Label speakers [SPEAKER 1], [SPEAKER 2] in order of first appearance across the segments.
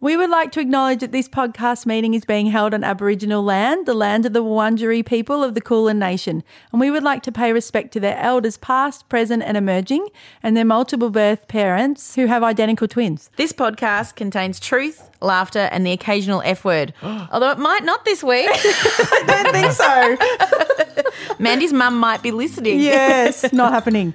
[SPEAKER 1] We would like to acknowledge that this podcast meeting is being held on Aboriginal land, the land of the Wurundjeri people of the Kulin Nation, and we would like to pay respect to their elders past, present, and emerging, and their multiple birth parents who have identical twins.
[SPEAKER 2] This podcast contains truth, laughter, and the occasional F word. Although it might not this week.
[SPEAKER 1] I don't think so.
[SPEAKER 2] Mandy's mum might be listening.
[SPEAKER 1] yes, not happening.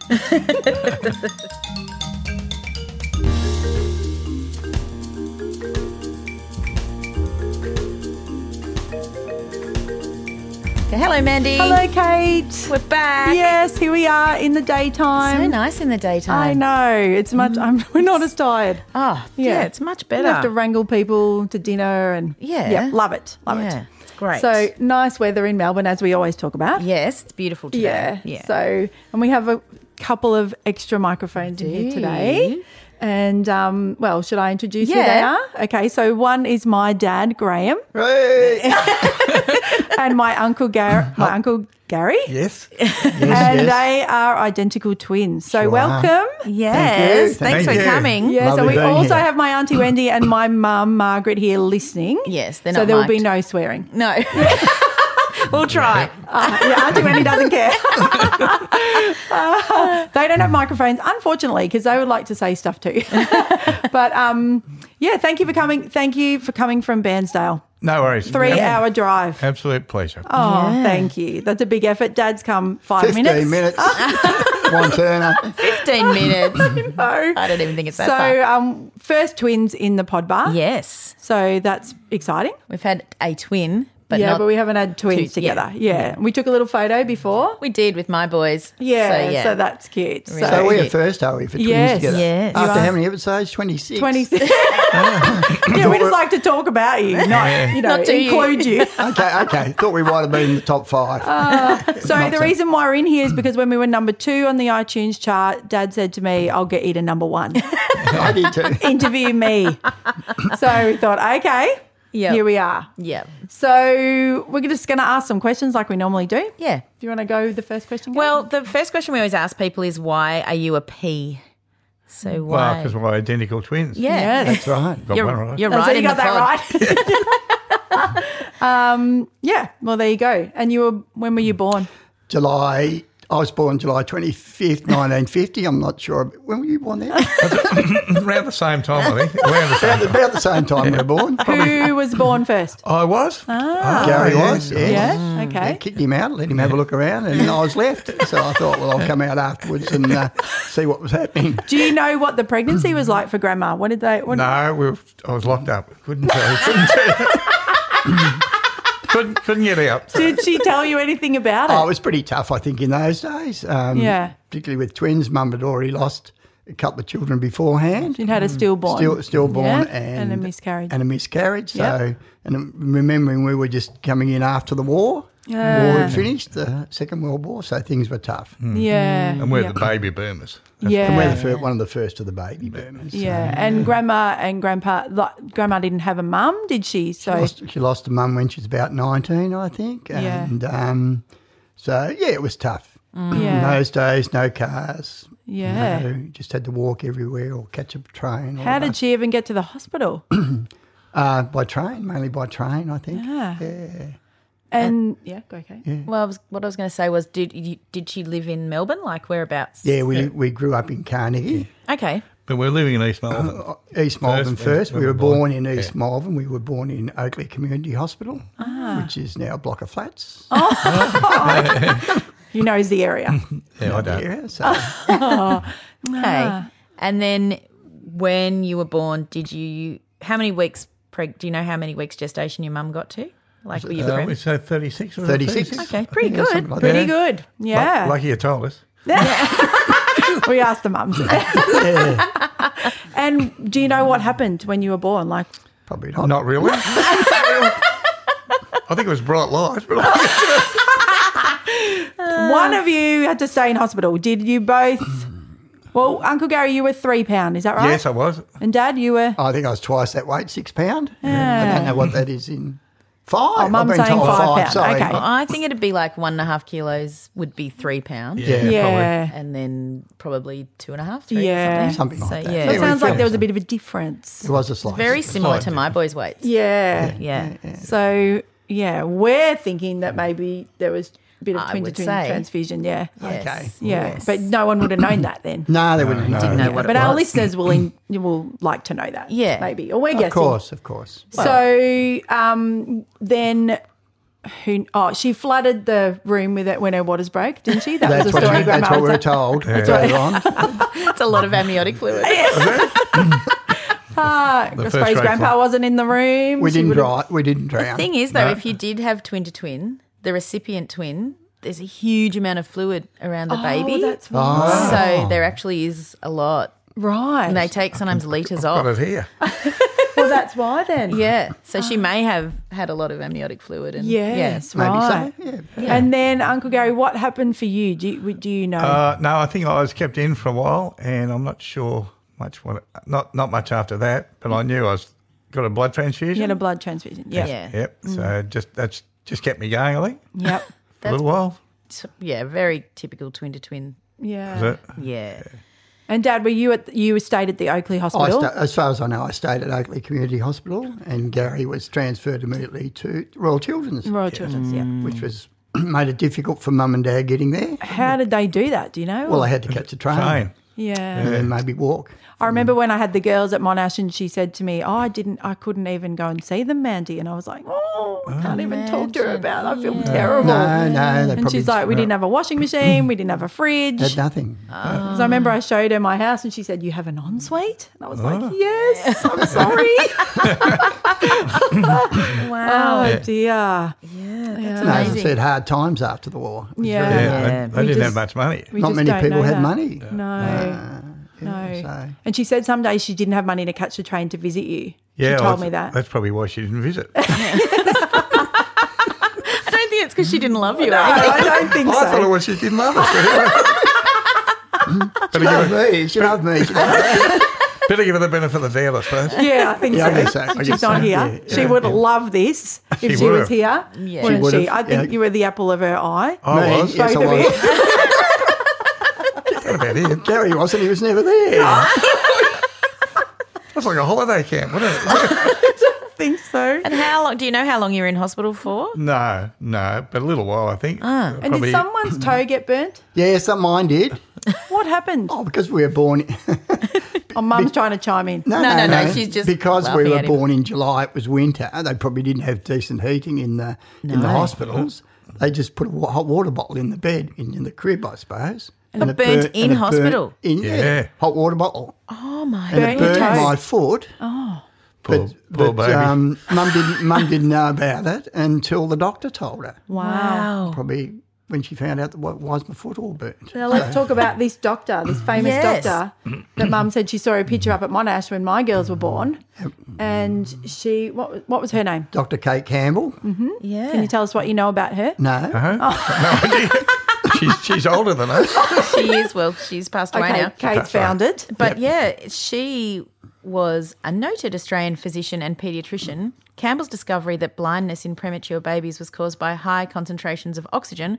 [SPEAKER 2] Hello, Mandy.
[SPEAKER 1] Hello, Kate.
[SPEAKER 2] We're back.
[SPEAKER 1] Yes, here we are in the daytime.
[SPEAKER 2] So nice in the daytime.
[SPEAKER 1] I know it's much. I'm, we're not as tired.
[SPEAKER 2] Oh, yeah,
[SPEAKER 1] Yeah.
[SPEAKER 2] it's much
[SPEAKER 1] We
[SPEAKER 2] better.
[SPEAKER 1] don't have to wrangle people to dinner and
[SPEAKER 2] Yeah.
[SPEAKER 1] love it, love
[SPEAKER 2] Yeah,
[SPEAKER 1] it.
[SPEAKER 2] it's great.
[SPEAKER 1] So nice weather in Melbourne, as we always talk about.
[SPEAKER 2] yes, it's beautiful today.
[SPEAKER 1] yeah. So, and we have a couple of extra microphones in here today. And um, well, should I introduce
[SPEAKER 2] Yeah.
[SPEAKER 1] who they are? Okay, so one is my dad, Graham, and my uncle Gar- my uncle Gary,
[SPEAKER 3] yes. Yes,
[SPEAKER 1] and
[SPEAKER 3] yes.
[SPEAKER 1] they are identical twins. So welcome.
[SPEAKER 2] yes. Thanks
[SPEAKER 3] Thank you.
[SPEAKER 2] for
[SPEAKER 3] Thank you.
[SPEAKER 2] coming.
[SPEAKER 1] Yeah, so
[SPEAKER 3] Lovely
[SPEAKER 1] we
[SPEAKER 3] being
[SPEAKER 1] also
[SPEAKER 3] here.
[SPEAKER 1] have my auntie Wendy and my mum Margaret here listening.
[SPEAKER 2] Yes, they're
[SPEAKER 1] so
[SPEAKER 2] not
[SPEAKER 1] there will be
[SPEAKER 2] mic'd.
[SPEAKER 1] no swearing.
[SPEAKER 2] No. we'll try.
[SPEAKER 1] Uh, yeah, Auntie Wendy doesn't care. Uh, they don't have microphones, unfortunately, because they would like to say stuff too. but um, yeah, thank you for coming. Thank you for coming from Bairnsdale,
[SPEAKER 3] No worries.
[SPEAKER 1] three
[SPEAKER 3] Ab-
[SPEAKER 1] hour drive. Oh,
[SPEAKER 3] Absolute pleasure.
[SPEAKER 1] thank you. That's a big effort. Dad's come five
[SPEAKER 3] 15
[SPEAKER 1] minutes. Ah.
[SPEAKER 3] minutes. One turner.
[SPEAKER 2] 15 minutes.
[SPEAKER 1] No.
[SPEAKER 2] I don't even think it's that far.
[SPEAKER 1] So um, first twins in the pod bar.
[SPEAKER 2] Yes.
[SPEAKER 1] So that's exciting.
[SPEAKER 2] We've had a twin, but
[SPEAKER 1] yeah,
[SPEAKER 2] not
[SPEAKER 1] but we haven't had twins
[SPEAKER 2] two- yeah.
[SPEAKER 1] together. Yeah. we took a little photo before.
[SPEAKER 2] we did with my boys.
[SPEAKER 1] Yeah,
[SPEAKER 2] So,
[SPEAKER 1] so,
[SPEAKER 2] yeah.
[SPEAKER 1] that's cute. So,
[SPEAKER 3] So we are first, are we, for twins
[SPEAKER 1] Yes.
[SPEAKER 3] together?
[SPEAKER 2] Yes.
[SPEAKER 3] After
[SPEAKER 1] You are.
[SPEAKER 3] how many episodes? 26.
[SPEAKER 1] 26. yeah, we just like to talk about you, not, you know,
[SPEAKER 2] Not to you.
[SPEAKER 1] include you.
[SPEAKER 3] Okay, okay. Thought we might have been in the top five.
[SPEAKER 1] So
[SPEAKER 3] Not
[SPEAKER 1] Oh, the
[SPEAKER 3] so.
[SPEAKER 1] reason why we're in here is because when we were number two on the iTunes chart, Dad said to me, I'll get you to number one.
[SPEAKER 3] I did too.
[SPEAKER 1] Interview me. so we thought, okay,
[SPEAKER 2] Yep.
[SPEAKER 1] here we are.
[SPEAKER 2] yeah.
[SPEAKER 1] So we're just going to ask some questions like we normally do.
[SPEAKER 2] Yeah.
[SPEAKER 1] Do you want to go with the first question? Kate?
[SPEAKER 2] Well, the first question we always ask people is why are you a P? So
[SPEAKER 3] Well,
[SPEAKER 2] why?
[SPEAKER 3] because we're identical twins.
[SPEAKER 2] yeah.
[SPEAKER 1] yes.
[SPEAKER 3] That's right. Got
[SPEAKER 2] You're,
[SPEAKER 3] one right.
[SPEAKER 2] you're
[SPEAKER 1] Oh,
[SPEAKER 2] right.
[SPEAKER 1] so you
[SPEAKER 2] in
[SPEAKER 1] got
[SPEAKER 2] the pod.
[SPEAKER 1] that right. um, yeah. Well, there you go. And you were, when were you born?
[SPEAKER 3] July. I was born July 25th, 1950. I'm not sure. When were you born there? About
[SPEAKER 4] Around the same time, I think. Around the same
[SPEAKER 3] the-
[SPEAKER 4] time.
[SPEAKER 3] about the same time we were born.
[SPEAKER 1] Who was born first?
[SPEAKER 4] I was. Ah,
[SPEAKER 3] Gary was, yes.
[SPEAKER 1] Yeah.
[SPEAKER 3] They
[SPEAKER 1] Okay.
[SPEAKER 3] kicked him out, let him have a look around, and I was left. So I thought, well, I'll come out afterwards and uh, see what was happening.
[SPEAKER 1] Do you know what the pregnancy was like for Grandma? What did they? What
[SPEAKER 4] No, we were, I was locked up. Couldn't tell. you, Couldn't, tell you. couldn't, couldn't get out. So,
[SPEAKER 1] Did she tell you anything about it?
[SPEAKER 3] Oh, it was pretty tough, I think, in those days. Um,
[SPEAKER 1] Yeah.
[SPEAKER 3] Particularly with twins, mum had already lost a couple of children beforehand.
[SPEAKER 1] She'd had a stillborn.
[SPEAKER 3] Still, stillborn
[SPEAKER 1] Yeah,
[SPEAKER 3] and,
[SPEAKER 1] and a miscarriage.
[SPEAKER 3] And a miscarriage.
[SPEAKER 1] Yep.
[SPEAKER 3] So, and remembering we were just coming in after the war. War
[SPEAKER 1] Yeah.
[SPEAKER 3] had finished, the Second World War, so things were tough.
[SPEAKER 1] Hmm. yeah.
[SPEAKER 4] And we're
[SPEAKER 1] yeah.
[SPEAKER 4] the baby boomers.
[SPEAKER 1] yeah.
[SPEAKER 3] Mm. And we're the fir- one of the first of the baby boomers.
[SPEAKER 1] yeah, and grandma and grandpa, like, grandma didn't have a mum, did she? So
[SPEAKER 3] Lost, she lost her mum when she was about 19, I think.
[SPEAKER 1] Yeah.
[SPEAKER 3] And um, so, yeah, it was tough.
[SPEAKER 1] Yeah.
[SPEAKER 3] In those days, no cars.
[SPEAKER 1] Yeah.
[SPEAKER 3] No, just had to walk everywhere or catch a train. or
[SPEAKER 1] how
[SPEAKER 3] a
[SPEAKER 1] did
[SPEAKER 3] bus.
[SPEAKER 1] she even get to the hospital?
[SPEAKER 3] Uh, by train, mainly by train, I think.
[SPEAKER 1] Yeah.
[SPEAKER 3] yeah.
[SPEAKER 1] And yeah, go okay.
[SPEAKER 2] Well, I was, what I was going to say was, did you, did she live in Melbourne? Like whereabouts?
[SPEAKER 3] Yeah, we, we grew up in Carnegie,
[SPEAKER 2] Okay.
[SPEAKER 4] But we're living in East Melbourne.
[SPEAKER 3] East Malvern
[SPEAKER 4] we-
[SPEAKER 3] first. We, were born, in East Malvern. We were born in Oakley Community Hospital,
[SPEAKER 1] Ah.
[SPEAKER 3] which is now a block of flats. Oh,
[SPEAKER 1] You knows the area.
[SPEAKER 4] yeah, I don't.
[SPEAKER 3] yeah. So
[SPEAKER 1] Ah.
[SPEAKER 2] Okay. And then when you were born, did you? How many weeks? Preg- do you know how many weeks gestation your mum got to? Like were you?
[SPEAKER 4] Uh,
[SPEAKER 2] prem-
[SPEAKER 4] we say 36 or
[SPEAKER 3] 36.
[SPEAKER 2] okay, pretty
[SPEAKER 3] Yeah, something
[SPEAKER 2] good.
[SPEAKER 3] like
[SPEAKER 1] Pretty
[SPEAKER 3] that.
[SPEAKER 1] good. Yeah.
[SPEAKER 4] Lucky you told us.
[SPEAKER 1] we asked the mums. and do you know what happened when you were born? Like,
[SPEAKER 3] Probably not.
[SPEAKER 4] Not really. I think it was bright lights. But
[SPEAKER 1] one of you had to stay in hospital. Did you both? Well, Uncle Gary, you were three pound. Is that right?
[SPEAKER 4] yes, I was.
[SPEAKER 1] And Dad, you were.
[SPEAKER 3] I think I was twice that weight, six pound. I don't know what that is in five. I've
[SPEAKER 1] Oh, Mum's
[SPEAKER 3] been
[SPEAKER 1] saying
[SPEAKER 3] told
[SPEAKER 1] five pound.
[SPEAKER 3] sorry.
[SPEAKER 1] Okay.
[SPEAKER 2] I think it'd be like one and a half kilos would be three pounds,
[SPEAKER 4] Yeah,
[SPEAKER 1] yeah.
[SPEAKER 2] and then probably two and a half, three,
[SPEAKER 1] Yeah.
[SPEAKER 2] yeah, something.
[SPEAKER 3] Something
[SPEAKER 2] So,
[SPEAKER 3] like that.
[SPEAKER 2] yeah.
[SPEAKER 3] Anyway,
[SPEAKER 1] It sounds like there was a
[SPEAKER 3] so
[SPEAKER 1] bit of a difference.
[SPEAKER 3] It was a slice.
[SPEAKER 2] Very similar
[SPEAKER 4] Slight
[SPEAKER 2] to my boys' weights.
[SPEAKER 1] Yeah.
[SPEAKER 2] Yeah.
[SPEAKER 1] mm. So yeah, we're thinking that maybe there was a bit of
[SPEAKER 2] I
[SPEAKER 1] twin to
[SPEAKER 2] would
[SPEAKER 1] twin
[SPEAKER 2] say.
[SPEAKER 1] transfusion. Yeah.
[SPEAKER 3] Okay.
[SPEAKER 1] Yeah. But no one would have known that then.
[SPEAKER 3] No, they wouldn't know.
[SPEAKER 2] Didn't know what
[SPEAKER 1] but
[SPEAKER 2] it
[SPEAKER 1] our
[SPEAKER 2] was.
[SPEAKER 1] listeners will in, will like to know that.
[SPEAKER 2] Yeah.
[SPEAKER 1] Maybe. Or we're
[SPEAKER 3] Of
[SPEAKER 1] guessing.
[SPEAKER 3] course, of course.
[SPEAKER 1] So um, then who oh she flooded the room with it when her waters broke, didn't she? That
[SPEAKER 3] That's
[SPEAKER 1] was the
[SPEAKER 3] what,
[SPEAKER 1] story
[SPEAKER 3] you, that's what
[SPEAKER 1] grandma
[SPEAKER 3] we
[SPEAKER 1] was
[SPEAKER 3] were told later on.
[SPEAKER 2] That's a lot of amniotic fluid.
[SPEAKER 1] Ah, I
[SPEAKER 4] first
[SPEAKER 1] suppose
[SPEAKER 4] grade
[SPEAKER 1] grandpa
[SPEAKER 4] flood.
[SPEAKER 1] wasn't in the room.
[SPEAKER 3] We
[SPEAKER 1] She
[SPEAKER 3] didn't
[SPEAKER 1] would've-
[SPEAKER 3] drown. We didn't drown.
[SPEAKER 2] Thing is, though, if you did have twin to twin, the recipient twin, there's a huge amount of fluid around the baby.
[SPEAKER 1] Oh, that's
[SPEAKER 3] Ah.
[SPEAKER 2] so there actually is a lot.
[SPEAKER 1] right.
[SPEAKER 2] And they take sometimes litres
[SPEAKER 4] Got
[SPEAKER 2] off.
[SPEAKER 4] it here.
[SPEAKER 1] well, that's why then.
[SPEAKER 2] Yeah. So she may have had a lot of amniotic fluid. And,
[SPEAKER 1] Yes,
[SPEAKER 3] Maybe
[SPEAKER 1] right.
[SPEAKER 3] so. Yeah.
[SPEAKER 1] And then Uncle Gary, what happened for you? Do you, do you know?
[SPEAKER 4] Uh, no, I think I was kept in for a while, and I'm not sure much what. Not not much after that, but I knew I was got a blood transfusion.
[SPEAKER 1] you had a blood transfusion. Yeah.
[SPEAKER 2] Yeah. Yeah.
[SPEAKER 4] Yep. So just that's just kept me going. I think
[SPEAKER 1] Yep.
[SPEAKER 4] for a little while.
[SPEAKER 2] T- yeah. Very typical twin to twin.
[SPEAKER 1] Yeah.
[SPEAKER 4] Is it?
[SPEAKER 2] Yeah.
[SPEAKER 1] And Dad, were you at you stayed at the Oakley
[SPEAKER 3] I
[SPEAKER 1] Hospital?
[SPEAKER 3] sta- as far as I know, I stayed at Oakley Community Hospital, and Gary was transferred immediately to Royal Children's,
[SPEAKER 1] Royal Children's. Yeah.
[SPEAKER 3] which was made it difficult for Mum and Dad getting there.
[SPEAKER 1] How did they do that? Do you know?
[SPEAKER 3] Well, they had to catch a train,
[SPEAKER 4] Fine.
[SPEAKER 1] yeah.
[SPEAKER 3] and then maybe walk.
[SPEAKER 1] I remember when I had the girls at Monash, and she said to me, "Oh, I didn't. I couldn't even go and see them, Mandy." And I was like, "Oh, I can't even talk to her about. it. I feel terrible."
[SPEAKER 3] No, no, they
[SPEAKER 1] And
[SPEAKER 3] probably
[SPEAKER 1] she's like, "We didn't have a washing machine. We didn't have Ah, a fridge."
[SPEAKER 3] had nothing.
[SPEAKER 1] Because I remember I showed her my house and she said, You have an ensuite? And I was
[SPEAKER 3] Oh.
[SPEAKER 1] like, Yes, I'm sorry. wow. Oh, dear.
[SPEAKER 3] no, as I said, hard times after the war. It was
[SPEAKER 1] Yeah.
[SPEAKER 4] Yeah.
[SPEAKER 3] very-
[SPEAKER 4] they-
[SPEAKER 2] Yeah.
[SPEAKER 4] They,
[SPEAKER 1] We
[SPEAKER 4] didn't
[SPEAKER 1] just-
[SPEAKER 4] have much money.
[SPEAKER 1] We
[SPEAKER 3] Not
[SPEAKER 1] just
[SPEAKER 3] many
[SPEAKER 1] don't
[SPEAKER 3] people
[SPEAKER 1] know
[SPEAKER 3] had
[SPEAKER 1] that.
[SPEAKER 3] money.
[SPEAKER 1] No.
[SPEAKER 3] uh, Yeah,
[SPEAKER 1] No.
[SPEAKER 3] so-
[SPEAKER 1] And she said some days she didn't have money to catch the train to visit you.
[SPEAKER 4] Yeah,
[SPEAKER 1] she
[SPEAKER 4] well,
[SPEAKER 1] told me
[SPEAKER 4] that's-
[SPEAKER 1] that.
[SPEAKER 4] That's probably why she didn't visit.
[SPEAKER 2] I don't think it's because she didn't love you. eh?
[SPEAKER 1] I don't think
[SPEAKER 4] I thought it
[SPEAKER 1] so.
[SPEAKER 4] was she didn't love us. better, give her,
[SPEAKER 3] Love me, she loved me. She loved me.
[SPEAKER 4] better give her the benefit of the doubt, I suppose.
[SPEAKER 1] Yeah, I think
[SPEAKER 3] Yeah, I
[SPEAKER 1] so.
[SPEAKER 3] guess so. I
[SPEAKER 1] She's
[SPEAKER 3] guess
[SPEAKER 1] not
[SPEAKER 3] so.
[SPEAKER 1] here.
[SPEAKER 3] Yeah,
[SPEAKER 1] she
[SPEAKER 3] yeah,
[SPEAKER 1] would
[SPEAKER 3] yeah.
[SPEAKER 1] love this if she,
[SPEAKER 4] She
[SPEAKER 1] was
[SPEAKER 4] would've.
[SPEAKER 1] here,
[SPEAKER 2] She
[SPEAKER 1] wouldn't she?
[SPEAKER 3] would've,
[SPEAKER 1] I think
[SPEAKER 3] yeah.
[SPEAKER 1] you were the apple of her eye.
[SPEAKER 4] I
[SPEAKER 3] Me,
[SPEAKER 4] was.
[SPEAKER 3] yes, I
[SPEAKER 1] Both of
[SPEAKER 3] was.
[SPEAKER 4] What about it?
[SPEAKER 3] Gary wasn't. He was never there.
[SPEAKER 4] That's like a holiday camp, wasn't it?
[SPEAKER 1] I think so.
[SPEAKER 2] And how long? Do you know how long you were in hospital for?
[SPEAKER 4] no, no, but a little while, I think.
[SPEAKER 1] Ah, And did someone's toe get burnt?
[SPEAKER 3] Yeah, some mine did.
[SPEAKER 1] What happened?
[SPEAKER 3] Oh, because we were born.
[SPEAKER 1] Oh, mum's trying to chime in.
[SPEAKER 3] No,
[SPEAKER 2] No,
[SPEAKER 3] no, no,
[SPEAKER 2] no, no, she's just
[SPEAKER 3] because we
[SPEAKER 2] laughing
[SPEAKER 3] were
[SPEAKER 2] at him.
[SPEAKER 3] born in July. It was winter. They probably didn't have decent heating in the in the hospitals. They just put a wa- hot water bottle in the bed in, in the crib, I suppose. And it
[SPEAKER 2] burnt in
[SPEAKER 3] and it burnt
[SPEAKER 2] hospital?
[SPEAKER 3] In, yeah.
[SPEAKER 4] Yeah.
[SPEAKER 3] hot water bottle.
[SPEAKER 2] Oh my
[SPEAKER 3] and it
[SPEAKER 1] your
[SPEAKER 3] burnt
[SPEAKER 1] toes.
[SPEAKER 3] my foot.
[SPEAKER 4] poor, poor
[SPEAKER 3] but,
[SPEAKER 4] baby.
[SPEAKER 3] Um, mum didn't. Mum didn't know about it until the doctor told her.
[SPEAKER 1] Wow.
[SPEAKER 3] Probably when she found out that what was my foot all burnt.
[SPEAKER 1] Now let's talk about this doctor, this famous
[SPEAKER 2] Yes.
[SPEAKER 1] doctor that Mum said she saw a picture up at Monash when my girls were born, and she what what was her name?
[SPEAKER 3] Dr. Kate Campbell?
[SPEAKER 2] Yeah.
[SPEAKER 1] Can you tell us what you know about her?
[SPEAKER 3] No.
[SPEAKER 1] Oh.
[SPEAKER 4] No, no idea. she's, she's older than us.
[SPEAKER 2] she is. Well, she's passed away
[SPEAKER 1] Okay,
[SPEAKER 2] now.
[SPEAKER 1] Kate's found it.
[SPEAKER 2] But yeah, she was a noted Australian physician and paediatrician. Campbell's discovery that blindness in premature babies was caused by high concentrations of oxygen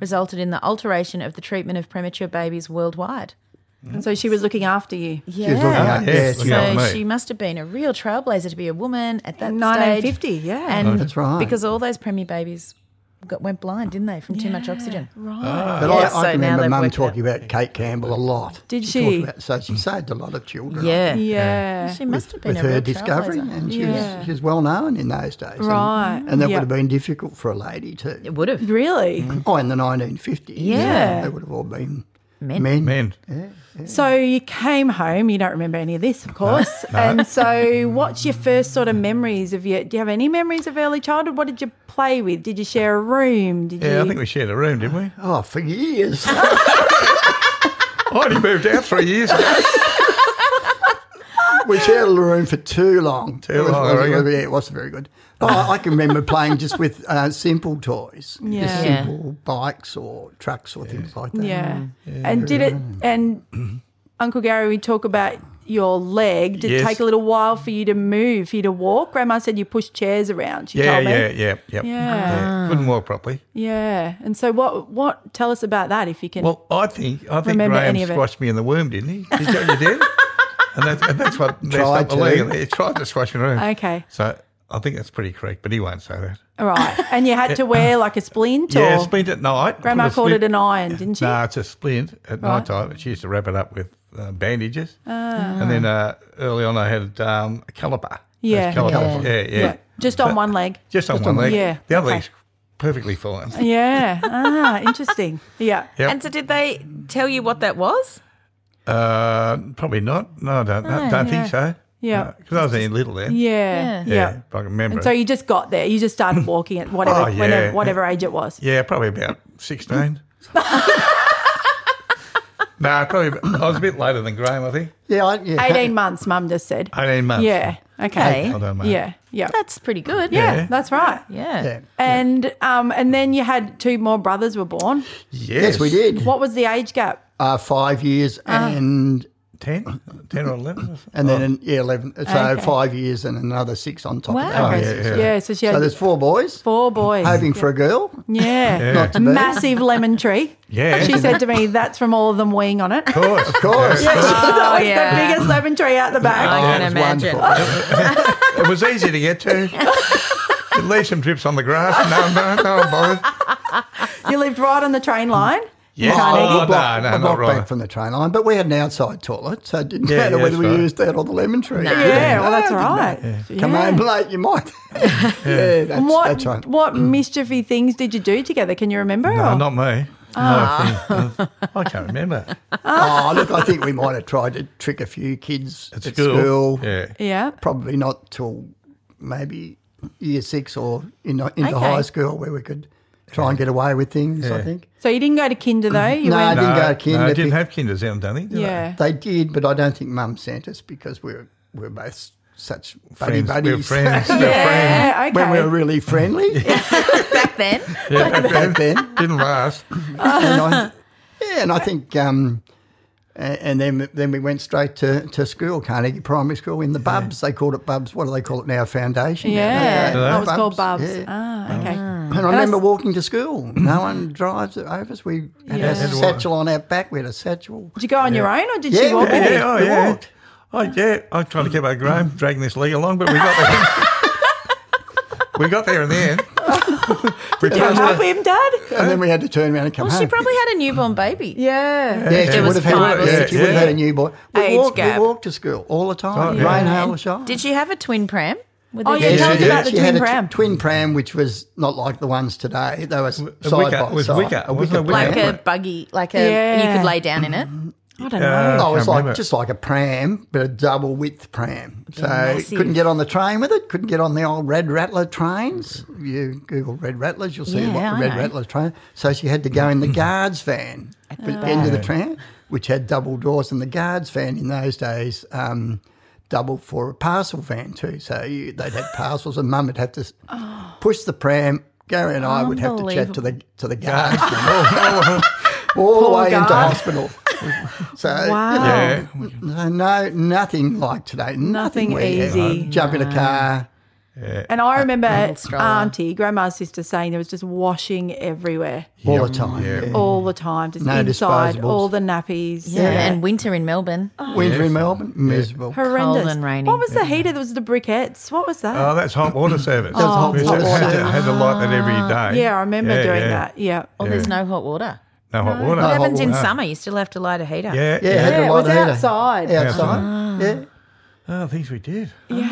[SPEAKER 2] resulted in the alteration of the treatment of premature babies worldwide.
[SPEAKER 1] And so she was looking after you.
[SPEAKER 2] Yeah.
[SPEAKER 3] She was looking at- yeah,
[SPEAKER 4] yes.
[SPEAKER 3] she-
[SPEAKER 4] Yeah,
[SPEAKER 2] So
[SPEAKER 4] mate.
[SPEAKER 2] she must have been a real trailblazer to be a woman at that
[SPEAKER 1] In
[SPEAKER 2] stage.
[SPEAKER 1] 1950, yeah.
[SPEAKER 2] And
[SPEAKER 3] Oh, That's right.
[SPEAKER 2] Because all those preemie babies got, went blind, didn't they, from too much oxygen?
[SPEAKER 1] right.
[SPEAKER 3] But
[SPEAKER 2] Yeah,
[SPEAKER 3] I, I
[SPEAKER 2] so
[SPEAKER 3] can
[SPEAKER 2] now
[SPEAKER 3] remember
[SPEAKER 2] they've
[SPEAKER 3] Mum
[SPEAKER 2] worked
[SPEAKER 3] talking about Kate Campbell a lot.
[SPEAKER 1] Did
[SPEAKER 3] She talked
[SPEAKER 1] she?
[SPEAKER 3] about- so she saved a lot of children. I
[SPEAKER 2] Yeah.
[SPEAKER 1] Yeah.
[SPEAKER 2] She must have been
[SPEAKER 3] with
[SPEAKER 2] a
[SPEAKER 3] her
[SPEAKER 2] real
[SPEAKER 3] discovery,
[SPEAKER 2] trailblazer.
[SPEAKER 3] and she,
[SPEAKER 1] Yeah.
[SPEAKER 3] was, she was well known in those days. and-
[SPEAKER 1] Right.
[SPEAKER 3] And, that
[SPEAKER 1] Yeah.
[SPEAKER 3] would have been difficult for a lady too.
[SPEAKER 2] It would have.
[SPEAKER 1] Really?
[SPEAKER 4] Mm-hmm.
[SPEAKER 3] Oh, in the 1950s.
[SPEAKER 2] Yeah.
[SPEAKER 3] They would have all been
[SPEAKER 2] Men.
[SPEAKER 3] men.
[SPEAKER 4] Men.
[SPEAKER 1] So you came home. You don't remember any of this, of course. And so, what's your first sort of memories of your? Do you have any memories of early childhood? What did you play with? Did you share a room? Did
[SPEAKER 4] Yeah,
[SPEAKER 1] you?
[SPEAKER 4] I think we shared a room, didn't we?
[SPEAKER 3] Oh, for years.
[SPEAKER 4] Oh, I only moved out three years ago.
[SPEAKER 3] we shared a room for too long.
[SPEAKER 4] Too
[SPEAKER 3] it was,
[SPEAKER 4] long, I
[SPEAKER 3] It, was,
[SPEAKER 4] reckon.
[SPEAKER 3] yeah, it wasn't very good. But I, I can remember playing just with uh, simple toys,
[SPEAKER 1] Yeah.
[SPEAKER 3] just
[SPEAKER 2] Yeah.
[SPEAKER 3] simple bikes or trucks or things like that.
[SPEAKER 1] yeah.
[SPEAKER 4] Mm-hmm.
[SPEAKER 1] And did it? And Uncle Gary, we talk about your leg. Did it
[SPEAKER 4] Yes.
[SPEAKER 1] take a little while for you to move, for you to walk? Grandma said you pushed chairs around. She
[SPEAKER 4] Yeah,
[SPEAKER 1] told me.
[SPEAKER 4] yeah, yeah, yeah,
[SPEAKER 1] Yeah.
[SPEAKER 4] Couldn't walk properly.
[SPEAKER 1] Yeah. And so, what? What? Tell us about that, if you can.
[SPEAKER 4] Well, I think I think
[SPEAKER 1] Remember
[SPEAKER 4] Graham
[SPEAKER 1] any of it.
[SPEAKER 4] squashed me in the womb, didn't he? Is that what you did? and, that's, and that's what messed
[SPEAKER 3] Tried
[SPEAKER 4] up the
[SPEAKER 3] to.
[SPEAKER 4] leg. He tried to squash me in the womb.
[SPEAKER 1] okay.
[SPEAKER 4] So I think that's pretty correct, but he won't say that.
[SPEAKER 1] All right. And you had to wear like a splint.
[SPEAKER 4] Yeah,
[SPEAKER 1] or
[SPEAKER 4] splint at night.
[SPEAKER 1] Grandma
[SPEAKER 4] Put a
[SPEAKER 1] called
[SPEAKER 4] splint-
[SPEAKER 1] it an iron, didn't she?
[SPEAKER 4] No, it's a splint at night time. She used to wrap it up with uh, bandages.
[SPEAKER 1] Ah.
[SPEAKER 4] And then uh, early on, I had um, a caliper. Those
[SPEAKER 1] Yeah.
[SPEAKER 4] calipers. Yeah, yeah.
[SPEAKER 1] Yeah, just on one leg.
[SPEAKER 4] Just on one leg.
[SPEAKER 1] Yeah,
[SPEAKER 4] The other
[SPEAKER 1] okay.
[SPEAKER 4] leg's perfectly fine.
[SPEAKER 1] Yeah. Ah, interesting. Yeah.
[SPEAKER 4] Yep.
[SPEAKER 2] And so, did they tell you what that was?
[SPEAKER 4] Uh, probably not. No, I don't, no, don't think so.
[SPEAKER 1] Oh, Yeah.
[SPEAKER 4] Because I was only little then.
[SPEAKER 1] Yeah. Yeah.
[SPEAKER 4] if I can remember.
[SPEAKER 1] And so you just got there. You just started walking at whatever,
[SPEAKER 4] Oh, yeah.
[SPEAKER 1] whenever, whatever age it was.
[SPEAKER 4] Yeah, probably about 16. no, probably. I was a bit later than Graham, I think.
[SPEAKER 3] Yeah, I, yeah.
[SPEAKER 1] 18 months, Mum just said.
[SPEAKER 4] 18 months.
[SPEAKER 1] Yeah. Okay.
[SPEAKER 2] Okay.
[SPEAKER 4] I don't know.
[SPEAKER 1] Yeah. Yeah.
[SPEAKER 2] That's pretty good.
[SPEAKER 1] Yeah.
[SPEAKER 4] Yeah.
[SPEAKER 1] That's right.
[SPEAKER 2] Yeah.
[SPEAKER 3] Yeah.
[SPEAKER 1] And um, and then you had two more brothers were born.
[SPEAKER 4] Yes,
[SPEAKER 3] Yes, we did.
[SPEAKER 1] What was the age gap?
[SPEAKER 3] Uh, five years
[SPEAKER 1] Ah.
[SPEAKER 3] and
[SPEAKER 4] 10, 10 or 11. or something.
[SPEAKER 3] and then an, yeah, eleven. So
[SPEAKER 1] Okay.
[SPEAKER 3] five years and another six on top
[SPEAKER 1] Oh,
[SPEAKER 3] of that.
[SPEAKER 2] Wow.
[SPEAKER 4] Oh, yeah, yeah.
[SPEAKER 1] So she had
[SPEAKER 3] So there's four boys,
[SPEAKER 1] four boys.
[SPEAKER 3] hoping for a girl.
[SPEAKER 1] yeah.
[SPEAKER 3] Not to be.
[SPEAKER 1] Massive lemon tree.
[SPEAKER 4] Yeah.
[SPEAKER 1] She said to me, that's from all of them weeing on it.
[SPEAKER 4] Of course. Of
[SPEAKER 3] course.
[SPEAKER 1] Yeah, she's always
[SPEAKER 2] yeah.
[SPEAKER 1] the biggest lemon tree out the back.
[SPEAKER 2] I can
[SPEAKER 3] It was
[SPEAKER 2] imagine.
[SPEAKER 3] wonderful.
[SPEAKER 1] Oh,
[SPEAKER 4] It was easy to get to. You'd leave some drips on the grass. No, no, no, I'm bothered.
[SPEAKER 1] You lived right on the train line.
[SPEAKER 4] Yes.
[SPEAKER 3] Oh,
[SPEAKER 4] Oh,
[SPEAKER 3] a block,
[SPEAKER 4] no,
[SPEAKER 3] a
[SPEAKER 4] no,
[SPEAKER 3] block
[SPEAKER 4] not
[SPEAKER 3] back
[SPEAKER 4] right.
[SPEAKER 3] from the train line, but we had an outside toilet, so it didn't
[SPEAKER 4] Yeah,
[SPEAKER 3] matter
[SPEAKER 4] yeah,
[SPEAKER 3] whether
[SPEAKER 4] that's
[SPEAKER 3] we
[SPEAKER 4] right.
[SPEAKER 3] used that or the lemon tree.
[SPEAKER 1] Yeah, well, that's
[SPEAKER 3] No, it didn't
[SPEAKER 1] all right.
[SPEAKER 3] matter.
[SPEAKER 1] Yeah.
[SPEAKER 3] Come home late, you might. yeah, that's,
[SPEAKER 1] And What,
[SPEAKER 3] that's right.
[SPEAKER 1] what mischiefy things did you do together? Can you remember?
[SPEAKER 4] No,
[SPEAKER 3] Oh.
[SPEAKER 1] or-
[SPEAKER 4] not me.
[SPEAKER 3] Ah.
[SPEAKER 4] No, I think- uh, I can't remember.
[SPEAKER 1] Ah.
[SPEAKER 3] oh, look, I think we might have tried to trick a few kids
[SPEAKER 4] At
[SPEAKER 3] at,
[SPEAKER 4] school.
[SPEAKER 3] school.
[SPEAKER 4] Yeah.
[SPEAKER 1] Yeah.
[SPEAKER 3] Probably not till maybe year six or in, into
[SPEAKER 2] Okay.
[SPEAKER 3] high school where we could try and get away with things, I think.
[SPEAKER 1] So you didn't go to kinder though. You
[SPEAKER 3] No, I
[SPEAKER 1] went,
[SPEAKER 3] didn't
[SPEAKER 4] No,
[SPEAKER 3] go to kinder.
[SPEAKER 4] No, I didn't
[SPEAKER 3] be-
[SPEAKER 4] have kinders then, don't think. did I?
[SPEAKER 1] yeah.
[SPEAKER 3] They did, but I don't think Mum sent us because we were, we were both such buddy
[SPEAKER 4] Friends. We
[SPEAKER 3] buddies.
[SPEAKER 4] were friends. We were friends.
[SPEAKER 1] yeah.
[SPEAKER 3] When we
[SPEAKER 1] Okay.
[SPEAKER 3] were really friendly
[SPEAKER 2] Back then,
[SPEAKER 4] Yeah, back then.
[SPEAKER 3] back then.
[SPEAKER 4] Didn't last.
[SPEAKER 3] and I, yeah, and I think, um, a- and then then we went straight to, to school, Carnegie Primary School in the Bubs. They called it Bubs. What do they call it now? Foundation. now,
[SPEAKER 1] yeah.
[SPEAKER 3] don't they?
[SPEAKER 2] Oh,
[SPEAKER 1] That was called Bubs.
[SPEAKER 3] yeah.
[SPEAKER 1] Ah, okay.
[SPEAKER 3] And I remember walking to school. No one drives it over us. We had
[SPEAKER 1] Yeah.
[SPEAKER 3] a satchel on our back. We had a satchel.
[SPEAKER 1] Did you go on your own or did you walk
[SPEAKER 3] we
[SPEAKER 1] with
[SPEAKER 3] did.
[SPEAKER 1] you?
[SPEAKER 4] Yeah, oh,
[SPEAKER 3] We
[SPEAKER 4] yeah.
[SPEAKER 3] walked.
[SPEAKER 4] Oh yeah, I tried to keep our Graham dragging this leg along, but we got there. we got there in the end. we
[SPEAKER 1] Did you
[SPEAKER 4] plunged
[SPEAKER 1] help
[SPEAKER 4] it.
[SPEAKER 1] him, Dad?
[SPEAKER 3] And then we had to turn around and come
[SPEAKER 2] well,
[SPEAKER 3] home.
[SPEAKER 2] she probably had a newborn baby.
[SPEAKER 1] Yeah.
[SPEAKER 3] yeah, she
[SPEAKER 2] There
[SPEAKER 3] would
[SPEAKER 2] was
[SPEAKER 3] have had,
[SPEAKER 2] five or
[SPEAKER 3] yeah,
[SPEAKER 4] six
[SPEAKER 3] she would have had a
[SPEAKER 2] years.
[SPEAKER 3] new boy. We
[SPEAKER 2] Age
[SPEAKER 3] walked,
[SPEAKER 2] gap.
[SPEAKER 3] We walked to school all the time.
[SPEAKER 4] Oh, yeah.
[SPEAKER 3] Rain, hail, or shine.
[SPEAKER 2] Did she have a twin pram? With
[SPEAKER 1] Oh,
[SPEAKER 2] her?
[SPEAKER 1] yeah,
[SPEAKER 4] Yeah,
[SPEAKER 1] tell us
[SPEAKER 4] yeah,
[SPEAKER 1] about the
[SPEAKER 3] she had
[SPEAKER 1] twin
[SPEAKER 3] a tw-
[SPEAKER 1] pram.
[SPEAKER 3] twin pram, which was not like the ones today. They were side
[SPEAKER 4] wicker-
[SPEAKER 3] by
[SPEAKER 4] was
[SPEAKER 3] side.
[SPEAKER 4] wicker, wasn't it?
[SPEAKER 3] pram.
[SPEAKER 2] Like a buggy, like a
[SPEAKER 1] Yeah.
[SPEAKER 2] you could lay down in it. I don't
[SPEAKER 4] Uh,
[SPEAKER 2] know.
[SPEAKER 4] I
[SPEAKER 3] Oh, it's
[SPEAKER 4] can't
[SPEAKER 3] like
[SPEAKER 4] remember.
[SPEAKER 3] just like a pram, but a double width pram. So
[SPEAKER 2] massive.
[SPEAKER 3] couldn't get on the train with it. Couldn't get on the old Red Rattler trains. You Google Red Rattlers, you'll see
[SPEAKER 2] Yeah,
[SPEAKER 3] what the
[SPEAKER 2] I
[SPEAKER 3] Red
[SPEAKER 2] know.
[SPEAKER 3] Rattler train. So she had to go in the guards van at the end of the tram, which had double doors, and the guards van in those days. Um, Double for a parcel van too, so you, they'd have parcels, and Mum would have to s
[SPEAKER 2] Oh.
[SPEAKER 3] push the pram. Gary and I would have to chat to the to the guards van all, all the way into
[SPEAKER 2] guard.
[SPEAKER 3] hospital. So you know,
[SPEAKER 1] Wow.
[SPEAKER 4] Yeah.
[SPEAKER 3] no, no, nothing like today. Nothing,
[SPEAKER 1] Nothing
[SPEAKER 3] we have.
[SPEAKER 1] easy.
[SPEAKER 3] Jump in a car.
[SPEAKER 1] And I remember
[SPEAKER 2] stroller.
[SPEAKER 1] Auntie, Grandma's sister, saying there was just washing everywhere
[SPEAKER 3] All the time.
[SPEAKER 4] Yeah.
[SPEAKER 3] yeah.
[SPEAKER 1] all the time, just
[SPEAKER 3] No
[SPEAKER 1] inside,
[SPEAKER 3] disposables.
[SPEAKER 1] all the nappies.
[SPEAKER 2] Yeah, and winter in Melbourne.
[SPEAKER 3] Winter in Melbourne, miserable.
[SPEAKER 1] Horrendous.
[SPEAKER 2] Cold and rainy.
[SPEAKER 1] What was the heater? There was the briquettes. What was that?
[SPEAKER 4] Oh, that's hot water service.
[SPEAKER 3] was hot
[SPEAKER 4] We
[SPEAKER 3] water
[SPEAKER 4] had, to,
[SPEAKER 3] service. Ah.
[SPEAKER 4] had to light that every day.
[SPEAKER 1] yeah, I remember
[SPEAKER 4] Yeah,
[SPEAKER 1] doing
[SPEAKER 4] yeah.
[SPEAKER 1] that. Yeah.
[SPEAKER 2] Well, there's no hot water.
[SPEAKER 4] No
[SPEAKER 3] Ah.
[SPEAKER 4] hot water.
[SPEAKER 2] What happens
[SPEAKER 3] hot
[SPEAKER 2] in
[SPEAKER 3] water.
[SPEAKER 2] summer? You still have to light a heater.
[SPEAKER 4] Yeah,
[SPEAKER 3] Yeah, had
[SPEAKER 1] Yeah,
[SPEAKER 3] to
[SPEAKER 1] it
[SPEAKER 3] light
[SPEAKER 1] was
[SPEAKER 3] the heater.
[SPEAKER 1] outside.
[SPEAKER 4] Ah.
[SPEAKER 3] Outside. Yeah.
[SPEAKER 4] Oh, things we did.
[SPEAKER 1] Yeah.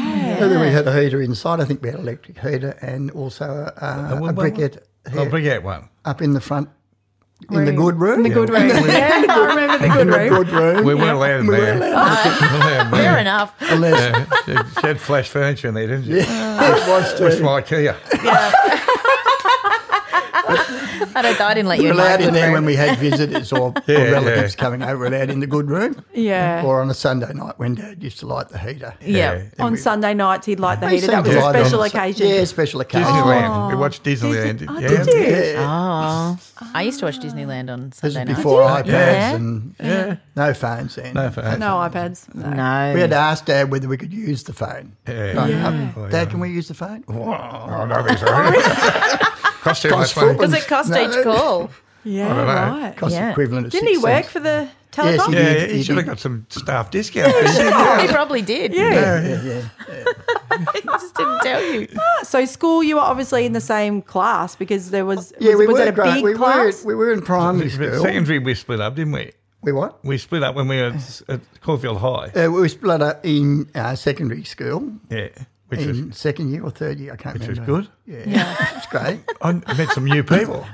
[SPEAKER 3] And then we had a heater inside. I think we had an electric heater and also uh, a,
[SPEAKER 4] what- what-
[SPEAKER 3] briquette
[SPEAKER 4] I'll
[SPEAKER 3] here
[SPEAKER 4] bring out one.
[SPEAKER 3] up in the front. In the good room? In the
[SPEAKER 1] Good room. Yeah, I remember the good room.
[SPEAKER 3] good room.
[SPEAKER 4] We weren't allowed in
[SPEAKER 3] We
[SPEAKER 4] there.
[SPEAKER 3] weren't
[SPEAKER 4] Weren't allowed in there.
[SPEAKER 2] Fair enough.
[SPEAKER 3] Unless
[SPEAKER 4] Yeah, she- she had flash furniture in there, didn't she?
[SPEAKER 3] it was
[SPEAKER 4] Which
[SPEAKER 3] too.
[SPEAKER 4] my Kia.
[SPEAKER 2] I'd have died in let you
[SPEAKER 3] We were
[SPEAKER 2] in my
[SPEAKER 3] allowed in
[SPEAKER 2] good
[SPEAKER 3] there
[SPEAKER 2] room.
[SPEAKER 3] when we had visitors or,
[SPEAKER 4] Yeah,
[SPEAKER 3] or
[SPEAKER 4] yeah.
[SPEAKER 3] relatives coming over, We're allowed in the good room.
[SPEAKER 1] Yeah.
[SPEAKER 3] Or on a Sunday night when Dad used to light the heater.
[SPEAKER 2] Yeah.
[SPEAKER 1] On Sunday nights, he'd light the
[SPEAKER 3] They
[SPEAKER 1] heater.
[SPEAKER 3] seem
[SPEAKER 1] That was a
[SPEAKER 3] to like it
[SPEAKER 1] special
[SPEAKER 3] on-
[SPEAKER 1] occasion.
[SPEAKER 3] Yeah, special occasion.
[SPEAKER 4] Disneyland. We watched Disneyland.
[SPEAKER 1] Oh,
[SPEAKER 4] yeah.
[SPEAKER 1] did you?
[SPEAKER 3] Yeah.
[SPEAKER 2] Oh, I used to watch Disneyland on
[SPEAKER 3] This
[SPEAKER 2] Sunday
[SPEAKER 3] was
[SPEAKER 2] night.
[SPEAKER 3] before iPads
[SPEAKER 2] Yeah.
[SPEAKER 3] and
[SPEAKER 4] Yeah.
[SPEAKER 3] no phones then.
[SPEAKER 4] No, for
[SPEAKER 1] No iPads. No.
[SPEAKER 2] No.
[SPEAKER 3] We had asked Dad whether we could use the phone. Um,
[SPEAKER 4] Yeah. Oh, yeah.
[SPEAKER 3] Dad, can we use the phone?
[SPEAKER 4] Oh, I don't think so. Cost too much money.
[SPEAKER 2] Does it cost
[SPEAKER 3] No.
[SPEAKER 2] each call?
[SPEAKER 1] Yeah,
[SPEAKER 4] know.
[SPEAKER 1] right.
[SPEAKER 3] Cost
[SPEAKER 2] Yeah.
[SPEAKER 3] equivalent of
[SPEAKER 1] Didn't
[SPEAKER 3] six
[SPEAKER 1] he work
[SPEAKER 3] cents.
[SPEAKER 1] for the telecom?
[SPEAKER 3] he
[SPEAKER 4] Yeah,
[SPEAKER 3] did,
[SPEAKER 4] he should have
[SPEAKER 3] did.
[SPEAKER 4] got some staff discounts.
[SPEAKER 2] He probably did.
[SPEAKER 1] Yeah.
[SPEAKER 2] he just didn't tell you.
[SPEAKER 1] So school, you were obviously in the same class because there was
[SPEAKER 3] Yeah,
[SPEAKER 1] was,
[SPEAKER 3] we
[SPEAKER 1] was
[SPEAKER 3] were
[SPEAKER 1] it a
[SPEAKER 3] great.
[SPEAKER 1] big
[SPEAKER 3] we
[SPEAKER 1] class?
[SPEAKER 3] Were, we were in primary
[SPEAKER 4] But
[SPEAKER 3] school.
[SPEAKER 4] secondary, we split up, didn't we?
[SPEAKER 3] We what?
[SPEAKER 4] We split up when we were at, at Caulfield High.
[SPEAKER 3] Uh, we split up in uh, secondary school,
[SPEAKER 4] Yeah, which was
[SPEAKER 3] in second year or third year. I can't
[SPEAKER 4] which was
[SPEAKER 3] remember.
[SPEAKER 4] good.
[SPEAKER 3] good. Yeah, it's great.
[SPEAKER 4] I met some new people.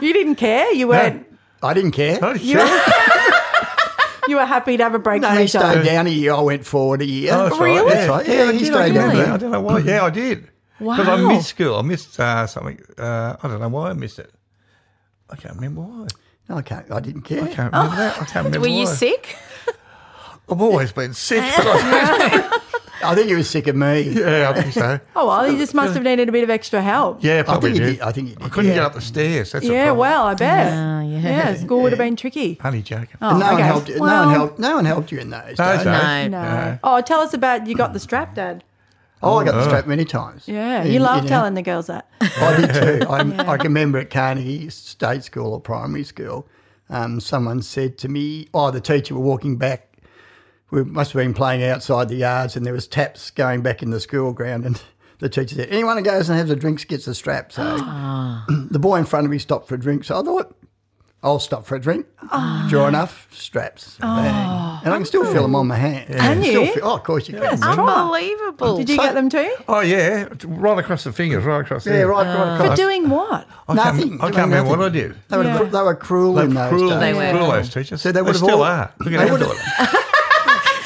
[SPEAKER 1] you didn't care. You weren't.
[SPEAKER 3] I didn't care.
[SPEAKER 4] Oh, sure.
[SPEAKER 1] You were happy to have a break
[SPEAKER 3] No,
[SPEAKER 1] from
[SPEAKER 3] he
[SPEAKER 1] each other.
[SPEAKER 3] stayed down a year. I went forward a year.
[SPEAKER 4] Oh, that's right. Really?
[SPEAKER 3] That's right. Yeah,
[SPEAKER 4] I
[SPEAKER 3] he
[SPEAKER 4] did,
[SPEAKER 3] stayed
[SPEAKER 4] I,
[SPEAKER 3] down
[SPEAKER 4] did.
[SPEAKER 3] there.
[SPEAKER 4] I don't know why. Yeah, I did. Because I
[SPEAKER 1] Wow.
[SPEAKER 4] missed school. I missed uh, something. Uh, I don't know why I missed it. I can't remember why.
[SPEAKER 3] No, I can't. I didn't care.
[SPEAKER 4] I can't remember that. I can't remember
[SPEAKER 2] Were you
[SPEAKER 4] why.
[SPEAKER 2] sick?
[SPEAKER 4] I've always been sick. But I,
[SPEAKER 3] I think he was sick of me.
[SPEAKER 4] yeah, I think so.
[SPEAKER 1] Oh well, you just must have needed a bit of extra help.
[SPEAKER 4] Yeah,
[SPEAKER 3] I
[SPEAKER 4] probably
[SPEAKER 3] think he
[SPEAKER 4] did.
[SPEAKER 3] did. I think he did.
[SPEAKER 4] I couldn't
[SPEAKER 3] yeah.
[SPEAKER 4] get up the stairs. That's
[SPEAKER 1] Yeah,
[SPEAKER 4] a problem.
[SPEAKER 1] well, I bet. yeah.
[SPEAKER 2] Oh, yeah.
[SPEAKER 1] school would have been tricky.
[SPEAKER 4] Honey joking.
[SPEAKER 3] And no
[SPEAKER 1] Oh, okay.
[SPEAKER 3] one helped. no
[SPEAKER 1] Well-
[SPEAKER 3] one helped. No one helped you in those.
[SPEAKER 4] No,
[SPEAKER 3] days.
[SPEAKER 2] No.
[SPEAKER 4] so-
[SPEAKER 1] No. Oh, tell us about you got the strap, Dad.
[SPEAKER 3] Oh, I got the strap many times.
[SPEAKER 1] Yeah,
[SPEAKER 3] In-
[SPEAKER 1] you love
[SPEAKER 3] in-
[SPEAKER 1] telling the girls that.
[SPEAKER 3] I did too. I, I can remember at Carnegie State School or primary school, um, someone said to me, "Oh, the teacher were walking back. We must have been playing outside the yards, and there was taps going back in the school ground." And the teacher said, "Anyone who goes and has a drink gets a strap." So
[SPEAKER 1] Ah.
[SPEAKER 3] the boy in front of me stopped for a drink. So I thought. I'll stop for a drink.
[SPEAKER 1] Oh,
[SPEAKER 3] Sure enough, straps. Bang. And I can still feel them on my hand.
[SPEAKER 1] Can
[SPEAKER 3] Still
[SPEAKER 1] you?
[SPEAKER 3] feel- oh, of course you can.
[SPEAKER 2] Unbelievable.
[SPEAKER 1] Did you get them too?
[SPEAKER 4] Oh yeah, right across the fingers, right across.
[SPEAKER 3] Yeah, right, right
[SPEAKER 1] Oh. For
[SPEAKER 3] across.
[SPEAKER 1] doing what?
[SPEAKER 4] I can't,
[SPEAKER 3] Nothing.
[SPEAKER 4] I can't remember what I did.
[SPEAKER 3] They were,
[SPEAKER 1] Yeah.
[SPEAKER 3] they were cruel in those
[SPEAKER 4] cruel,
[SPEAKER 3] days.
[SPEAKER 2] They were.
[SPEAKER 4] cruel those teachers.
[SPEAKER 3] So they would've
[SPEAKER 4] still
[SPEAKER 3] all-
[SPEAKER 4] are. Look
[SPEAKER 3] they
[SPEAKER 4] at
[SPEAKER 3] would've-
[SPEAKER 4] them.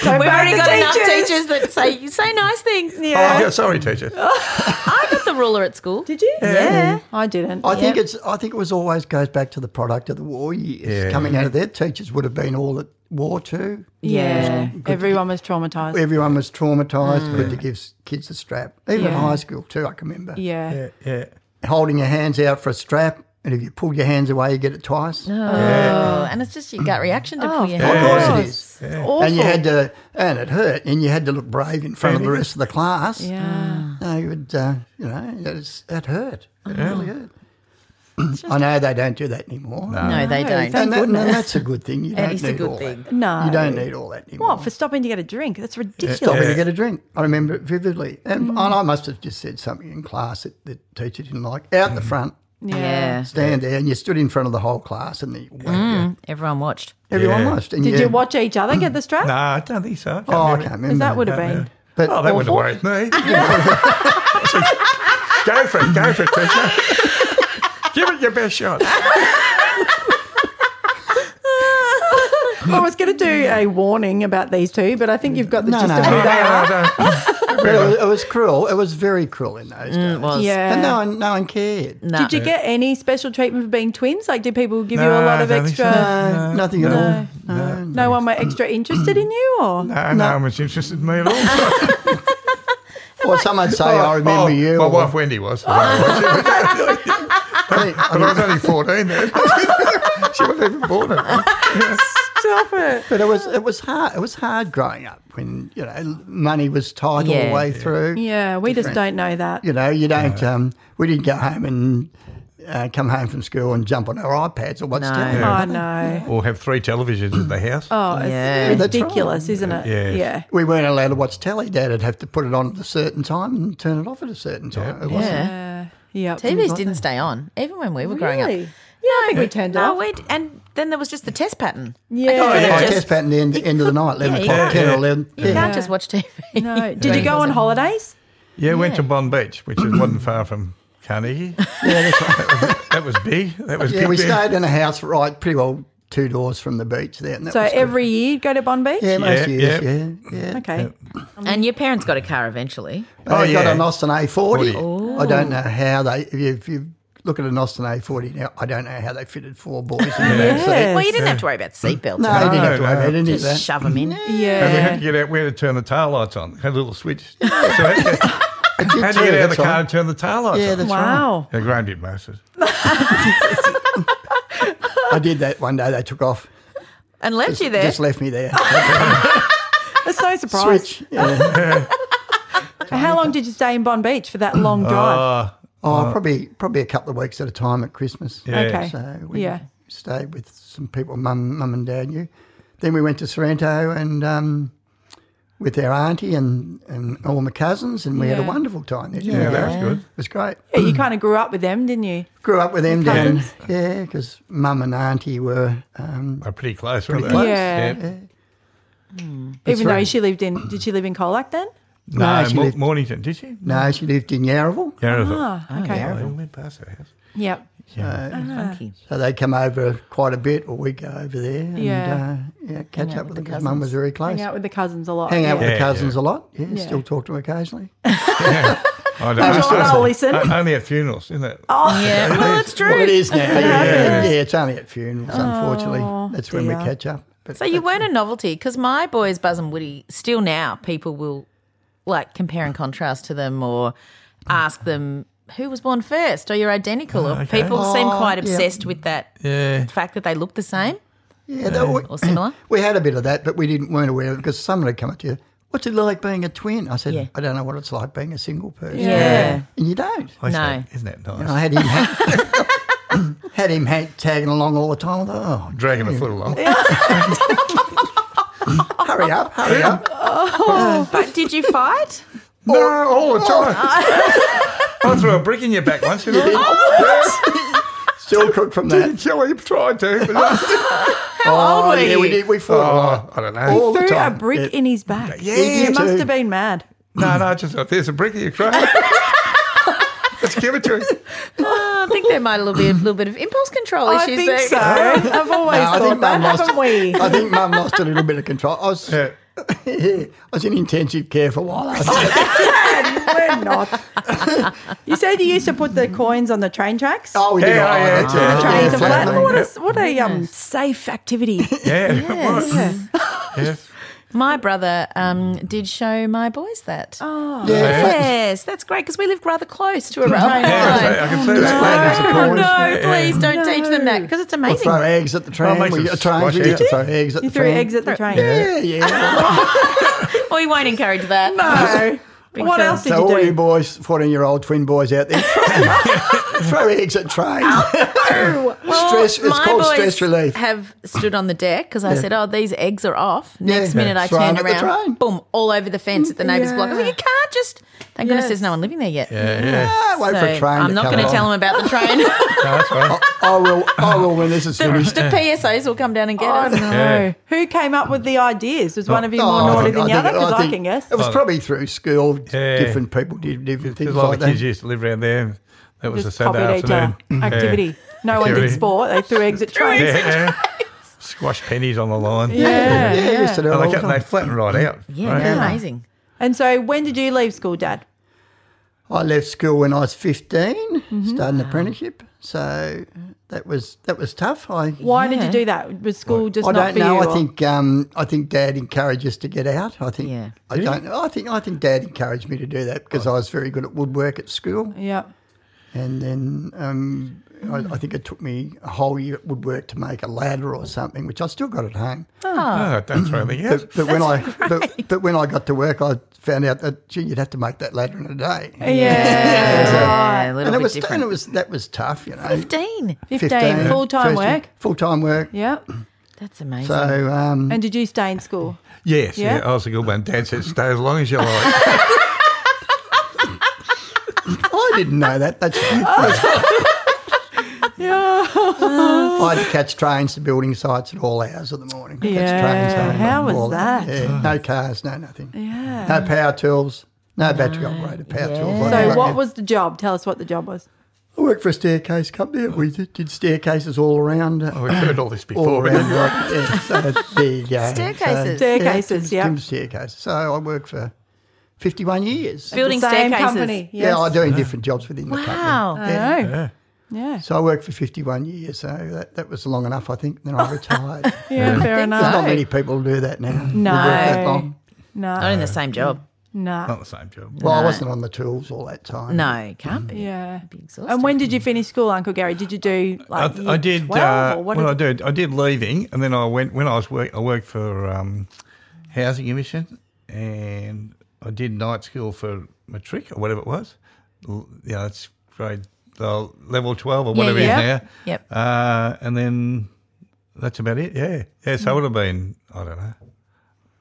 [SPEAKER 1] Don't
[SPEAKER 2] We've
[SPEAKER 1] burn
[SPEAKER 2] already
[SPEAKER 1] the
[SPEAKER 2] got enough teachers that say you say nice things.
[SPEAKER 4] Oh,
[SPEAKER 1] Yeah.
[SPEAKER 4] yeah, sorry, teacher.
[SPEAKER 2] I got the ruler at school.
[SPEAKER 1] Did you? Yeah. I didn't.
[SPEAKER 3] I think it's. I think it was always goes back to the product of the war years.
[SPEAKER 4] Yeah.
[SPEAKER 3] Coming out of there, teachers would have been all at war too.
[SPEAKER 1] yeah. Everyone was traumatized.
[SPEAKER 3] Everyone was traumatised.
[SPEAKER 4] Mm.
[SPEAKER 3] Good to give s- kids a strap, even in
[SPEAKER 1] Yeah.
[SPEAKER 3] high school too. I can remember
[SPEAKER 1] Yeah.
[SPEAKER 4] Yeah, yeah.
[SPEAKER 3] holding your hands out for a strap, and if you pull your hands away, you get it twice.
[SPEAKER 2] Oh, and it's just your gut reaction to pull your
[SPEAKER 3] Of
[SPEAKER 2] hand.
[SPEAKER 3] course
[SPEAKER 1] Oh,
[SPEAKER 3] it
[SPEAKER 1] it's
[SPEAKER 3] is.
[SPEAKER 1] Awful.
[SPEAKER 3] And you had to, and it hurt, and you had to look brave in front of the rest of the class.
[SPEAKER 1] yeah.
[SPEAKER 3] No, you would, uh, you know, it's, that hurt. It really hurt. I know they don't do that anymore.
[SPEAKER 2] No, they don't.
[SPEAKER 3] And, that, and that's a good thing. You
[SPEAKER 2] It
[SPEAKER 3] don't
[SPEAKER 2] is a
[SPEAKER 3] need
[SPEAKER 2] good
[SPEAKER 3] all
[SPEAKER 2] thing.
[SPEAKER 3] that.
[SPEAKER 1] No.
[SPEAKER 3] You don't need all that anymore.
[SPEAKER 1] What for stopping to get a drink? That's ridiculous.
[SPEAKER 3] Stopping to get a drink. I remember it vividly. And,
[SPEAKER 1] Mm.
[SPEAKER 3] and I must have just said something in class that the teacher didn't like. Out
[SPEAKER 4] Mm.
[SPEAKER 3] the front,
[SPEAKER 2] Yeah.
[SPEAKER 3] stand there, and you stood in front of the whole class and the,
[SPEAKER 2] Everyone watched.
[SPEAKER 3] everyone
[SPEAKER 4] Yeah.
[SPEAKER 3] watched. And
[SPEAKER 1] Mm. Did you watch each other get the strap?
[SPEAKER 4] No, I don't think so. I can't
[SPEAKER 3] Oh, I
[SPEAKER 4] remember.
[SPEAKER 3] can't remember.
[SPEAKER 1] Because that would have been.
[SPEAKER 3] But
[SPEAKER 4] Oh, that wouldn't have worried me. go for it, go for it, teacher. Give it your best shot.
[SPEAKER 1] Well, I was going to do a warning about these two, but I think you've got the
[SPEAKER 3] No,
[SPEAKER 1] gist
[SPEAKER 3] no,
[SPEAKER 1] of
[SPEAKER 3] no,
[SPEAKER 1] who
[SPEAKER 4] No,
[SPEAKER 1] they are.
[SPEAKER 4] no, no.
[SPEAKER 3] But it, was, it was cruel. It was very cruel in
[SPEAKER 4] Mm,
[SPEAKER 3] those days.
[SPEAKER 2] was.
[SPEAKER 1] Yeah.
[SPEAKER 3] And no one, no one cared.
[SPEAKER 2] Nah.
[SPEAKER 1] Did you get any special treatment for being twins? Like, did people give you a
[SPEAKER 4] No,
[SPEAKER 1] lot
[SPEAKER 4] I
[SPEAKER 1] of
[SPEAKER 4] don't think so.
[SPEAKER 1] extra?
[SPEAKER 3] No, nothing at all. No.
[SPEAKER 1] No, one were extra interested in you, or
[SPEAKER 4] No, no one was interested in me at all.
[SPEAKER 3] Or some would say, I remember
[SPEAKER 4] Oh,
[SPEAKER 3] you.
[SPEAKER 4] My
[SPEAKER 3] or-
[SPEAKER 4] wife Wendy was. but I was only 14 then. she wasn't even born at all.
[SPEAKER 1] stop it.
[SPEAKER 3] But it was it was hard. It was hard growing up when you know money was tied all
[SPEAKER 2] Yeah.
[SPEAKER 3] the way through.
[SPEAKER 1] Yeah, we just don't know that.
[SPEAKER 3] You know, you don't. Um, we didn't go home and uh, come home from school and jump on our iPads or watch
[SPEAKER 2] No.
[SPEAKER 3] television.
[SPEAKER 1] Oh no!
[SPEAKER 4] Or have three televisions in the house.
[SPEAKER 1] Oh,
[SPEAKER 2] Yeah.
[SPEAKER 1] it's
[SPEAKER 3] That's right.
[SPEAKER 1] ridiculous, isn't it?
[SPEAKER 4] Yeah.
[SPEAKER 1] Yeah.
[SPEAKER 3] We weren't allowed to watch telly. Dad would have to put it on at a certain time and turn it off at a certain time. It wasn't-
[SPEAKER 2] Yeah.
[SPEAKER 1] Yeah. Yep.
[SPEAKER 2] TVs didn't stay on, even when we were growing
[SPEAKER 1] Really?
[SPEAKER 2] up.
[SPEAKER 1] Yeah, I think we turned it
[SPEAKER 2] no,
[SPEAKER 1] off.
[SPEAKER 2] we'd- and then there was just the test pattern.
[SPEAKER 1] Yeah.
[SPEAKER 2] Like, you
[SPEAKER 1] Oh,
[SPEAKER 2] couldn't
[SPEAKER 3] By
[SPEAKER 2] just-
[SPEAKER 3] test pattern the end, end of the night, eleven
[SPEAKER 2] yeah, you
[SPEAKER 3] o'clock,
[SPEAKER 4] can't-
[SPEAKER 3] ten or eleven.
[SPEAKER 2] You can't just watch TV.
[SPEAKER 1] No. Did you go on holidays?
[SPEAKER 4] yeah, went to Bond Beach, which is wasn't far from Carnegie. that was big. That was
[SPEAKER 3] Yeah,
[SPEAKER 4] big.
[SPEAKER 3] we
[SPEAKER 4] then.
[SPEAKER 3] stayed in a house right pretty well two doors from the beach there. And that
[SPEAKER 1] So
[SPEAKER 3] was good.
[SPEAKER 1] every year you'd go to Bon Beach.
[SPEAKER 3] yeah, most
[SPEAKER 4] Yeah,
[SPEAKER 3] years,
[SPEAKER 4] yeah.
[SPEAKER 3] yeah, yeah.
[SPEAKER 1] Okay.
[SPEAKER 2] And your parents got a car eventually.
[SPEAKER 4] Oh,
[SPEAKER 3] Oh, you got
[SPEAKER 4] yeah. Oh.
[SPEAKER 3] an Austin A40.
[SPEAKER 4] 40.
[SPEAKER 3] I don't know how they. If you, if you look at an Austin A40 now, I don't know how they fitted four boys in the back
[SPEAKER 1] Yes.
[SPEAKER 3] seat.
[SPEAKER 2] Well, you didn't have to worry about seatbelts.
[SPEAKER 3] No, they didn't have to worry
[SPEAKER 4] No, no.
[SPEAKER 3] about any of
[SPEAKER 2] just
[SPEAKER 3] that.
[SPEAKER 2] shove them in.
[SPEAKER 4] And we
[SPEAKER 1] Yeah.
[SPEAKER 4] had to get out. We had to turn the tail lights on. Had a little switch. So had to,
[SPEAKER 3] did
[SPEAKER 4] had
[SPEAKER 3] too,
[SPEAKER 4] to get out of
[SPEAKER 3] that's
[SPEAKER 4] the car
[SPEAKER 3] right.
[SPEAKER 4] and turn the tail lights
[SPEAKER 3] Yeah,
[SPEAKER 4] on.
[SPEAKER 3] that's right.
[SPEAKER 1] Wow.
[SPEAKER 4] Yeah, Graham did most of it.
[SPEAKER 3] I did that one day. They took off.
[SPEAKER 2] And left you there.
[SPEAKER 3] Just left me there.
[SPEAKER 1] That's no surprise.
[SPEAKER 3] Switch. Yeah.
[SPEAKER 1] How long did you stay in Bon Beach for that long drive?
[SPEAKER 4] Uh,
[SPEAKER 3] Oh, probably probably a couple of weeks at a time at Christmas.
[SPEAKER 4] yeah.
[SPEAKER 1] Okay.
[SPEAKER 3] So we
[SPEAKER 1] Yeah.
[SPEAKER 3] stayed with some people mum mum and dad knew. Then we went to Sorrento and um, with our auntie and, and all my cousins and we had
[SPEAKER 1] Yeah.
[SPEAKER 3] a wonderful time there.
[SPEAKER 4] yeah, that was good.
[SPEAKER 3] It was great.
[SPEAKER 1] Yeah, you kind of grew up with them, didn't you?
[SPEAKER 3] Grew up with them down.
[SPEAKER 1] Cousins?
[SPEAKER 3] Yeah, because mum and auntie were um,
[SPEAKER 4] We're pretty close, weren't
[SPEAKER 3] close.
[SPEAKER 4] they?
[SPEAKER 1] Yeah. Even though
[SPEAKER 3] right.
[SPEAKER 1] she lived in, did she live in Colac then?
[SPEAKER 4] No,
[SPEAKER 3] No, she
[SPEAKER 4] Mo-
[SPEAKER 3] lived-
[SPEAKER 4] Mornington, did she?
[SPEAKER 3] no, she lived in Yarraville.
[SPEAKER 4] Yeah,
[SPEAKER 1] Ah, okay.
[SPEAKER 4] I went past her house.
[SPEAKER 1] Yep.
[SPEAKER 2] Funky.
[SPEAKER 3] So they come over quite a bit, or we go over there and
[SPEAKER 1] Yeah.
[SPEAKER 3] uh, yeah, catch up with them 'cause mum was very close.
[SPEAKER 1] Hang out with the cousins a lot.
[SPEAKER 3] Hang out with
[SPEAKER 1] yeah.
[SPEAKER 3] the
[SPEAKER 4] Yeah,
[SPEAKER 3] cousins
[SPEAKER 4] yeah.
[SPEAKER 3] a lot. Yeah, still talk to them occasionally.
[SPEAKER 4] I don't
[SPEAKER 1] Sure,
[SPEAKER 4] know.
[SPEAKER 1] they'll listen.
[SPEAKER 4] O- Only at funerals, isn't it?
[SPEAKER 1] Oh,
[SPEAKER 2] Yeah. Oh, Well, it's true.
[SPEAKER 3] Well, it is now. yeah, yeah, yeah, it's only at funerals, unfortunately. That's when we
[SPEAKER 1] dear.
[SPEAKER 3] catch up. But
[SPEAKER 2] So you weren't a novelty because my boys, Buzz and Woody, still now people will like compare and contrast to them or ask them who was born first or you're identical. Or
[SPEAKER 4] okay.
[SPEAKER 2] people seem
[SPEAKER 3] Oh,
[SPEAKER 2] quite
[SPEAKER 3] yeah.
[SPEAKER 2] obsessed with that
[SPEAKER 4] Yeah.
[SPEAKER 2] fact that they look the same
[SPEAKER 3] yeah, that, we,
[SPEAKER 2] or similar.
[SPEAKER 3] we had a bit of that, but we didn't weren't aware of it because someone had come up to you. What's it like being a twin? I said,
[SPEAKER 2] Yeah.
[SPEAKER 3] I don't know what it's like being a single person.
[SPEAKER 2] Yeah.
[SPEAKER 3] and you don't.
[SPEAKER 2] No.
[SPEAKER 4] Isn't that- Isn't that nice?
[SPEAKER 3] And I had him ha- had him ha- tagging along all the time. I thought, oh,
[SPEAKER 4] Dragging a foot along.
[SPEAKER 3] hurry up, hurry up.
[SPEAKER 2] Oh, But did you fight? Oh.
[SPEAKER 4] No, all the time. I threw a brick in your back once. You know? Oh.
[SPEAKER 3] Still cooked from that.
[SPEAKER 4] Shall we try to? But
[SPEAKER 2] Oh.
[SPEAKER 4] I-
[SPEAKER 3] How
[SPEAKER 2] old were
[SPEAKER 3] Oh, yeah,
[SPEAKER 2] you?
[SPEAKER 3] we did. We fought a lot.
[SPEAKER 4] oh, I don't know.
[SPEAKER 3] all the
[SPEAKER 1] Threw a
[SPEAKER 3] time.
[SPEAKER 1] brick
[SPEAKER 3] Yeah.
[SPEAKER 1] in his back.
[SPEAKER 4] Yeah,
[SPEAKER 1] you
[SPEAKER 4] you
[SPEAKER 1] must
[SPEAKER 3] too.
[SPEAKER 1] have been mad.
[SPEAKER 4] No, no, I just thought, there's a brick in your crack. Let's give it to him.
[SPEAKER 2] I think there might a little bit, little bit of impulse control
[SPEAKER 1] I
[SPEAKER 2] issues
[SPEAKER 1] think
[SPEAKER 2] there.
[SPEAKER 1] so. I've always
[SPEAKER 3] No, I
[SPEAKER 1] thought
[SPEAKER 3] think
[SPEAKER 1] that,
[SPEAKER 3] Mum lost.
[SPEAKER 1] haven't we?
[SPEAKER 3] I think Mum lost a little bit of control. I was,
[SPEAKER 4] Yeah.
[SPEAKER 3] I was in intensive care for a while. after that.
[SPEAKER 1] We're not. you said you used to put the coins on the train tracks.
[SPEAKER 3] Oh, we did.
[SPEAKER 4] Yeah,
[SPEAKER 3] all right,
[SPEAKER 4] yeah,
[SPEAKER 3] that's
[SPEAKER 4] yeah.
[SPEAKER 3] all right.
[SPEAKER 1] Trains and
[SPEAKER 4] flattening,
[SPEAKER 1] flat. What
[SPEAKER 4] yep.
[SPEAKER 1] a, what a um, safe activity.
[SPEAKER 4] Yeah, it was. Yes.
[SPEAKER 2] My brother um, did show my boys that. Oh,
[SPEAKER 3] Yeah, flat-
[SPEAKER 2] yes, that's great because we lived rather close to a railway
[SPEAKER 4] Yeah, I can
[SPEAKER 2] line.
[SPEAKER 4] say- I can say
[SPEAKER 3] Just flattening
[SPEAKER 4] that.
[SPEAKER 3] some corners.
[SPEAKER 2] Oh, No, please don't teach them that because it's
[SPEAKER 3] Or
[SPEAKER 2] amazing.
[SPEAKER 3] throw eggs at the train.
[SPEAKER 4] makes
[SPEAKER 3] we,
[SPEAKER 4] us
[SPEAKER 3] trains, we
[SPEAKER 4] squash
[SPEAKER 3] used to
[SPEAKER 4] it.
[SPEAKER 3] throw eggs at
[SPEAKER 1] You
[SPEAKER 3] the
[SPEAKER 1] threw
[SPEAKER 3] train.
[SPEAKER 1] eggs at the train.
[SPEAKER 3] Yeah, yeah.
[SPEAKER 2] We won't encourage that.
[SPEAKER 1] No. what else did
[SPEAKER 3] so all
[SPEAKER 1] you
[SPEAKER 3] you
[SPEAKER 1] do?
[SPEAKER 3] boys, fourteen-year-old twin boys out there, throw eggs at trains. stress. It's
[SPEAKER 2] my
[SPEAKER 3] called
[SPEAKER 2] boys
[SPEAKER 3] stress relief.
[SPEAKER 2] Have stood on the deck because I said, "Oh, these eggs are off." Next
[SPEAKER 3] Yeah.
[SPEAKER 2] minute, I
[SPEAKER 3] Throw 'em
[SPEAKER 2] turned
[SPEAKER 3] at the
[SPEAKER 2] around,
[SPEAKER 3] train.
[SPEAKER 2] boom, all over the fence at the neighbour's block. I was like, "You can't just." Thank goodness
[SPEAKER 1] Yes.
[SPEAKER 2] there's no one living there yet.
[SPEAKER 4] Yeah, yeah.
[SPEAKER 3] Ah, wait for a
[SPEAKER 2] So
[SPEAKER 3] train.
[SPEAKER 2] I'm
[SPEAKER 3] to
[SPEAKER 2] not
[SPEAKER 3] come
[SPEAKER 2] going to
[SPEAKER 3] along.
[SPEAKER 2] tell them about the train.
[SPEAKER 4] No, that's all
[SPEAKER 2] Oh,
[SPEAKER 4] right.
[SPEAKER 3] I will. I will when this is finished.
[SPEAKER 2] the PSOs will come down and get
[SPEAKER 1] Oh,
[SPEAKER 2] us.
[SPEAKER 1] no.
[SPEAKER 4] Yeah.
[SPEAKER 1] Who came up with the ideas? Was one of you
[SPEAKER 3] Oh,
[SPEAKER 1] more
[SPEAKER 3] I
[SPEAKER 1] naughty
[SPEAKER 3] think-
[SPEAKER 1] than the
[SPEAKER 3] I
[SPEAKER 1] other?
[SPEAKER 3] think-
[SPEAKER 1] Because I
[SPEAKER 3] think
[SPEAKER 1] can guess.
[SPEAKER 3] It was probably through school.
[SPEAKER 4] Yeah.
[SPEAKER 3] Different people did different
[SPEAKER 4] There's
[SPEAKER 3] things
[SPEAKER 4] a lot
[SPEAKER 3] like
[SPEAKER 4] of kids
[SPEAKER 3] that.
[SPEAKER 4] used to live around there. That was a
[SPEAKER 1] Just
[SPEAKER 4] Saturday
[SPEAKER 1] copied each other.
[SPEAKER 4] afternoon Yeah.
[SPEAKER 1] Activity. No one did
[SPEAKER 4] Activity.
[SPEAKER 1] sport. They threw eggs at trains.
[SPEAKER 4] Yeah. squash pennies on the line.
[SPEAKER 1] Yeah.
[SPEAKER 3] Yeah, I used to do it
[SPEAKER 4] And
[SPEAKER 3] all
[SPEAKER 4] they,
[SPEAKER 3] the
[SPEAKER 4] cut, they
[SPEAKER 3] time.
[SPEAKER 4] flatten right out.
[SPEAKER 2] Yeah,
[SPEAKER 4] right?
[SPEAKER 2] they're amazing.
[SPEAKER 1] And so, when did you leave school, Dad?
[SPEAKER 3] I left school when I was 15
[SPEAKER 1] Mm-hmm.
[SPEAKER 3] started an apprenticeship. So that was that was tough. I
[SPEAKER 1] Why did
[SPEAKER 2] Yeah.
[SPEAKER 1] you do that? Was school just
[SPEAKER 3] I
[SPEAKER 1] not
[SPEAKER 3] don't
[SPEAKER 1] for
[SPEAKER 3] know.
[SPEAKER 1] you?
[SPEAKER 3] I
[SPEAKER 1] or-
[SPEAKER 3] think um, I think Dad encouraged us to get out. I think
[SPEAKER 2] Yeah.
[SPEAKER 3] I don't. know. I think I think Dad encouraged me to do that because I was very good at woodwork at school,
[SPEAKER 1] Yeah.
[SPEAKER 3] and then um, I, I think it took me a whole year at woodwork to make a ladder or something, which I still got at home.
[SPEAKER 4] No, don't throw me out.
[SPEAKER 3] But, but when I but, but when I got to work, I found out that gee, you'd have to make that ladder in a day,
[SPEAKER 1] Yeah.
[SPEAKER 2] Yeah, a little
[SPEAKER 3] and it
[SPEAKER 2] bit
[SPEAKER 3] was and
[SPEAKER 2] different.
[SPEAKER 3] it was that was tough, you know.
[SPEAKER 2] 15.
[SPEAKER 1] 15, full time work.
[SPEAKER 3] full time work.
[SPEAKER 1] Yeah.
[SPEAKER 2] That's amazing.
[SPEAKER 3] So um,
[SPEAKER 1] And did you stay in school?
[SPEAKER 4] Yes,
[SPEAKER 1] Yeah.
[SPEAKER 4] yeah. I was a good one. Dad said, stay as long as you like.
[SPEAKER 3] oh, I didn't know that. That's I had to catch trains to building sites at all hours of the morning. Catch
[SPEAKER 1] Yeah,
[SPEAKER 3] trains home.
[SPEAKER 1] how was
[SPEAKER 3] All
[SPEAKER 1] that?
[SPEAKER 3] Yeah, no cars, no nothing.
[SPEAKER 1] Yeah.
[SPEAKER 3] No power tools, no battery operated power tools. like
[SPEAKER 1] So,
[SPEAKER 3] that.
[SPEAKER 1] what was the job? Tell us what the job was.
[SPEAKER 3] I worked for a staircase company. We did did staircases all around. uh,
[SPEAKER 4] We've heard all this
[SPEAKER 3] all
[SPEAKER 4] before. but-
[SPEAKER 3] around. like, yeah, so there you go. So,
[SPEAKER 2] Staircases.
[SPEAKER 1] Staircases, yeah.
[SPEAKER 3] Tim's staircases. So I worked for 51 years.
[SPEAKER 2] Building
[SPEAKER 1] the same
[SPEAKER 2] staircases.
[SPEAKER 1] company.
[SPEAKER 3] Yeah, I
[SPEAKER 1] yes.
[SPEAKER 3] doing different jobs within the company.
[SPEAKER 2] Wow.
[SPEAKER 1] I know.
[SPEAKER 4] Yeah.
[SPEAKER 1] Yeah.
[SPEAKER 3] So I worked for 51 years, so that, that was long enough, I think. Then I retired. There's
[SPEAKER 1] Yeah, fair enough.
[SPEAKER 3] not many people who do that now. who
[SPEAKER 1] No.
[SPEAKER 3] work that long.
[SPEAKER 2] Not
[SPEAKER 1] No,
[SPEAKER 2] in the same job.
[SPEAKER 1] no.
[SPEAKER 4] Not the same job.
[SPEAKER 3] Well, I wasn't on the tools all that time.
[SPEAKER 2] No, can't be.
[SPEAKER 1] Yeah.
[SPEAKER 2] exhausted.
[SPEAKER 1] And when did you finish school, Uncle Gary? Did you do
[SPEAKER 4] I,
[SPEAKER 1] like
[SPEAKER 4] I
[SPEAKER 1] year
[SPEAKER 4] did.
[SPEAKER 1] 12
[SPEAKER 4] uh,
[SPEAKER 1] or what
[SPEAKER 4] well, I
[SPEAKER 1] did-
[SPEAKER 4] did. I did leaving, and then I went when I was work. I worked for um, housing commission, and I did night school for matric or whatever it was. L- You know, it's grade uh, level twelve or
[SPEAKER 2] Yeah,
[SPEAKER 4] whatever
[SPEAKER 2] yeah.
[SPEAKER 4] it is now.
[SPEAKER 2] Yep.
[SPEAKER 4] Uh, and then that's about it. Yeah. Yeah. So it would have been I don't know,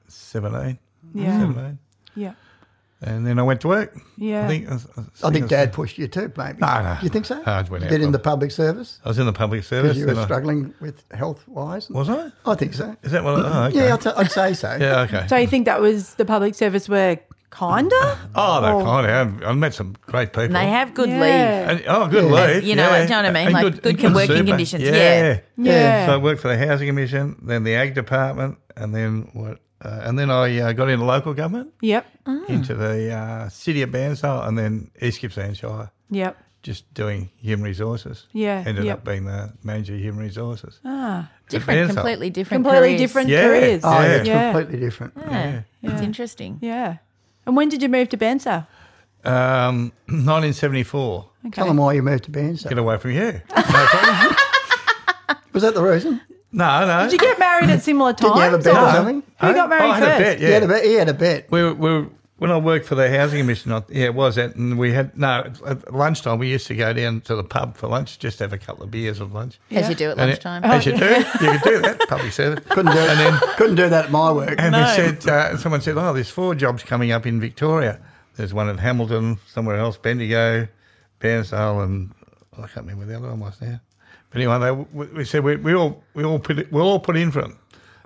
[SPEAKER 4] seventeen.
[SPEAKER 1] Yeah.
[SPEAKER 2] Hmm.
[SPEAKER 4] Seventeen.
[SPEAKER 1] Yeah.
[SPEAKER 4] And then I went to work.
[SPEAKER 1] Yeah.
[SPEAKER 4] I think. I,
[SPEAKER 3] I think
[SPEAKER 4] was-
[SPEAKER 3] Dad pushed you too, maybe.
[SPEAKER 4] No, no.
[SPEAKER 3] Do you think so?
[SPEAKER 4] No, it went
[SPEAKER 3] a
[SPEAKER 4] out
[SPEAKER 3] bit in
[SPEAKER 4] of-
[SPEAKER 3] the public service
[SPEAKER 4] I was in the public service.
[SPEAKER 3] because you were
[SPEAKER 4] and I-
[SPEAKER 3] struggling with health wise.
[SPEAKER 4] was I?
[SPEAKER 3] I think so.
[SPEAKER 4] Is that what? I- Oh, okay.
[SPEAKER 3] Yeah, I'd, t- I'd say so.
[SPEAKER 4] yeah. Okay.
[SPEAKER 1] So you think that was the public service were kinda?
[SPEAKER 4] Oh, they kind of. I've met some great people.
[SPEAKER 2] And they have good
[SPEAKER 1] Yeah.
[SPEAKER 2] leave.
[SPEAKER 4] And, oh, good leave.
[SPEAKER 2] you know,
[SPEAKER 4] yeah.
[SPEAKER 2] you know what I mean?
[SPEAKER 4] And
[SPEAKER 2] Like, good working
[SPEAKER 4] super.
[SPEAKER 2] conditions, yeah.
[SPEAKER 4] Yeah.
[SPEAKER 1] Yeah.
[SPEAKER 4] So I worked for the housing commission, then the ag department, and then what? Uh, and then I uh, got into local government,
[SPEAKER 1] Yep.
[SPEAKER 4] into the uh, city of Bansdale, and then East Gippsland Shire,
[SPEAKER 1] Yep.
[SPEAKER 4] just doing human resources.
[SPEAKER 1] Yeah,
[SPEAKER 4] Ended
[SPEAKER 1] yep.
[SPEAKER 4] up being the manager of human resources. At
[SPEAKER 2] Different,
[SPEAKER 4] Bairnsdale.
[SPEAKER 2] completely different.
[SPEAKER 1] Completely
[SPEAKER 2] careers.
[SPEAKER 1] different
[SPEAKER 4] Yeah.
[SPEAKER 1] careers.
[SPEAKER 3] Oh, yeah, it's
[SPEAKER 1] yeah.
[SPEAKER 3] completely different.
[SPEAKER 2] Yeah. It's interesting.
[SPEAKER 1] Yeah. And when did you move to Bensa?
[SPEAKER 4] Um, 1974.
[SPEAKER 3] Tell them why you moved to Bairnsdale.
[SPEAKER 4] Get away from you. No, problem.
[SPEAKER 3] Was that the reason?
[SPEAKER 4] no. no.
[SPEAKER 1] Did you get married at similar times?
[SPEAKER 3] Didn't you have a bet
[SPEAKER 1] or-
[SPEAKER 3] or something?
[SPEAKER 1] Who got married
[SPEAKER 4] oh, I had
[SPEAKER 1] first?
[SPEAKER 4] A bet, yeah.
[SPEAKER 3] He had a bet. He had a bet.
[SPEAKER 4] we were, we were, when I worked for the housing commission, I, yeah, it was that, and we had no at lunchtime. We used to go down to the pub for lunch, just have a couple of beers at lunch.
[SPEAKER 2] As you do at
[SPEAKER 4] And it-
[SPEAKER 2] lunchtime.
[SPEAKER 4] as
[SPEAKER 1] Oh,
[SPEAKER 4] you do, you could do that public service.
[SPEAKER 3] Couldn't do it. couldn't do that at my work.
[SPEAKER 4] And we said, uh, someone said, oh, there's four jobs coming up in Victoria. There's one in Hamilton, somewhere else, Bendigo, Bairnsdale, and I can't remember the other one was now. But anyway, they, we, we said we, we all we all put it, we all put in for them.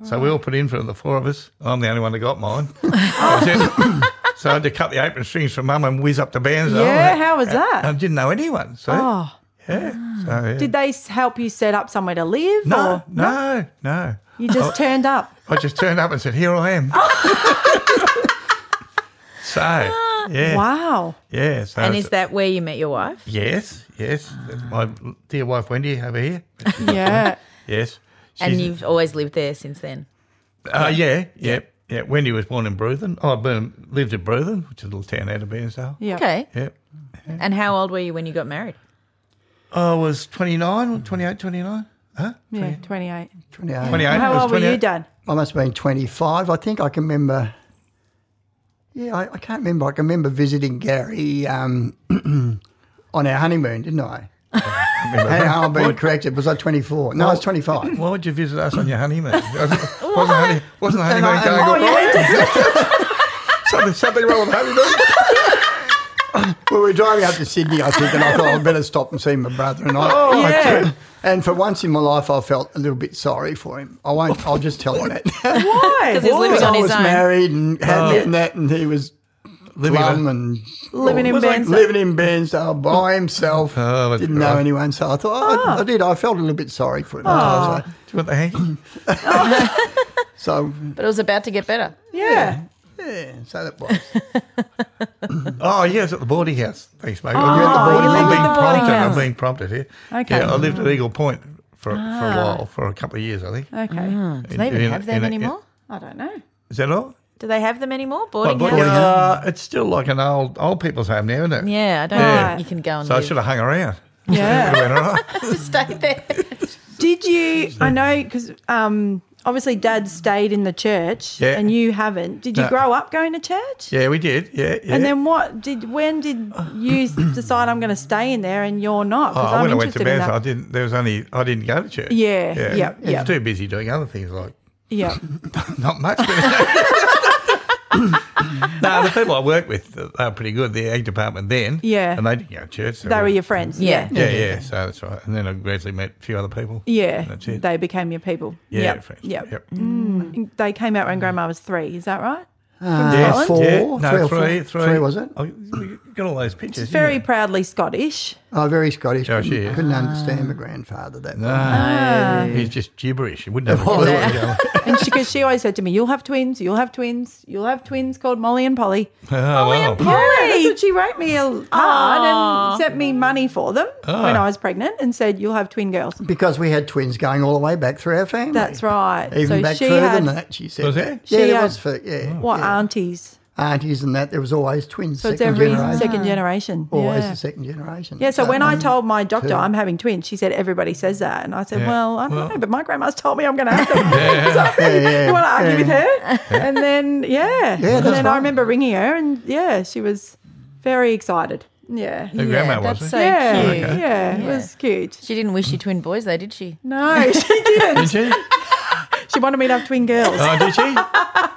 [SPEAKER 4] So we all put in for them, the four of us. I'm the only one that got mine. I said- so I had to cut the apron strings from mum and whiz up to Bairnsdale.
[SPEAKER 1] Yeah, how was
[SPEAKER 4] And I
[SPEAKER 1] that?
[SPEAKER 4] didn't know anyone. So
[SPEAKER 1] Oh.
[SPEAKER 4] yeah. So, yeah.
[SPEAKER 1] Did they s- help you set up somewhere to live?
[SPEAKER 4] no, Oh.
[SPEAKER 1] or
[SPEAKER 4] no, no.
[SPEAKER 1] you just turned up.
[SPEAKER 4] I just turned up and said, "Here I am." so, yeah,
[SPEAKER 1] Wow.
[SPEAKER 4] yeah. So,
[SPEAKER 2] And
[SPEAKER 4] it's-
[SPEAKER 2] is that where you met your wife?
[SPEAKER 4] yes, yes? That's my dear wife Wendy over here.
[SPEAKER 1] Yeah.
[SPEAKER 4] Yes,
[SPEAKER 2] And
[SPEAKER 4] She's-
[SPEAKER 2] you've always lived there since then.
[SPEAKER 4] uh, yeah, yeah, yeah. Wendy was born in Bruthen. Oh, I've been lived in Bruthen, which is a little town out of Bairnsdale.
[SPEAKER 1] Yeah.
[SPEAKER 2] Okay.
[SPEAKER 4] Yeah.
[SPEAKER 2] And how old were you when you got married?
[SPEAKER 4] I was 29, 28, 29? Huh?
[SPEAKER 1] Yeah, 28.
[SPEAKER 3] 28.
[SPEAKER 4] 28. I
[SPEAKER 1] How
[SPEAKER 4] was
[SPEAKER 1] old were you,
[SPEAKER 4] 28.
[SPEAKER 1] Dad?
[SPEAKER 3] I must have been 25. I think I can remember. Yeah, I, I can't remember. I can remember visiting Gary um, on our honeymoon, didn't I? Hey, I'm being corrected. Was I 24? No, I was 25.
[SPEAKER 4] Why would you visit us on your honeymoon? wasn't, wasn't, honey, wasn't the
[SPEAKER 3] And I-
[SPEAKER 4] honeymoon
[SPEAKER 3] and
[SPEAKER 4] going
[SPEAKER 3] I-
[SPEAKER 4] all right? something, something wrong with honeymoon?
[SPEAKER 3] Well, we were driving up to Sydney, I think, and I thought I'd better stop and see my brother. And I, oh,
[SPEAKER 1] yeah.
[SPEAKER 3] and for once in my life, I felt a little bit sorry for him. I won't. I'll just tell him that.
[SPEAKER 1] Why?
[SPEAKER 2] Because he's
[SPEAKER 1] Why?
[SPEAKER 2] living on
[SPEAKER 3] I
[SPEAKER 2] his
[SPEAKER 3] was
[SPEAKER 2] own.
[SPEAKER 3] married and had that and that, and he was
[SPEAKER 4] Oh, Living
[SPEAKER 3] Lum
[SPEAKER 4] in a-
[SPEAKER 3] and
[SPEAKER 1] Living in
[SPEAKER 3] was like
[SPEAKER 1] Bairnsdale.
[SPEAKER 3] living in Bairnsdale by himself.
[SPEAKER 4] Oh, that's
[SPEAKER 3] Didn't know
[SPEAKER 4] right.
[SPEAKER 3] anyone, so I thought oh,
[SPEAKER 1] Ah.
[SPEAKER 3] I, I did. I felt a little bit sorry for him. So,
[SPEAKER 4] Do you want the hanky?
[SPEAKER 3] so
[SPEAKER 2] But it was about to get better.
[SPEAKER 1] Yeah.
[SPEAKER 3] yeah, so that was.
[SPEAKER 4] Oh, yes, at the boarding house. Thanks, mate. Oh,
[SPEAKER 3] you at the boarding
[SPEAKER 4] I'm,
[SPEAKER 3] house.
[SPEAKER 4] being
[SPEAKER 3] You lived at the
[SPEAKER 1] boarding
[SPEAKER 4] prompted.
[SPEAKER 1] house.
[SPEAKER 4] I'm being prompted here.
[SPEAKER 1] Okay.
[SPEAKER 4] Yeah, I lived at Eagle Point for, for a while, for a couple of years, I think.
[SPEAKER 1] Okay.
[SPEAKER 2] Do they even
[SPEAKER 4] In-
[SPEAKER 2] have
[SPEAKER 4] in-
[SPEAKER 2] them
[SPEAKER 4] in-
[SPEAKER 2] anymore?
[SPEAKER 1] I don't know.
[SPEAKER 4] Is that all?
[SPEAKER 2] Do they have them anymore?
[SPEAKER 4] Well,
[SPEAKER 2] Boarding
[SPEAKER 4] but,
[SPEAKER 2] houses?
[SPEAKER 4] uh, it's still like an old old people's home now, isn't it?
[SPEAKER 2] Yeah, I don't
[SPEAKER 4] Yeah.
[SPEAKER 2] think you can go and
[SPEAKER 4] So I
[SPEAKER 2] live.
[SPEAKER 4] should have hung around.
[SPEAKER 1] Yeah.
[SPEAKER 4] Would've been all right.
[SPEAKER 2] just stay there.
[SPEAKER 1] Did you? I know because um, obviously Dad stayed in the church,
[SPEAKER 4] Yeah.
[SPEAKER 1] and you haven't. Did you
[SPEAKER 4] No.
[SPEAKER 1] grow up going to church?
[SPEAKER 4] Yeah, we did. Yeah, yeah.
[SPEAKER 1] And then what did? When did you decide I'm going to stay in there and you're not?
[SPEAKER 4] oh,
[SPEAKER 1] Because I'm
[SPEAKER 4] when I went to
[SPEAKER 1] interested in
[SPEAKER 4] Bath, I
[SPEAKER 1] that.
[SPEAKER 4] didn't. There was only I didn't go to church.
[SPEAKER 1] Yeah, yeah,
[SPEAKER 4] I was
[SPEAKER 1] yeah.
[SPEAKER 4] too busy doing other things like
[SPEAKER 1] Yeah.
[SPEAKER 4] not much. But no, the people I worked with they were pretty good. The egg department then.
[SPEAKER 1] Yeah.
[SPEAKER 4] And they didn't go to church. so
[SPEAKER 1] they were
[SPEAKER 4] we-
[SPEAKER 1] your friends.
[SPEAKER 2] Yeah.
[SPEAKER 1] Yeah.
[SPEAKER 4] Yeah, yeah. So that's right. And then I gradually met a few other people.
[SPEAKER 1] Yeah.
[SPEAKER 4] And that's it.
[SPEAKER 1] They became your people.
[SPEAKER 4] yeah,
[SPEAKER 1] Yep.
[SPEAKER 4] friends.
[SPEAKER 1] Yep. Mm.
[SPEAKER 4] yep.
[SPEAKER 3] Mm.
[SPEAKER 1] They came out when Grandma was three. Is that right?
[SPEAKER 4] Yeah,
[SPEAKER 3] Uh, Four,
[SPEAKER 4] No,
[SPEAKER 3] three
[SPEAKER 4] three,
[SPEAKER 3] or four-
[SPEAKER 4] three,
[SPEAKER 3] three, was it?
[SPEAKER 4] Oh, you got all those pictures. didn't
[SPEAKER 1] Very
[SPEAKER 4] you?
[SPEAKER 1] proudly Scottish.
[SPEAKER 3] Oh, very Scottish.
[SPEAKER 4] Oh, she
[SPEAKER 3] couldn't,
[SPEAKER 4] is.
[SPEAKER 1] Ah.
[SPEAKER 3] couldn't understand my grandfather that.
[SPEAKER 4] No, Ah. he's just gibberish. He wouldn't have a
[SPEAKER 3] Oh,
[SPEAKER 4] clue.
[SPEAKER 3] yeah.
[SPEAKER 4] what was going on.
[SPEAKER 1] And she, cause she always said to me, "You'll have twins. You'll have twins. You'll have twins called Molly and Polly."
[SPEAKER 4] Oh, wow.
[SPEAKER 1] Yeah, that's what she wrote me a card and sent me money for them
[SPEAKER 4] Ah.
[SPEAKER 1] when I was pregnant, and said, "You'll have twin girls."
[SPEAKER 3] Because we had twins going all the way back through our family.
[SPEAKER 1] That's right.
[SPEAKER 3] Even
[SPEAKER 1] so
[SPEAKER 3] back
[SPEAKER 1] she
[SPEAKER 3] further
[SPEAKER 1] had
[SPEAKER 3] than that, she said.
[SPEAKER 4] Was there?
[SPEAKER 3] Yeah,
[SPEAKER 1] She
[SPEAKER 3] there
[SPEAKER 1] had-
[SPEAKER 3] was for yeah.
[SPEAKER 1] what
[SPEAKER 3] yeah.
[SPEAKER 1] aunties.
[SPEAKER 3] aunties and that there was always twins.
[SPEAKER 1] So it's
[SPEAKER 3] second
[SPEAKER 1] every
[SPEAKER 3] generation.
[SPEAKER 1] second generation.
[SPEAKER 3] always
[SPEAKER 1] yeah.
[SPEAKER 3] the second generation.
[SPEAKER 1] Yeah, so when I told my doctor
[SPEAKER 3] two.
[SPEAKER 1] I'm having twins, she said everybody says that, and I said,
[SPEAKER 4] Yeah.
[SPEAKER 1] "Well, I don't
[SPEAKER 4] Well-
[SPEAKER 1] know, but my grandma's told me I'm going to have them." so
[SPEAKER 3] Yeah, yeah,
[SPEAKER 1] you want to argue
[SPEAKER 3] yeah.
[SPEAKER 1] with her? And then yeah, and
[SPEAKER 3] that's
[SPEAKER 1] then I
[SPEAKER 3] right.
[SPEAKER 1] remember ringing her, and yeah, she was very excited. Yeah,
[SPEAKER 4] Her grandma was,
[SPEAKER 2] that's
[SPEAKER 4] eh?
[SPEAKER 2] so
[SPEAKER 1] yeah,
[SPEAKER 2] cute.
[SPEAKER 1] yeah, it
[SPEAKER 2] Yeah.
[SPEAKER 1] was cute.
[SPEAKER 2] She didn't wish you twin boys, though, did she?
[SPEAKER 1] No, she didn't.
[SPEAKER 4] Did she?
[SPEAKER 1] she wanted me to have twin girls.
[SPEAKER 4] Oh, did she?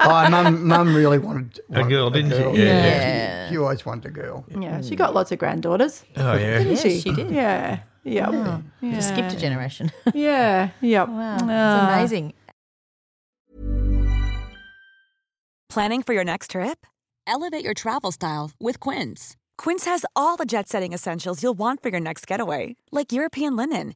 [SPEAKER 3] Oh, mum, mum really wanted, wanted
[SPEAKER 4] girl, didn't she?
[SPEAKER 3] girl.
[SPEAKER 4] Yeah, yeah.
[SPEAKER 2] Yeah.
[SPEAKER 3] She, she always wanted a girl.
[SPEAKER 1] Yeah, she got lots of granddaughters.
[SPEAKER 4] Oh, yeah.
[SPEAKER 2] Yes,
[SPEAKER 1] she?
[SPEAKER 2] she, did.
[SPEAKER 1] Yeah, yeah,
[SPEAKER 2] You skipped a generation.
[SPEAKER 1] yeah, yeah.
[SPEAKER 2] wow,
[SPEAKER 1] Ah.
[SPEAKER 2] that's amazing.
[SPEAKER 5] Planning for your next trip? Elevate your travel style with Quince. Quince has all the jet setting essentials you'll want for your next getaway, like European linen,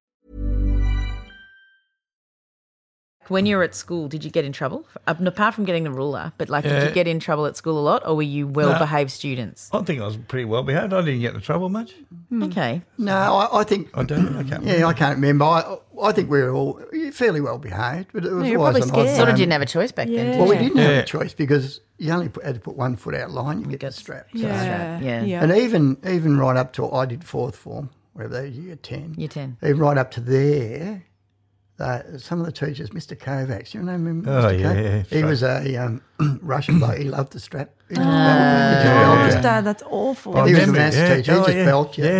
[SPEAKER 2] When you were at school, did you get in trouble? Up- Apart from getting the ruler, but like, did
[SPEAKER 4] Yeah.
[SPEAKER 2] you get in trouble at school a lot, or were you well-behaved students?
[SPEAKER 4] I think I was pretty well behaved. I didn't get into trouble much.
[SPEAKER 2] Okay,
[SPEAKER 3] No, I, I think
[SPEAKER 4] I don't. I can't.
[SPEAKER 3] yeah, I can't remember. I, I think we were all fairly well behaved, but it was
[SPEAKER 1] you're
[SPEAKER 3] always
[SPEAKER 1] probably scared.
[SPEAKER 3] an odd
[SPEAKER 2] sort of
[SPEAKER 3] time.
[SPEAKER 2] didn't have a choice back then. Did
[SPEAKER 3] Well, we
[SPEAKER 2] you?
[SPEAKER 3] didn't have
[SPEAKER 4] Yeah.
[SPEAKER 3] a choice because you only put, had to put one foot out of line, you get the strap. so-
[SPEAKER 1] Yeah,
[SPEAKER 2] right, yeah.
[SPEAKER 3] And even even right up to I did fourth form, whatever that is, year ten.
[SPEAKER 2] Year 10.
[SPEAKER 3] Even right up to there, uh, some of the teachers, Mr. Kovacs, you know him, Mr.
[SPEAKER 4] Oh,
[SPEAKER 3] Kovacs?
[SPEAKER 4] yeah, yeah,
[SPEAKER 3] he
[SPEAKER 4] sure.
[SPEAKER 3] was a um, Russian bloke. He loved the strap. He just
[SPEAKER 1] Oh,
[SPEAKER 3] belted. He just belted.
[SPEAKER 1] Dad, that's awful.
[SPEAKER 4] I
[SPEAKER 3] He was a
[SPEAKER 4] remember,
[SPEAKER 3] maths
[SPEAKER 4] yeah.
[SPEAKER 3] teacher. He
[SPEAKER 4] Oh,
[SPEAKER 3] just
[SPEAKER 4] yeah.
[SPEAKER 3] belted you.
[SPEAKER 4] Yeah.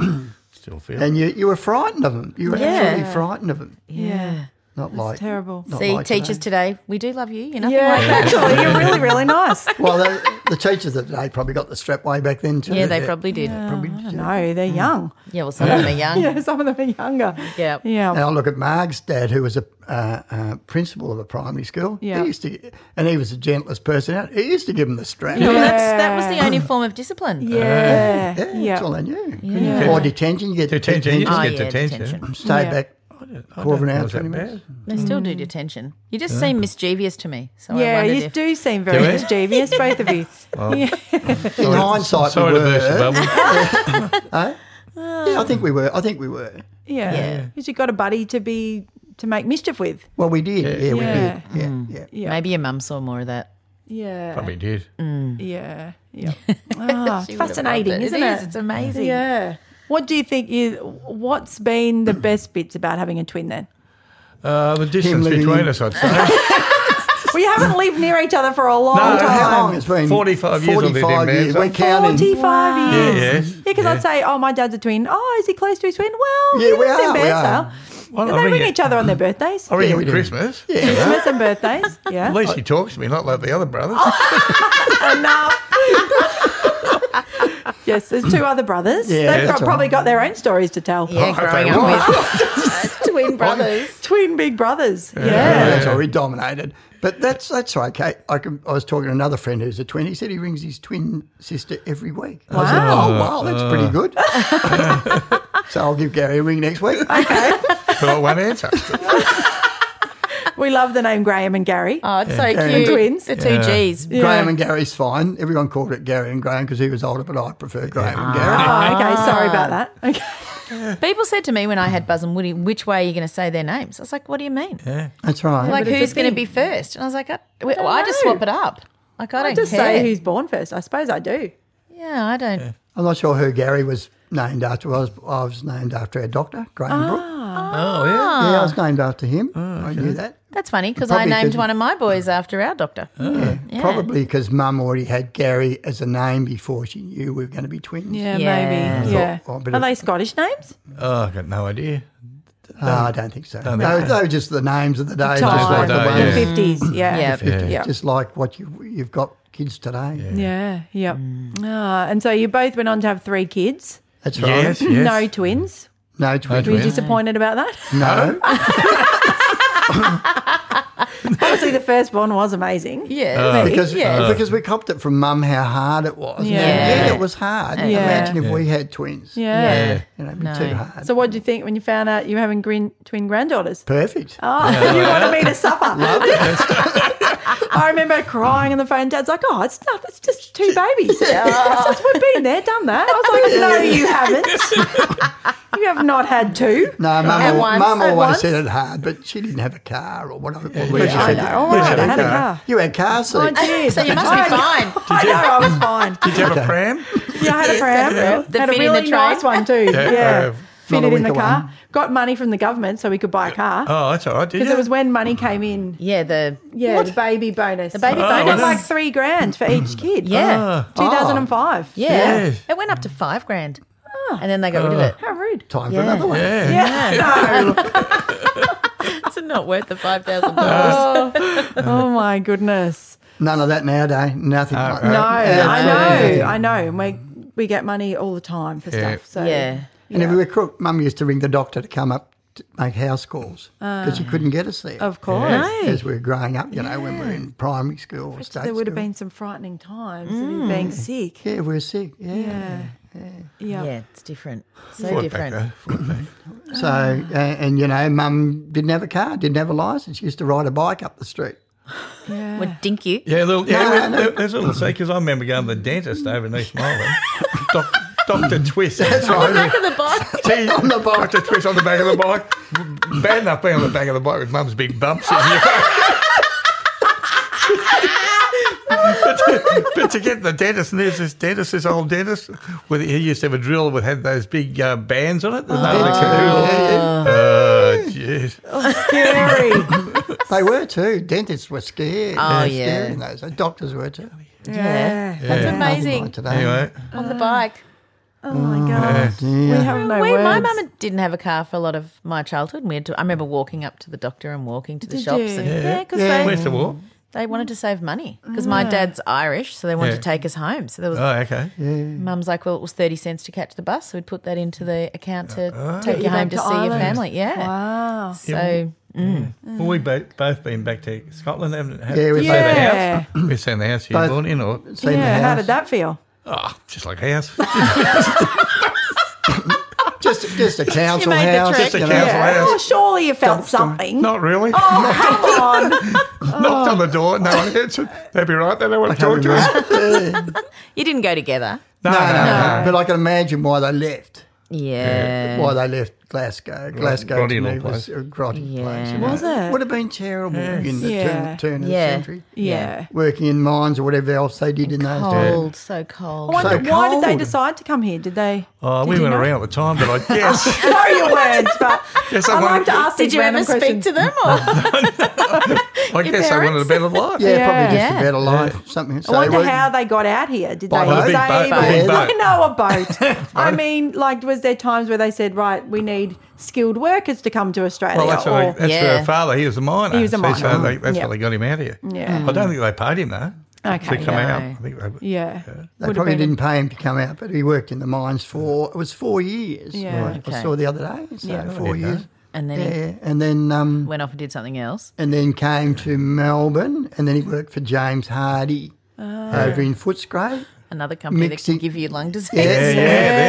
[SPEAKER 2] Yeah.
[SPEAKER 4] Still feel.
[SPEAKER 3] And you, you were frightened of him. You were
[SPEAKER 2] Yeah.
[SPEAKER 3] absolutely frightened of him.
[SPEAKER 1] yeah,
[SPEAKER 3] Not like
[SPEAKER 1] terrible.
[SPEAKER 3] not
[SPEAKER 2] See,
[SPEAKER 3] like
[SPEAKER 2] teachers
[SPEAKER 3] today.
[SPEAKER 2] today, we do love you. You're nothing
[SPEAKER 1] Yeah,
[SPEAKER 2] like that.
[SPEAKER 1] actually, you're really, really nice.
[SPEAKER 3] well, the, the teachers of today probably got the strap way back then too.
[SPEAKER 2] Yeah, they probably did. Yeah,
[SPEAKER 1] Oh,
[SPEAKER 3] probably.
[SPEAKER 1] No, they're young.
[SPEAKER 2] well, some of them are young.
[SPEAKER 1] Yeah, some of them are younger.
[SPEAKER 2] Yeah.
[SPEAKER 1] Yeah.
[SPEAKER 3] Now look at Marg's dad, who was a uh, uh, principal of a primary school.
[SPEAKER 1] Yeah.
[SPEAKER 3] He used to, and he was the gentlest person out. He used to give him the strap.
[SPEAKER 2] Well,
[SPEAKER 3] Yeah,
[SPEAKER 2] that's, that was the only form of discipline.
[SPEAKER 1] Yeah.
[SPEAKER 3] yeah,
[SPEAKER 1] Yeah.
[SPEAKER 3] that's all they knew. Or detention, you get detention,
[SPEAKER 4] Detention. You just
[SPEAKER 2] Oh,
[SPEAKER 4] get
[SPEAKER 2] yeah,
[SPEAKER 4] detention.
[SPEAKER 2] detention.
[SPEAKER 3] stay
[SPEAKER 1] Yeah.
[SPEAKER 3] back
[SPEAKER 4] I
[SPEAKER 3] quarter of an
[SPEAKER 4] don't
[SPEAKER 3] hour, twenty
[SPEAKER 4] think it was that
[SPEAKER 3] minutes.
[SPEAKER 2] They still do detention. You just seem mischievous to me. So I
[SPEAKER 1] Mm. Yeah,
[SPEAKER 2] wondered
[SPEAKER 1] you
[SPEAKER 2] if
[SPEAKER 1] do seem very
[SPEAKER 4] Do we?
[SPEAKER 1] mischievous, both of you. Yeah.
[SPEAKER 3] In hindsight,
[SPEAKER 4] bad. Sorry
[SPEAKER 3] we
[SPEAKER 4] to
[SPEAKER 3] were.
[SPEAKER 4] burst your bubble.
[SPEAKER 3] Yeah, I think we were. I think we were.
[SPEAKER 1] Yeah.
[SPEAKER 2] Yeah.
[SPEAKER 1] Because you got a buddy to be to make mischief with.
[SPEAKER 3] Well, we did. Yeah, we
[SPEAKER 1] Yeah.
[SPEAKER 3] did. Yeah, yeah.
[SPEAKER 1] Yeah.
[SPEAKER 2] maybe your mum saw more of that.
[SPEAKER 1] Yeah.
[SPEAKER 4] Probably did.
[SPEAKER 1] Yeah. Yeah. Ah,
[SPEAKER 2] She would have
[SPEAKER 1] fascinating,
[SPEAKER 2] loved it.
[SPEAKER 1] isn't
[SPEAKER 2] it
[SPEAKER 1] it?
[SPEAKER 2] is. It's amazing.
[SPEAKER 1] Yeah. What do you think is what's been the best bits about having a twin then?
[SPEAKER 4] Uh, the distance
[SPEAKER 3] living in-
[SPEAKER 4] between us, I'd say.
[SPEAKER 1] We haven't lived near each other for a long
[SPEAKER 4] No,
[SPEAKER 1] time.
[SPEAKER 3] Oh, How long it's been?
[SPEAKER 4] 45 years I've lived in
[SPEAKER 3] 45 years.
[SPEAKER 4] Bairnsdale.
[SPEAKER 3] We're counting.
[SPEAKER 1] 45
[SPEAKER 4] yeah,
[SPEAKER 1] years.
[SPEAKER 4] yes.
[SPEAKER 1] Yeah, because I'd say, oh, my dad's a twin. Oh, is he close to his twin? Well,
[SPEAKER 3] Yeah,
[SPEAKER 1] he
[SPEAKER 3] we
[SPEAKER 1] lives in
[SPEAKER 3] are, we
[SPEAKER 1] Bairnsdale.
[SPEAKER 3] are.
[SPEAKER 4] Why
[SPEAKER 1] Do
[SPEAKER 4] not
[SPEAKER 1] they
[SPEAKER 4] ring
[SPEAKER 1] ring
[SPEAKER 4] it?
[SPEAKER 1] each other on their birthdays?
[SPEAKER 4] I ring
[SPEAKER 3] Yeah,
[SPEAKER 4] him
[SPEAKER 3] we do.
[SPEAKER 4] Christmas. Yeah.
[SPEAKER 1] Christmas and birthdays. Yeah.
[SPEAKER 4] At least he talks to me, not like the other brothers.
[SPEAKER 1] Yes, there's two other brothers.
[SPEAKER 3] Yeah,
[SPEAKER 1] They've
[SPEAKER 3] that's
[SPEAKER 1] got, probably got their own stories to tell.
[SPEAKER 2] Yeah,
[SPEAKER 4] Oh,
[SPEAKER 2] growing
[SPEAKER 4] they
[SPEAKER 2] up
[SPEAKER 4] were.
[SPEAKER 2] with uh, twin brothers.
[SPEAKER 1] Twin big brothers. Yeah.
[SPEAKER 3] That's why we dominated. But that's that's okay. I, can, I was talking to another friend who's a twin. He said he rings his twin sister every week. I said, oh, wow, that's pretty good. so I'll give Gary a ring next week.
[SPEAKER 4] But I won't answer.
[SPEAKER 1] We love the name Graham and Gary.
[SPEAKER 3] Ah.
[SPEAKER 2] Oh, it's so
[SPEAKER 3] Yeah.
[SPEAKER 2] cute.
[SPEAKER 1] Twins.
[SPEAKER 2] The two G's.
[SPEAKER 3] Graham and Gary's fine. Everyone called it Gary and Graham because he was older, but I prefer Graham and Gary.
[SPEAKER 1] Oh, okay. Sorry about that. Okay.
[SPEAKER 2] People said to me when I had Buzz and Woody, which way are you going to say their names? I was like, what do you mean?
[SPEAKER 3] That's right.
[SPEAKER 2] Like, who's going to be first? And I was like, I, well, I, just
[SPEAKER 1] know.
[SPEAKER 2] swap it up. Like, I don't
[SPEAKER 1] I just
[SPEAKER 2] care.
[SPEAKER 1] say who's born first. I suppose I do.
[SPEAKER 2] yeah, I don't.
[SPEAKER 3] I'm not sure who Gary was named after. I was, I was named after our doctor, Graham Brook.
[SPEAKER 4] Oh, yeah.
[SPEAKER 2] Ah.
[SPEAKER 3] Yeah, I was named after him. I knew that.
[SPEAKER 2] That's funny because Oh. I
[SPEAKER 3] Probably
[SPEAKER 2] named
[SPEAKER 3] could-
[SPEAKER 2] one of my boys after our doctor.
[SPEAKER 3] Yeah. Probably because mum already had Gary as a name before she knew we were going to be twins.
[SPEAKER 1] Yeah,
[SPEAKER 2] Yeah.
[SPEAKER 1] maybe. Yeah.
[SPEAKER 3] Oh, but
[SPEAKER 1] Are
[SPEAKER 3] it-
[SPEAKER 1] they Scottish names?
[SPEAKER 4] Oh, I've got no idea.
[SPEAKER 3] Uh, I don't think so. no, they were just the names of the day. just
[SPEAKER 1] Time.
[SPEAKER 3] like
[SPEAKER 4] the
[SPEAKER 3] the
[SPEAKER 4] day,
[SPEAKER 3] way-
[SPEAKER 4] yeah.
[SPEAKER 1] The 50s. Yeah.
[SPEAKER 2] Yeah.
[SPEAKER 1] Yeah. Yeah.
[SPEAKER 3] Just like what you, you've got kids today.
[SPEAKER 1] Yeah. Yep. Ah, and so you both went on to have three kids.
[SPEAKER 3] That's right.
[SPEAKER 4] Yes, yes.
[SPEAKER 1] No twins.
[SPEAKER 3] No twins.
[SPEAKER 1] Were you
[SPEAKER 4] Twins.
[SPEAKER 1] disappointed about that?
[SPEAKER 3] No.
[SPEAKER 1] Obviously, the first one was amazing.
[SPEAKER 2] Yeah.
[SPEAKER 3] Because,
[SPEAKER 2] yeah.
[SPEAKER 3] because we copped it from mum how hard it was.
[SPEAKER 1] Yeah.
[SPEAKER 3] And it was hard.
[SPEAKER 1] Yeah.
[SPEAKER 3] Imagine if we had twins.
[SPEAKER 1] Yeah.
[SPEAKER 4] Yeah.
[SPEAKER 3] You know, it'd be too hard.
[SPEAKER 1] So, what did you think when you found out you were having green, twin granddaughters?
[SPEAKER 3] Perfect.
[SPEAKER 1] Oh, you wanted me to suffer. I remember crying on the phone. Dad's like, "Oh, it's not. It's just two babies. It's just, we've been there, done that." I was like, "No, you haven't. you have not had two.
[SPEAKER 3] No, mum,
[SPEAKER 2] At
[SPEAKER 3] al-
[SPEAKER 2] once,
[SPEAKER 3] mum
[SPEAKER 2] at
[SPEAKER 3] always
[SPEAKER 2] once.
[SPEAKER 3] said it hard, but she didn't have a car or whatever. Yeah,
[SPEAKER 4] I
[SPEAKER 1] know. All
[SPEAKER 2] Oh,
[SPEAKER 1] right, I had a car.
[SPEAKER 3] You had car seat.
[SPEAKER 1] I Oh, did.
[SPEAKER 2] So you must
[SPEAKER 1] I-
[SPEAKER 2] be fine.
[SPEAKER 1] I know. I was fine.
[SPEAKER 4] Did you have a pram?
[SPEAKER 1] Yeah, I had a pram.
[SPEAKER 2] The
[SPEAKER 1] had a
[SPEAKER 2] fit in
[SPEAKER 1] really
[SPEAKER 2] the train.
[SPEAKER 1] nice one too. Yeah,
[SPEAKER 4] uh,
[SPEAKER 1] fit
[SPEAKER 3] not a
[SPEAKER 1] it in the
[SPEAKER 3] weaker
[SPEAKER 1] car.
[SPEAKER 3] one.
[SPEAKER 1] Got money from the government so we could buy a car.
[SPEAKER 4] Oh, that's all right. Did
[SPEAKER 1] Because
[SPEAKER 4] you?
[SPEAKER 1] it was when money came in.
[SPEAKER 2] Yeah, the
[SPEAKER 1] Yeah, the baby bonus. The
[SPEAKER 2] baby Oh,
[SPEAKER 1] It was
[SPEAKER 2] bonus.
[SPEAKER 1] like three grand for each kid.
[SPEAKER 2] Yeah.
[SPEAKER 1] 2005.
[SPEAKER 2] yeah. Oh.
[SPEAKER 4] Yes.
[SPEAKER 2] It went up to five grand, and then they got rid of it.
[SPEAKER 1] How rude.
[SPEAKER 3] Time for another one.
[SPEAKER 4] yeah.
[SPEAKER 1] Yeah. No.
[SPEAKER 2] It's not worth the five thousand dollars.
[SPEAKER 1] oh my goodness.
[SPEAKER 3] None of that nowadays. Nothing like that.
[SPEAKER 1] No,
[SPEAKER 3] Yeah,
[SPEAKER 1] I
[SPEAKER 3] absolutely
[SPEAKER 1] know.
[SPEAKER 3] nothing.
[SPEAKER 1] I know. And we we get money all the time for
[SPEAKER 4] Yeah.
[SPEAKER 1] stuff. So
[SPEAKER 2] Yeah.
[SPEAKER 3] And if we were crook, mum used to ring the doctor to come up to make house calls because she couldn't get us there.
[SPEAKER 1] Ah. of course.
[SPEAKER 3] As we were growing up, you know, when we were in primary school or state
[SPEAKER 1] There would have
[SPEAKER 3] school.
[SPEAKER 1] been some frightening times of
[SPEAKER 2] Mm.
[SPEAKER 1] him being sick.
[SPEAKER 3] Yeah, we were sick. Yeah.
[SPEAKER 1] Yeah. Yeah.
[SPEAKER 2] Yeah, it's different. So
[SPEAKER 4] Ford
[SPEAKER 2] different.
[SPEAKER 4] Packer, Ford Packer.
[SPEAKER 3] So,
[SPEAKER 1] Ah.
[SPEAKER 3] uh, and you know, mum didn't have a car, didn't have a license. She used to ride a bike up the street.
[SPEAKER 2] Would dink you?
[SPEAKER 4] Yeah, little, yeah,
[SPEAKER 3] No,
[SPEAKER 4] there-
[SPEAKER 3] no.
[SPEAKER 4] there- there's a little say because I remember going to the dentist over in East Melbourne. Doc, Doctor Twist.
[SPEAKER 3] That's right.
[SPEAKER 2] The bike.
[SPEAKER 4] Gee, on the bike. Doctor Twist on the back of the bike. Bad enough being on the back of the bike with Mum's big bumps in you. but, to, but to get to the dentist, and there's this dentist, this old dentist, with he used to have a drill that had those big uh, bands on it. There's no oh. Oh, jeez.
[SPEAKER 1] Scary.
[SPEAKER 3] They were too. Dentists were scared.
[SPEAKER 2] Oh,
[SPEAKER 3] They were scared
[SPEAKER 2] yeah.
[SPEAKER 3] in those. And Doctors were too.
[SPEAKER 2] Yeah. That's
[SPEAKER 3] Nothing like
[SPEAKER 2] amazing.
[SPEAKER 3] today.
[SPEAKER 4] Anyway,
[SPEAKER 2] On the bike.
[SPEAKER 1] Oh my god.
[SPEAKER 3] Yeah.
[SPEAKER 1] We have no
[SPEAKER 2] we,
[SPEAKER 1] words.
[SPEAKER 2] my mum didn't have a car for a lot of my childhood. We had to, I remember walking up to the doctor and walking to the
[SPEAKER 1] Did
[SPEAKER 2] shops.
[SPEAKER 1] you?
[SPEAKER 2] And, yeah, Ah. because
[SPEAKER 4] where's
[SPEAKER 2] they,
[SPEAKER 4] the walk?
[SPEAKER 2] they wanted to save money because my dad's Irish, so they wanted
[SPEAKER 4] Yeah.
[SPEAKER 2] to take us home. So there was
[SPEAKER 4] Oh, okay.
[SPEAKER 2] Mum's like, well, it was 30 cents to catch the bus. So we'd put that into the account to take you
[SPEAKER 1] you
[SPEAKER 2] home
[SPEAKER 1] back
[SPEAKER 2] to,
[SPEAKER 1] to
[SPEAKER 2] see your
[SPEAKER 1] Ireland.
[SPEAKER 2] family. Yeah.
[SPEAKER 1] Wow.
[SPEAKER 2] So, mm.
[SPEAKER 4] Well, we've both, both been back to Scotland, haven't we?
[SPEAKER 3] Yeah, we've
[SPEAKER 4] we've
[SPEAKER 3] both-
[SPEAKER 4] seen the house. We've seen the house you were
[SPEAKER 3] Both-
[SPEAKER 4] born in, or
[SPEAKER 3] Seen
[SPEAKER 1] yeah,
[SPEAKER 3] the
[SPEAKER 1] how
[SPEAKER 3] house.
[SPEAKER 1] did that feel?
[SPEAKER 4] oh, just like a house,
[SPEAKER 3] Just, just a council
[SPEAKER 2] made the
[SPEAKER 3] house.
[SPEAKER 2] trek.
[SPEAKER 4] just a
[SPEAKER 3] you
[SPEAKER 4] council
[SPEAKER 3] know.
[SPEAKER 1] Yeah. Well,
[SPEAKER 4] house.
[SPEAKER 1] Oh, surely you felt something.
[SPEAKER 4] Not really.
[SPEAKER 1] Oh, come on.
[SPEAKER 4] Knocked on the door, no one answered. They'd be right. They don't want to talk to us.
[SPEAKER 2] you didn't go together.
[SPEAKER 4] No,
[SPEAKER 3] No, no, no. But I can imagine why they left.
[SPEAKER 2] Yeah.
[SPEAKER 3] Why they left Glasgow. Glasgow
[SPEAKER 4] grotty
[SPEAKER 3] to me
[SPEAKER 4] little
[SPEAKER 3] was
[SPEAKER 4] place.
[SPEAKER 3] a grotty place. you
[SPEAKER 2] Yeah.
[SPEAKER 3] know.
[SPEAKER 1] Was it?
[SPEAKER 3] Would have been terrible in the
[SPEAKER 1] Yeah.
[SPEAKER 3] turn, turn of
[SPEAKER 2] Yeah.
[SPEAKER 3] the century.
[SPEAKER 1] Yeah.
[SPEAKER 3] Working in mines or whatever else they did in those days.
[SPEAKER 2] Cold, so cold.
[SPEAKER 1] I wonder
[SPEAKER 3] So
[SPEAKER 1] why did they
[SPEAKER 3] cold.
[SPEAKER 1] decide to come here? Did they?
[SPEAKER 4] Oh, we
[SPEAKER 1] you
[SPEAKER 4] went
[SPEAKER 1] know?
[SPEAKER 4] around at the time, but I guess
[SPEAKER 1] Know your words, but
[SPEAKER 4] Yes, I
[SPEAKER 1] I like
[SPEAKER 4] wanted-
[SPEAKER 1] to ask
[SPEAKER 2] Did
[SPEAKER 1] these
[SPEAKER 2] you ever
[SPEAKER 1] random
[SPEAKER 2] speak
[SPEAKER 1] questions.
[SPEAKER 2] to them? Or?
[SPEAKER 4] I guess they wanted a
[SPEAKER 2] parents?
[SPEAKER 4] better life.
[SPEAKER 3] Yeah, probably just
[SPEAKER 2] Yeah.
[SPEAKER 3] a better life. Something. So
[SPEAKER 1] I wonder
[SPEAKER 3] we-
[SPEAKER 1] how they got out here. Did
[SPEAKER 3] By
[SPEAKER 1] they
[SPEAKER 3] boat.
[SPEAKER 4] Big boat,
[SPEAKER 1] save?
[SPEAKER 4] big
[SPEAKER 1] I
[SPEAKER 4] boat.
[SPEAKER 1] know a boat. I mean, like, was there times where they said, "Right, we need employed skilled workers to come to Australia.
[SPEAKER 4] Well, that's,
[SPEAKER 1] or,
[SPEAKER 4] what they, that's
[SPEAKER 2] Yeah.
[SPEAKER 4] her father. He was a miner.
[SPEAKER 1] Oh, He was a
[SPEAKER 4] See, so
[SPEAKER 1] miner.
[SPEAKER 4] they, that's
[SPEAKER 1] Yeah.
[SPEAKER 4] how they got him out here.
[SPEAKER 1] Yeah.
[SPEAKER 4] I don't think they paid him though
[SPEAKER 1] Okay,
[SPEAKER 4] to come
[SPEAKER 2] no.
[SPEAKER 4] out. I think they,
[SPEAKER 1] yeah. Would
[SPEAKER 3] They
[SPEAKER 1] have
[SPEAKER 3] probably
[SPEAKER 1] been a-
[SPEAKER 3] didn't pay him to come out, but he worked in the mines for it was four years.
[SPEAKER 1] Yeah.
[SPEAKER 3] I-
[SPEAKER 2] Okay.
[SPEAKER 3] I saw the other day. So four
[SPEAKER 4] did that.
[SPEAKER 3] years.
[SPEAKER 2] And then he
[SPEAKER 3] Yeah, and then um,
[SPEAKER 2] went off and did something else.
[SPEAKER 3] and then came to Melbourne, and then he worked for James Hardy
[SPEAKER 1] Oh.
[SPEAKER 3] over in Footscray.
[SPEAKER 2] Another company that
[SPEAKER 3] Mixing-
[SPEAKER 2] can give you lung disease.
[SPEAKER 4] yeah,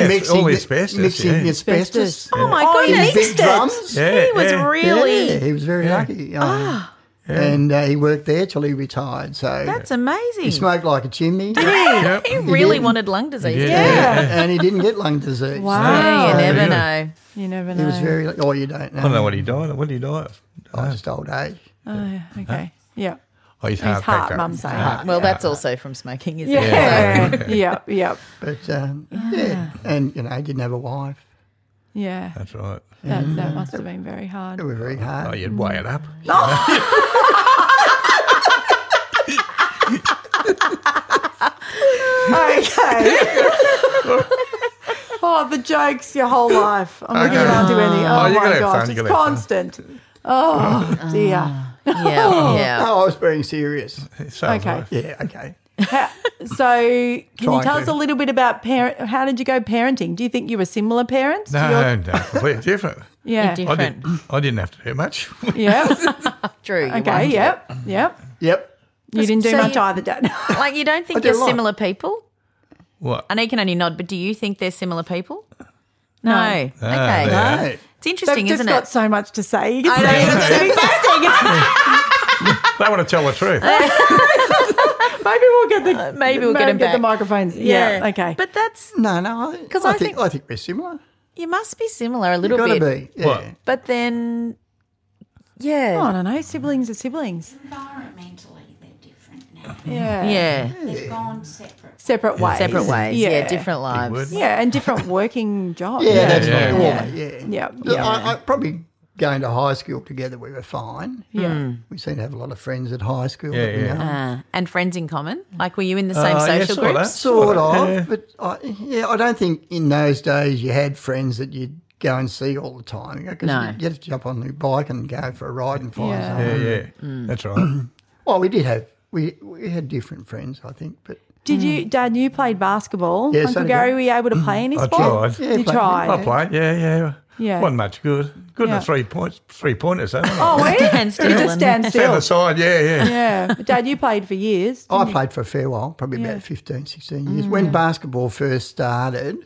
[SPEAKER 4] yeah, all
[SPEAKER 3] the-
[SPEAKER 4] asbestos,
[SPEAKER 3] Mixing
[SPEAKER 4] yeah.
[SPEAKER 3] the asbestos.
[SPEAKER 2] Oh my
[SPEAKER 1] Oh,
[SPEAKER 3] in
[SPEAKER 1] he
[SPEAKER 2] goodness.
[SPEAKER 3] big drums.
[SPEAKER 4] Yeah,
[SPEAKER 2] He was
[SPEAKER 4] yeah.
[SPEAKER 2] really. Ah.
[SPEAKER 3] Yeah, he was very lucky. um, And uh, he worked there till he retired. So
[SPEAKER 2] That's amazing.
[SPEAKER 3] he smoked like a chimney. Yeah.
[SPEAKER 4] Yep.
[SPEAKER 2] He really wanted lung disease.
[SPEAKER 4] Yeah.
[SPEAKER 3] and he didn't get lung disease.
[SPEAKER 1] Wow.
[SPEAKER 2] Hey, you
[SPEAKER 4] Oh,
[SPEAKER 2] never
[SPEAKER 4] really?
[SPEAKER 2] know.
[SPEAKER 1] You never know.
[SPEAKER 3] He was very, oh, you don't know.
[SPEAKER 4] I don't know what he died of. What did he die of?
[SPEAKER 3] Oh, just old age.
[SPEAKER 1] Oh, yeah, okay. Yeah.
[SPEAKER 4] Oh, his
[SPEAKER 1] His
[SPEAKER 4] heart,
[SPEAKER 1] heart,
[SPEAKER 4] broke.
[SPEAKER 1] mum saying.
[SPEAKER 2] Well, that's also from smoking, isn't it?
[SPEAKER 1] Yeah. yeah. Yeah.
[SPEAKER 3] But um, yeah, and you know, he didn't have a wife.
[SPEAKER 1] Yeah.
[SPEAKER 4] That's right.
[SPEAKER 1] That, that must have been very hard.
[SPEAKER 3] It was very
[SPEAKER 4] Oh,
[SPEAKER 3] hard.
[SPEAKER 4] you'd weigh it up.
[SPEAKER 1] Okay. oh, the jokes your whole life. I'm looking
[SPEAKER 4] Okay.
[SPEAKER 1] around you, Annie.
[SPEAKER 4] Oh,
[SPEAKER 1] Oh,
[SPEAKER 4] you can
[SPEAKER 1] my
[SPEAKER 4] have fun,
[SPEAKER 1] gosh.
[SPEAKER 4] you
[SPEAKER 1] It's
[SPEAKER 4] can have fun.
[SPEAKER 1] constant.
[SPEAKER 2] Ah.
[SPEAKER 1] Oh, dear.
[SPEAKER 2] Yeah, yeah.
[SPEAKER 3] No, Oh, I was being serious.
[SPEAKER 4] So
[SPEAKER 1] Okay.
[SPEAKER 4] okay.
[SPEAKER 3] Yeah, okay.
[SPEAKER 1] Ha- So, can you
[SPEAKER 3] Trying
[SPEAKER 1] tell
[SPEAKER 3] to.
[SPEAKER 1] us a little bit about parent? How did you go parenting? Do you think you were similar parents? to
[SPEAKER 4] No,
[SPEAKER 1] your-
[SPEAKER 4] no, completely different.
[SPEAKER 1] yeah,
[SPEAKER 2] You're
[SPEAKER 4] I,
[SPEAKER 2] different.
[SPEAKER 4] did, I didn't have to do much.
[SPEAKER 1] yeah.
[SPEAKER 2] Drew, you
[SPEAKER 1] Okay,
[SPEAKER 2] wondered.
[SPEAKER 1] yep, yep.
[SPEAKER 3] Yep.
[SPEAKER 1] You didn't do
[SPEAKER 2] So
[SPEAKER 1] much
[SPEAKER 2] you-
[SPEAKER 1] either, Dad.
[SPEAKER 2] Like, you don't think
[SPEAKER 3] I do
[SPEAKER 2] you're
[SPEAKER 3] a lot.
[SPEAKER 2] similar people?
[SPEAKER 4] what?
[SPEAKER 2] I know you can only nod, but do you think they're similar people? No. Okay.
[SPEAKER 4] Ah, yeah.
[SPEAKER 3] No.
[SPEAKER 2] It's interesting,
[SPEAKER 1] They've just
[SPEAKER 2] isn't
[SPEAKER 1] got
[SPEAKER 2] it?
[SPEAKER 1] so much to say. You can
[SPEAKER 2] I know,
[SPEAKER 1] see
[SPEAKER 2] it's so
[SPEAKER 1] them.
[SPEAKER 4] They want to tell the truth.
[SPEAKER 1] Maybe we'll get the
[SPEAKER 2] maybe we'll get
[SPEAKER 1] maybe
[SPEAKER 2] him
[SPEAKER 1] the
[SPEAKER 2] back.
[SPEAKER 1] microphones. Yeah, okay.
[SPEAKER 2] But that's
[SPEAKER 3] No, no. I-
[SPEAKER 2] 'Cause
[SPEAKER 3] I,
[SPEAKER 2] I
[SPEAKER 3] think,
[SPEAKER 2] think-
[SPEAKER 3] I think we're similar.
[SPEAKER 2] you must be similar a
[SPEAKER 3] You've
[SPEAKER 2] little
[SPEAKER 3] got
[SPEAKER 2] bit.
[SPEAKER 3] to be. Yeah.
[SPEAKER 4] What?
[SPEAKER 2] But then,
[SPEAKER 1] Oh, I
[SPEAKER 2] yeah,
[SPEAKER 1] don't know. Siblings are siblings.
[SPEAKER 6] Environmentally, they're different now.
[SPEAKER 1] Yeah.
[SPEAKER 2] yeah,
[SPEAKER 6] They've gone separate.
[SPEAKER 1] Separate ways.
[SPEAKER 2] separate ways. Yeah,
[SPEAKER 1] Yeah.
[SPEAKER 2] different
[SPEAKER 4] word.
[SPEAKER 2] lives.
[SPEAKER 1] Yeah, and different working jobs.
[SPEAKER 3] Yeah, that's
[SPEAKER 4] yeah,
[SPEAKER 3] yeah,
[SPEAKER 2] yeah.
[SPEAKER 3] yeah. yeah.
[SPEAKER 1] Yeah.
[SPEAKER 3] Look,
[SPEAKER 1] Yeah.
[SPEAKER 3] I, I probably going to high school together, we were fine. Yeah. We seem to have a lot of friends at high school.
[SPEAKER 4] Yeah,
[SPEAKER 3] that we
[SPEAKER 4] yeah.
[SPEAKER 3] know.
[SPEAKER 2] Uh, and friends in common. Like, were you in the same
[SPEAKER 4] Oh, yeah,
[SPEAKER 2] social
[SPEAKER 4] sort of.
[SPEAKER 2] groups?
[SPEAKER 3] Sort of,
[SPEAKER 4] Yeah.
[SPEAKER 3] but I, yeah, I don't think in those days you had friends that you'd go and see all the time. You know, 'cause
[SPEAKER 2] No.
[SPEAKER 3] you- you'd have to jump on the bike and go for a ride and find
[SPEAKER 1] Yeah.
[SPEAKER 3] someone.
[SPEAKER 4] Yeah, yeah. That's right.
[SPEAKER 3] Well, we did have we we had different friends, I think, but
[SPEAKER 1] Did
[SPEAKER 2] Mm.
[SPEAKER 1] you, Dad? You played basketball.
[SPEAKER 3] Yes, I
[SPEAKER 1] Uncle
[SPEAKER 3] did.
[SPEAKER 1] Gary, were you able to play any
[SPEAKER 4] I
[SPEAKER 1] sport?
[SPEAKER 4] tried. Yeah,
[SPEAKER 1] you
[SPEAKER 3] played-
[SPEAKER 1] tried.
[SPEAKER 4] I played. Yeah, yeah.
[SPEAKER 1] Yeah.
[SPEAKER 4] Wasn't much good. Good
[SPEAKER 1] Yeah.
[SPEAKER 4] at three points, three pointers, though. wasn't I?
[SPEAKER 1] Oh, wait.
[SPEAKER 2] Stand still
[SPEAKER 1] You just
[SPEAKER 2] and-
[SPEAKER 1] stand
[SPEAKER 4] Stand
[SPEAKER 1] Oh, still.
[SPEAKER 4] aside. Yeah, yeah.
[SPEAKER 1] Yeah, Dad, you played for years.
[SPEAKER 2] Oh,
[SPEAKER 3] I played for a fair while, probably about 15, 16 years. When basketball first started,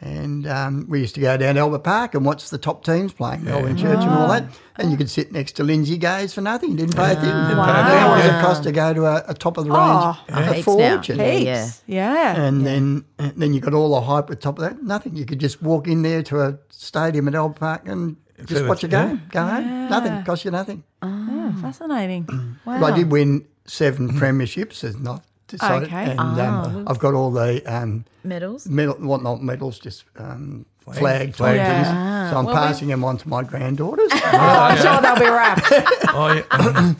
[SPEAKER 3] and um, we used to go down to Albert Park and watch the top teams playing, Melbourne Church and all that. And you could sit next to Lindsay Gaze for nothing. You didn't pay a thing.
[SPEAKER 4] Wow. pay a
[SPEAKER 3] How much
[SPEAKER 4] thing,
[SPEAKER 3] it cost to go to a, a top of the range?
[SPEAKER 1] Oh,
[SPEAKER 3] a
[SPEAKER 2] heaps now.
[SPEAKER 3] fortune.
[SPEAKER 2] Yeah,
[SPEAKER 1] Heaps.
[SPEAKER 2] yeah.
[SPEAKER 1] yeah.
[SPEAKER 3] And then then you got all the hype at top of that. Nothing. You could just walk in there to a stadium at Albert Park and just
[SPEAKER 4] it,
[SPEAKER 3] watch a
[SPEAKER 4] yeah.
[SPEAKER 3] game, go home. Nothing. Cost you nothing.
[SPEAKER 1] Oh, fascinating.
[SPEAKER 3] But I did win seven premierships, as not decided.
[SPEAKER 1] Mm-hmm. Okay. Ah.
[SPEAKER 3] And um, I've got all the um,
[SPEAKER 2] Medals.
[SPEAKER 3] medal, well, not medals, just um, flag, flags.
[SPEAKER 4] Flags. Flags.
[SPEAKER 1] Ah.
[SPEAKER 3] So I'm passing them on to my granddaughters.
[SPEAKER 1] I'm
[SPEAKER 4] Oh,
[SPEAKER 1] sure they'll be wrapped.
[SPEAKER 4] I,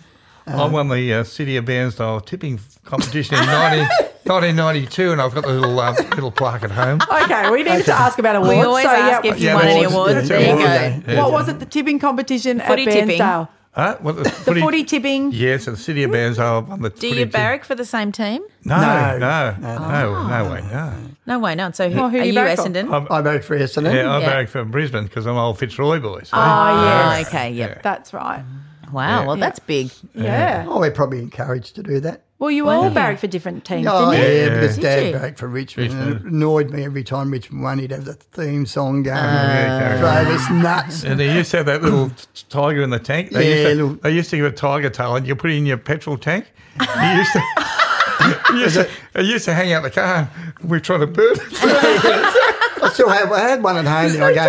[SPEAKER 4] Oh, I won the uh, City of Bairnsdale tipping competition in 19 1992, and I've got the little uh, little plaque at home.
[SPEAKER 1] Okay, we need to ask about awards.
[SPEAKER 2] We always
[SPEAKER 1] so,
[SPEAKER 2] ask
[SPEAKER 1] yeah,
[SPEAKER 2] if you
[SPEAKER 4] Yeah,
[SPEAKER 2] won any
[SPEAKER 4] awards,
[SPEAKER 2] awards.
[SPEAKER 4] yeah,
[SPEAKER 2] there you go.
[SPEAKER 3] awards,
[SPEAKER 4] yeah.
[SPEAKER 1] What was it? The tipping competition
[SPEAKER 2] Footy
[SPEAKER 1] at
[SPEAKER 2] tipping.
[SPEAKER 1] Bairnsdale.
[SPEAKER 4] Huh? What, the
[SPEAKER 1] The footy tipping.
[SPEAKER 4] Yes, at the City of Bairnsdale. won the
[SPEAKER 2] Do
[SPEAKER 4] footy
[SPEAKER 2] you
[SPEAKER 4] team.
[SPEAKER 2] barrack for the same team?
[SPEAKER 4] No,
[SPEAKER 3] No.
[SPEAKER 4] no, no, no,
[SPEAKER 1] Ah.
[SPEAKER 4] way, no.
[SPEAKER 2] No way, not. So who,
[SPEAKER 1] Well, who
[SPEAKER 2] are
[SPEAKER 1] you
[SPEAKER 2] you
[SPEAKER 1] barrack for?
[SPEAKER 2] Essendon? Oh,
[SPEAKER 3] I vote for Essendon.
[SPEAKER 4] Yeah, I
[SPEAKER 2] Yeah.
[SPEAKER 4] barrack for Brisbane because I'm old Fitzroy boy. So.
[SPEAKER 1] Ah.
[SPEAKER 2] Oh, okay, yep.
[SPEAKER 1] That's right.
[SPEAKER 2] Wow, well, that's big.
[SPEAKER 1] Yeah.
[SPEAKER 3] Oh, we're probably encouraged to do that.
[SPEAKER 1] Well, you all barracked for different teams,
[SPEAKER 3] Oh,
[SPEAKER 1] didn't
[SPEAKER 3] yeah,
[SPEAKER 1] you?
[SPEAKER 3] because
[SPEAKER 2] you?
[SPEAKER 3] Dad voted for Richmond, and it annoyed me every time Richmond won. He'd have the theme song going.
[SPEAKER 1] Ah.
[SPEAKER 4] okay.
[SPEAKER 3] drove us nuts.
[SPEAKER 4] And they used to have that little t- tiger in the tank. They,
[SPEAKER 3] Yeah,
[SPEAKER 4] used to,
[SPEAKER 3] little-
[SPEAKER 4] they used to give a tiger tail, and you put it in your petrol tank. You used to. You used, to, I used to hang out the car. We're trying to burn it.
[SPEAKER 3] I still have, I had one at home. that I go,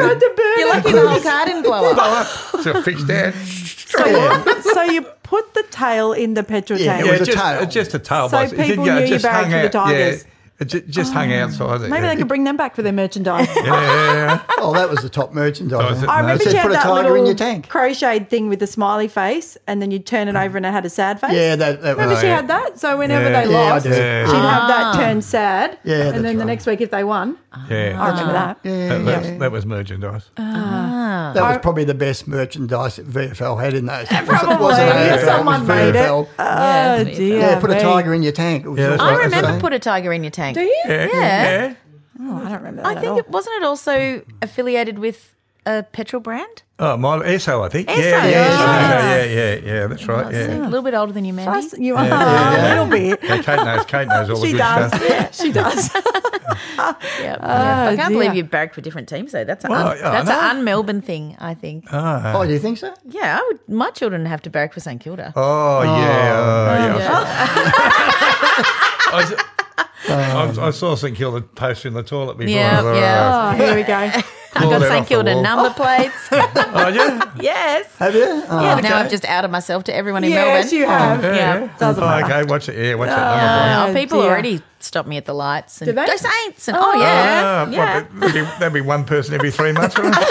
[SPEAKER 2] You're lucky the whole car didn't blow up.
[SPEAKER 4] so fix that.
[SPEAKER 1] So, you, so you put the tail in the petrol
[SPEAKER 3] Yeah,
[SPEAKER 1] tank.
[SPEAKER 3] it was a
[SPEAKER 4] just,
[SPEAKER 3] tail.
[SPEAKER 4] uh, just a tail.
[SPEAKER 1] So
[SPEAKER 4] boss. It didn't
[SPEAKER 1] people
[SPEAKER 4] go,
[SPEAKER 1] knew
[SPEAKER 4] it
[SPEAKER 1] you
[SPEAKER 4] just
[SPEAKER 1] barracked
[SPEAKER 4] hung
[SPEAKER 1] for the
[SPEAKER 4] out.
[SPEAKER 1] tigers. Ah.
[SPEAKER 4] Yeah, it ju- just hung outside it.
[SPEAKER 1] Maybe
[SPEAKER 4] yeah.
[SPEAKER 1] they could bring them back for their merchandise.
[SPEAKER 4] Yeah,
[SPEAKER 3] oh, that was the top merchandise.
[SPEAKER 4] was it?
[SPEAKER 1] I
[SPEAKER 4] No,
[SPEAKER 1] remember
[SPEAKER 4] it
[SPEAKER 3] said
[SPEAKER 1] you had
[SPEAKER 3] put a
[SPEAKER 1] that
[SPEAKER 3] tiger
[SPEAKER 1] little
[SPEAKER 3] in your tank.
[SPEAKER 1] crocheted thing with a smiley face, and then you'd turn it over and it had a sad face.
[SPEAKER 3] Yeah, that, that
[SPEAKER 1] Remember
[SPEAKER 3] was
[SPEAKER 1] she
[SPEAKER 4] yeah.
[SPEAKER 1] had that? So whenever
[SPEAKER 4] Yeah.
[SPEAKER 1] they
[SPEAKER 3] Yeah, I
[SPEAKER 1] lost,
[SPEAKER 3] do.
[SPEAKER 1] she'd
[SPEAKER 4] Yeah.
[SPEAKER 1] have that turn sad.
[SPEAKER 3] Yeah,
[SPEAKER 1] and
[SPEAKER 3] that's
[SPEAKER 1] then the
[SPEAKER 3] right.
[SPEAKER 1] next week if they won,
[SPEAKER 4] yeah.
[SPEAKER 1] I remember that.
[SPEAKER 4] That, that was merchandise.
[SPEAKER 3] Yeah, That was probably the best merchandise that VFL had in those. It wasn't- it wasn't
[SPEAKER 1] Probably.
[SPEAKER 3] AFL, it was
[SPEAKER 1] Someone made it. Oh,
[SPEAKER 2] Yeah,
[SPEAKER 3] VFL.
[SPEAKER 2] that's what
[SPEAKER 1] dear.
[SPEAKER 2] you
[SPEAKER 3] Yeah, put a
[SPEAKER 1] me.
[SPEAKER 3] tiger in your tank. It was
[SPEAKER 4] Yeah, that's
[SPEAKER 3] all-
[SPEAKER 4] right.
[SPEAKER 2] I
[SPEAKER 3] that's
[SPEAKER 2] remember
[SPEAKER 3] all.
[SPEAKER 2] put a tiger in your tank.
[SPEAKER 1] Do you?
[SPEAKER 4] Yeah.
[SPEAKER 2] Yeah.
[SPEAKER 1] Oh, I don't remember that
[SPEAKER 2] I think it wasn't it also affiliated with a petrol brand?
[SPEAKER 4] Oh, my ESO, I think.
[SPEAKER 2] ESO,
[SPEAKER 4] Yeah,
[SPEAKER 2] yeah.
[SPEAKER 4] yeah, yeah, yeah, yeah, yeah. That's right.
[SPEAKER 2] I think
[SPEAKER 4] Oh, Yeah.
[SPEAKER 2] A little bit older than you,
[SPEAKER 1] at all.
[SPEAKER 2] Mandy.
[SPEAKER 1] Us- You are
[SPEAKER 4] yeah.
[SPEAKER 1] a little bit.
[SPEAKER 4] Yeah, Kate knows. Kate knows all the
[SPEAKER 1] She
[SPEAKER 4] good
[SPEAKER 1] does.
[SPEAKER 4] stuff.
[SPEAKER 1] She does.
[SPEAKER 2] Yeah. yeah. I can't
[SPEAKER 1] Oh, dear.
[SPEAKER 2] believe you barracked for different teams though. That's a
[SPEAKER 4] Well,
[SPEAKER 2] un-
[SPEAKER 4] yeah, I
[SPEAKER 2] that's
[SPEAKER 4] know.
[SPEAKER 2] an un Melbourne thing, I think.
[SPEAKER 3] Oh, do you think so?
[SPEAKER 2] yeah, I would. My children have to barrack for St Kilda.
[SPEAKER 4] Oh, yeah. Oh, yeah. I, s- I- I saw St Kilda post in the toilet before.
[SPEAKER 2] Yeah,
[SPEAKER 4] I was uh, like,
[SPEAKER 2] yeah.
[SPEAKER 1] Oh, here we go.
[SPEAKER 4] "Oh,
[SPEAKER 2] I've
[SPEAKER 4] clawed
[SPEAKER 2] got
[SPEAKER 4] it
[SPEAKER 2] St
[SPEAKER 4] off the
[SPEAKER 2] Kilda
[SPEAKER 4] wall."
[SPEAKER 2] number plates.
[SPEAKER 4] Oh, yeah.
[SPEAKER 2] yes.
[SPEAKER 3] Have you? Oh,
[SPEAKER 2] yeah, now I've just outed myself to everyone in
[SPEAKER 1] Yes,
[SPEAKER 2] Melbourne.
[SPEAKER 1] you have.
[SPEAKER 4] Yeah.
[SPEAKER 2] Yeah.
[SPEAKER 1] Doesn't
[SPEAKER 4] oh,
[SPEAKER 1] matter.
[SPEAKER 4] okay, watch it. Yeah, watch it.
[SPEAKER 2] Yeah,
[SPEAKER 1] Oh,
[SPEAKER 2] Uh, people
[SPEAKER 1] dear.
[SPEAKER 2] already stop me at the lights and
[SPEAKER 1] Do they?
[SPEAKER 2] go Saints and oh, yeah,
[SPEAKER 4] Ah,
[SPEAKER 2] yeah.
[SPEAKER 4] well, that'd, be, that'd be one person every three months. wouldn't it?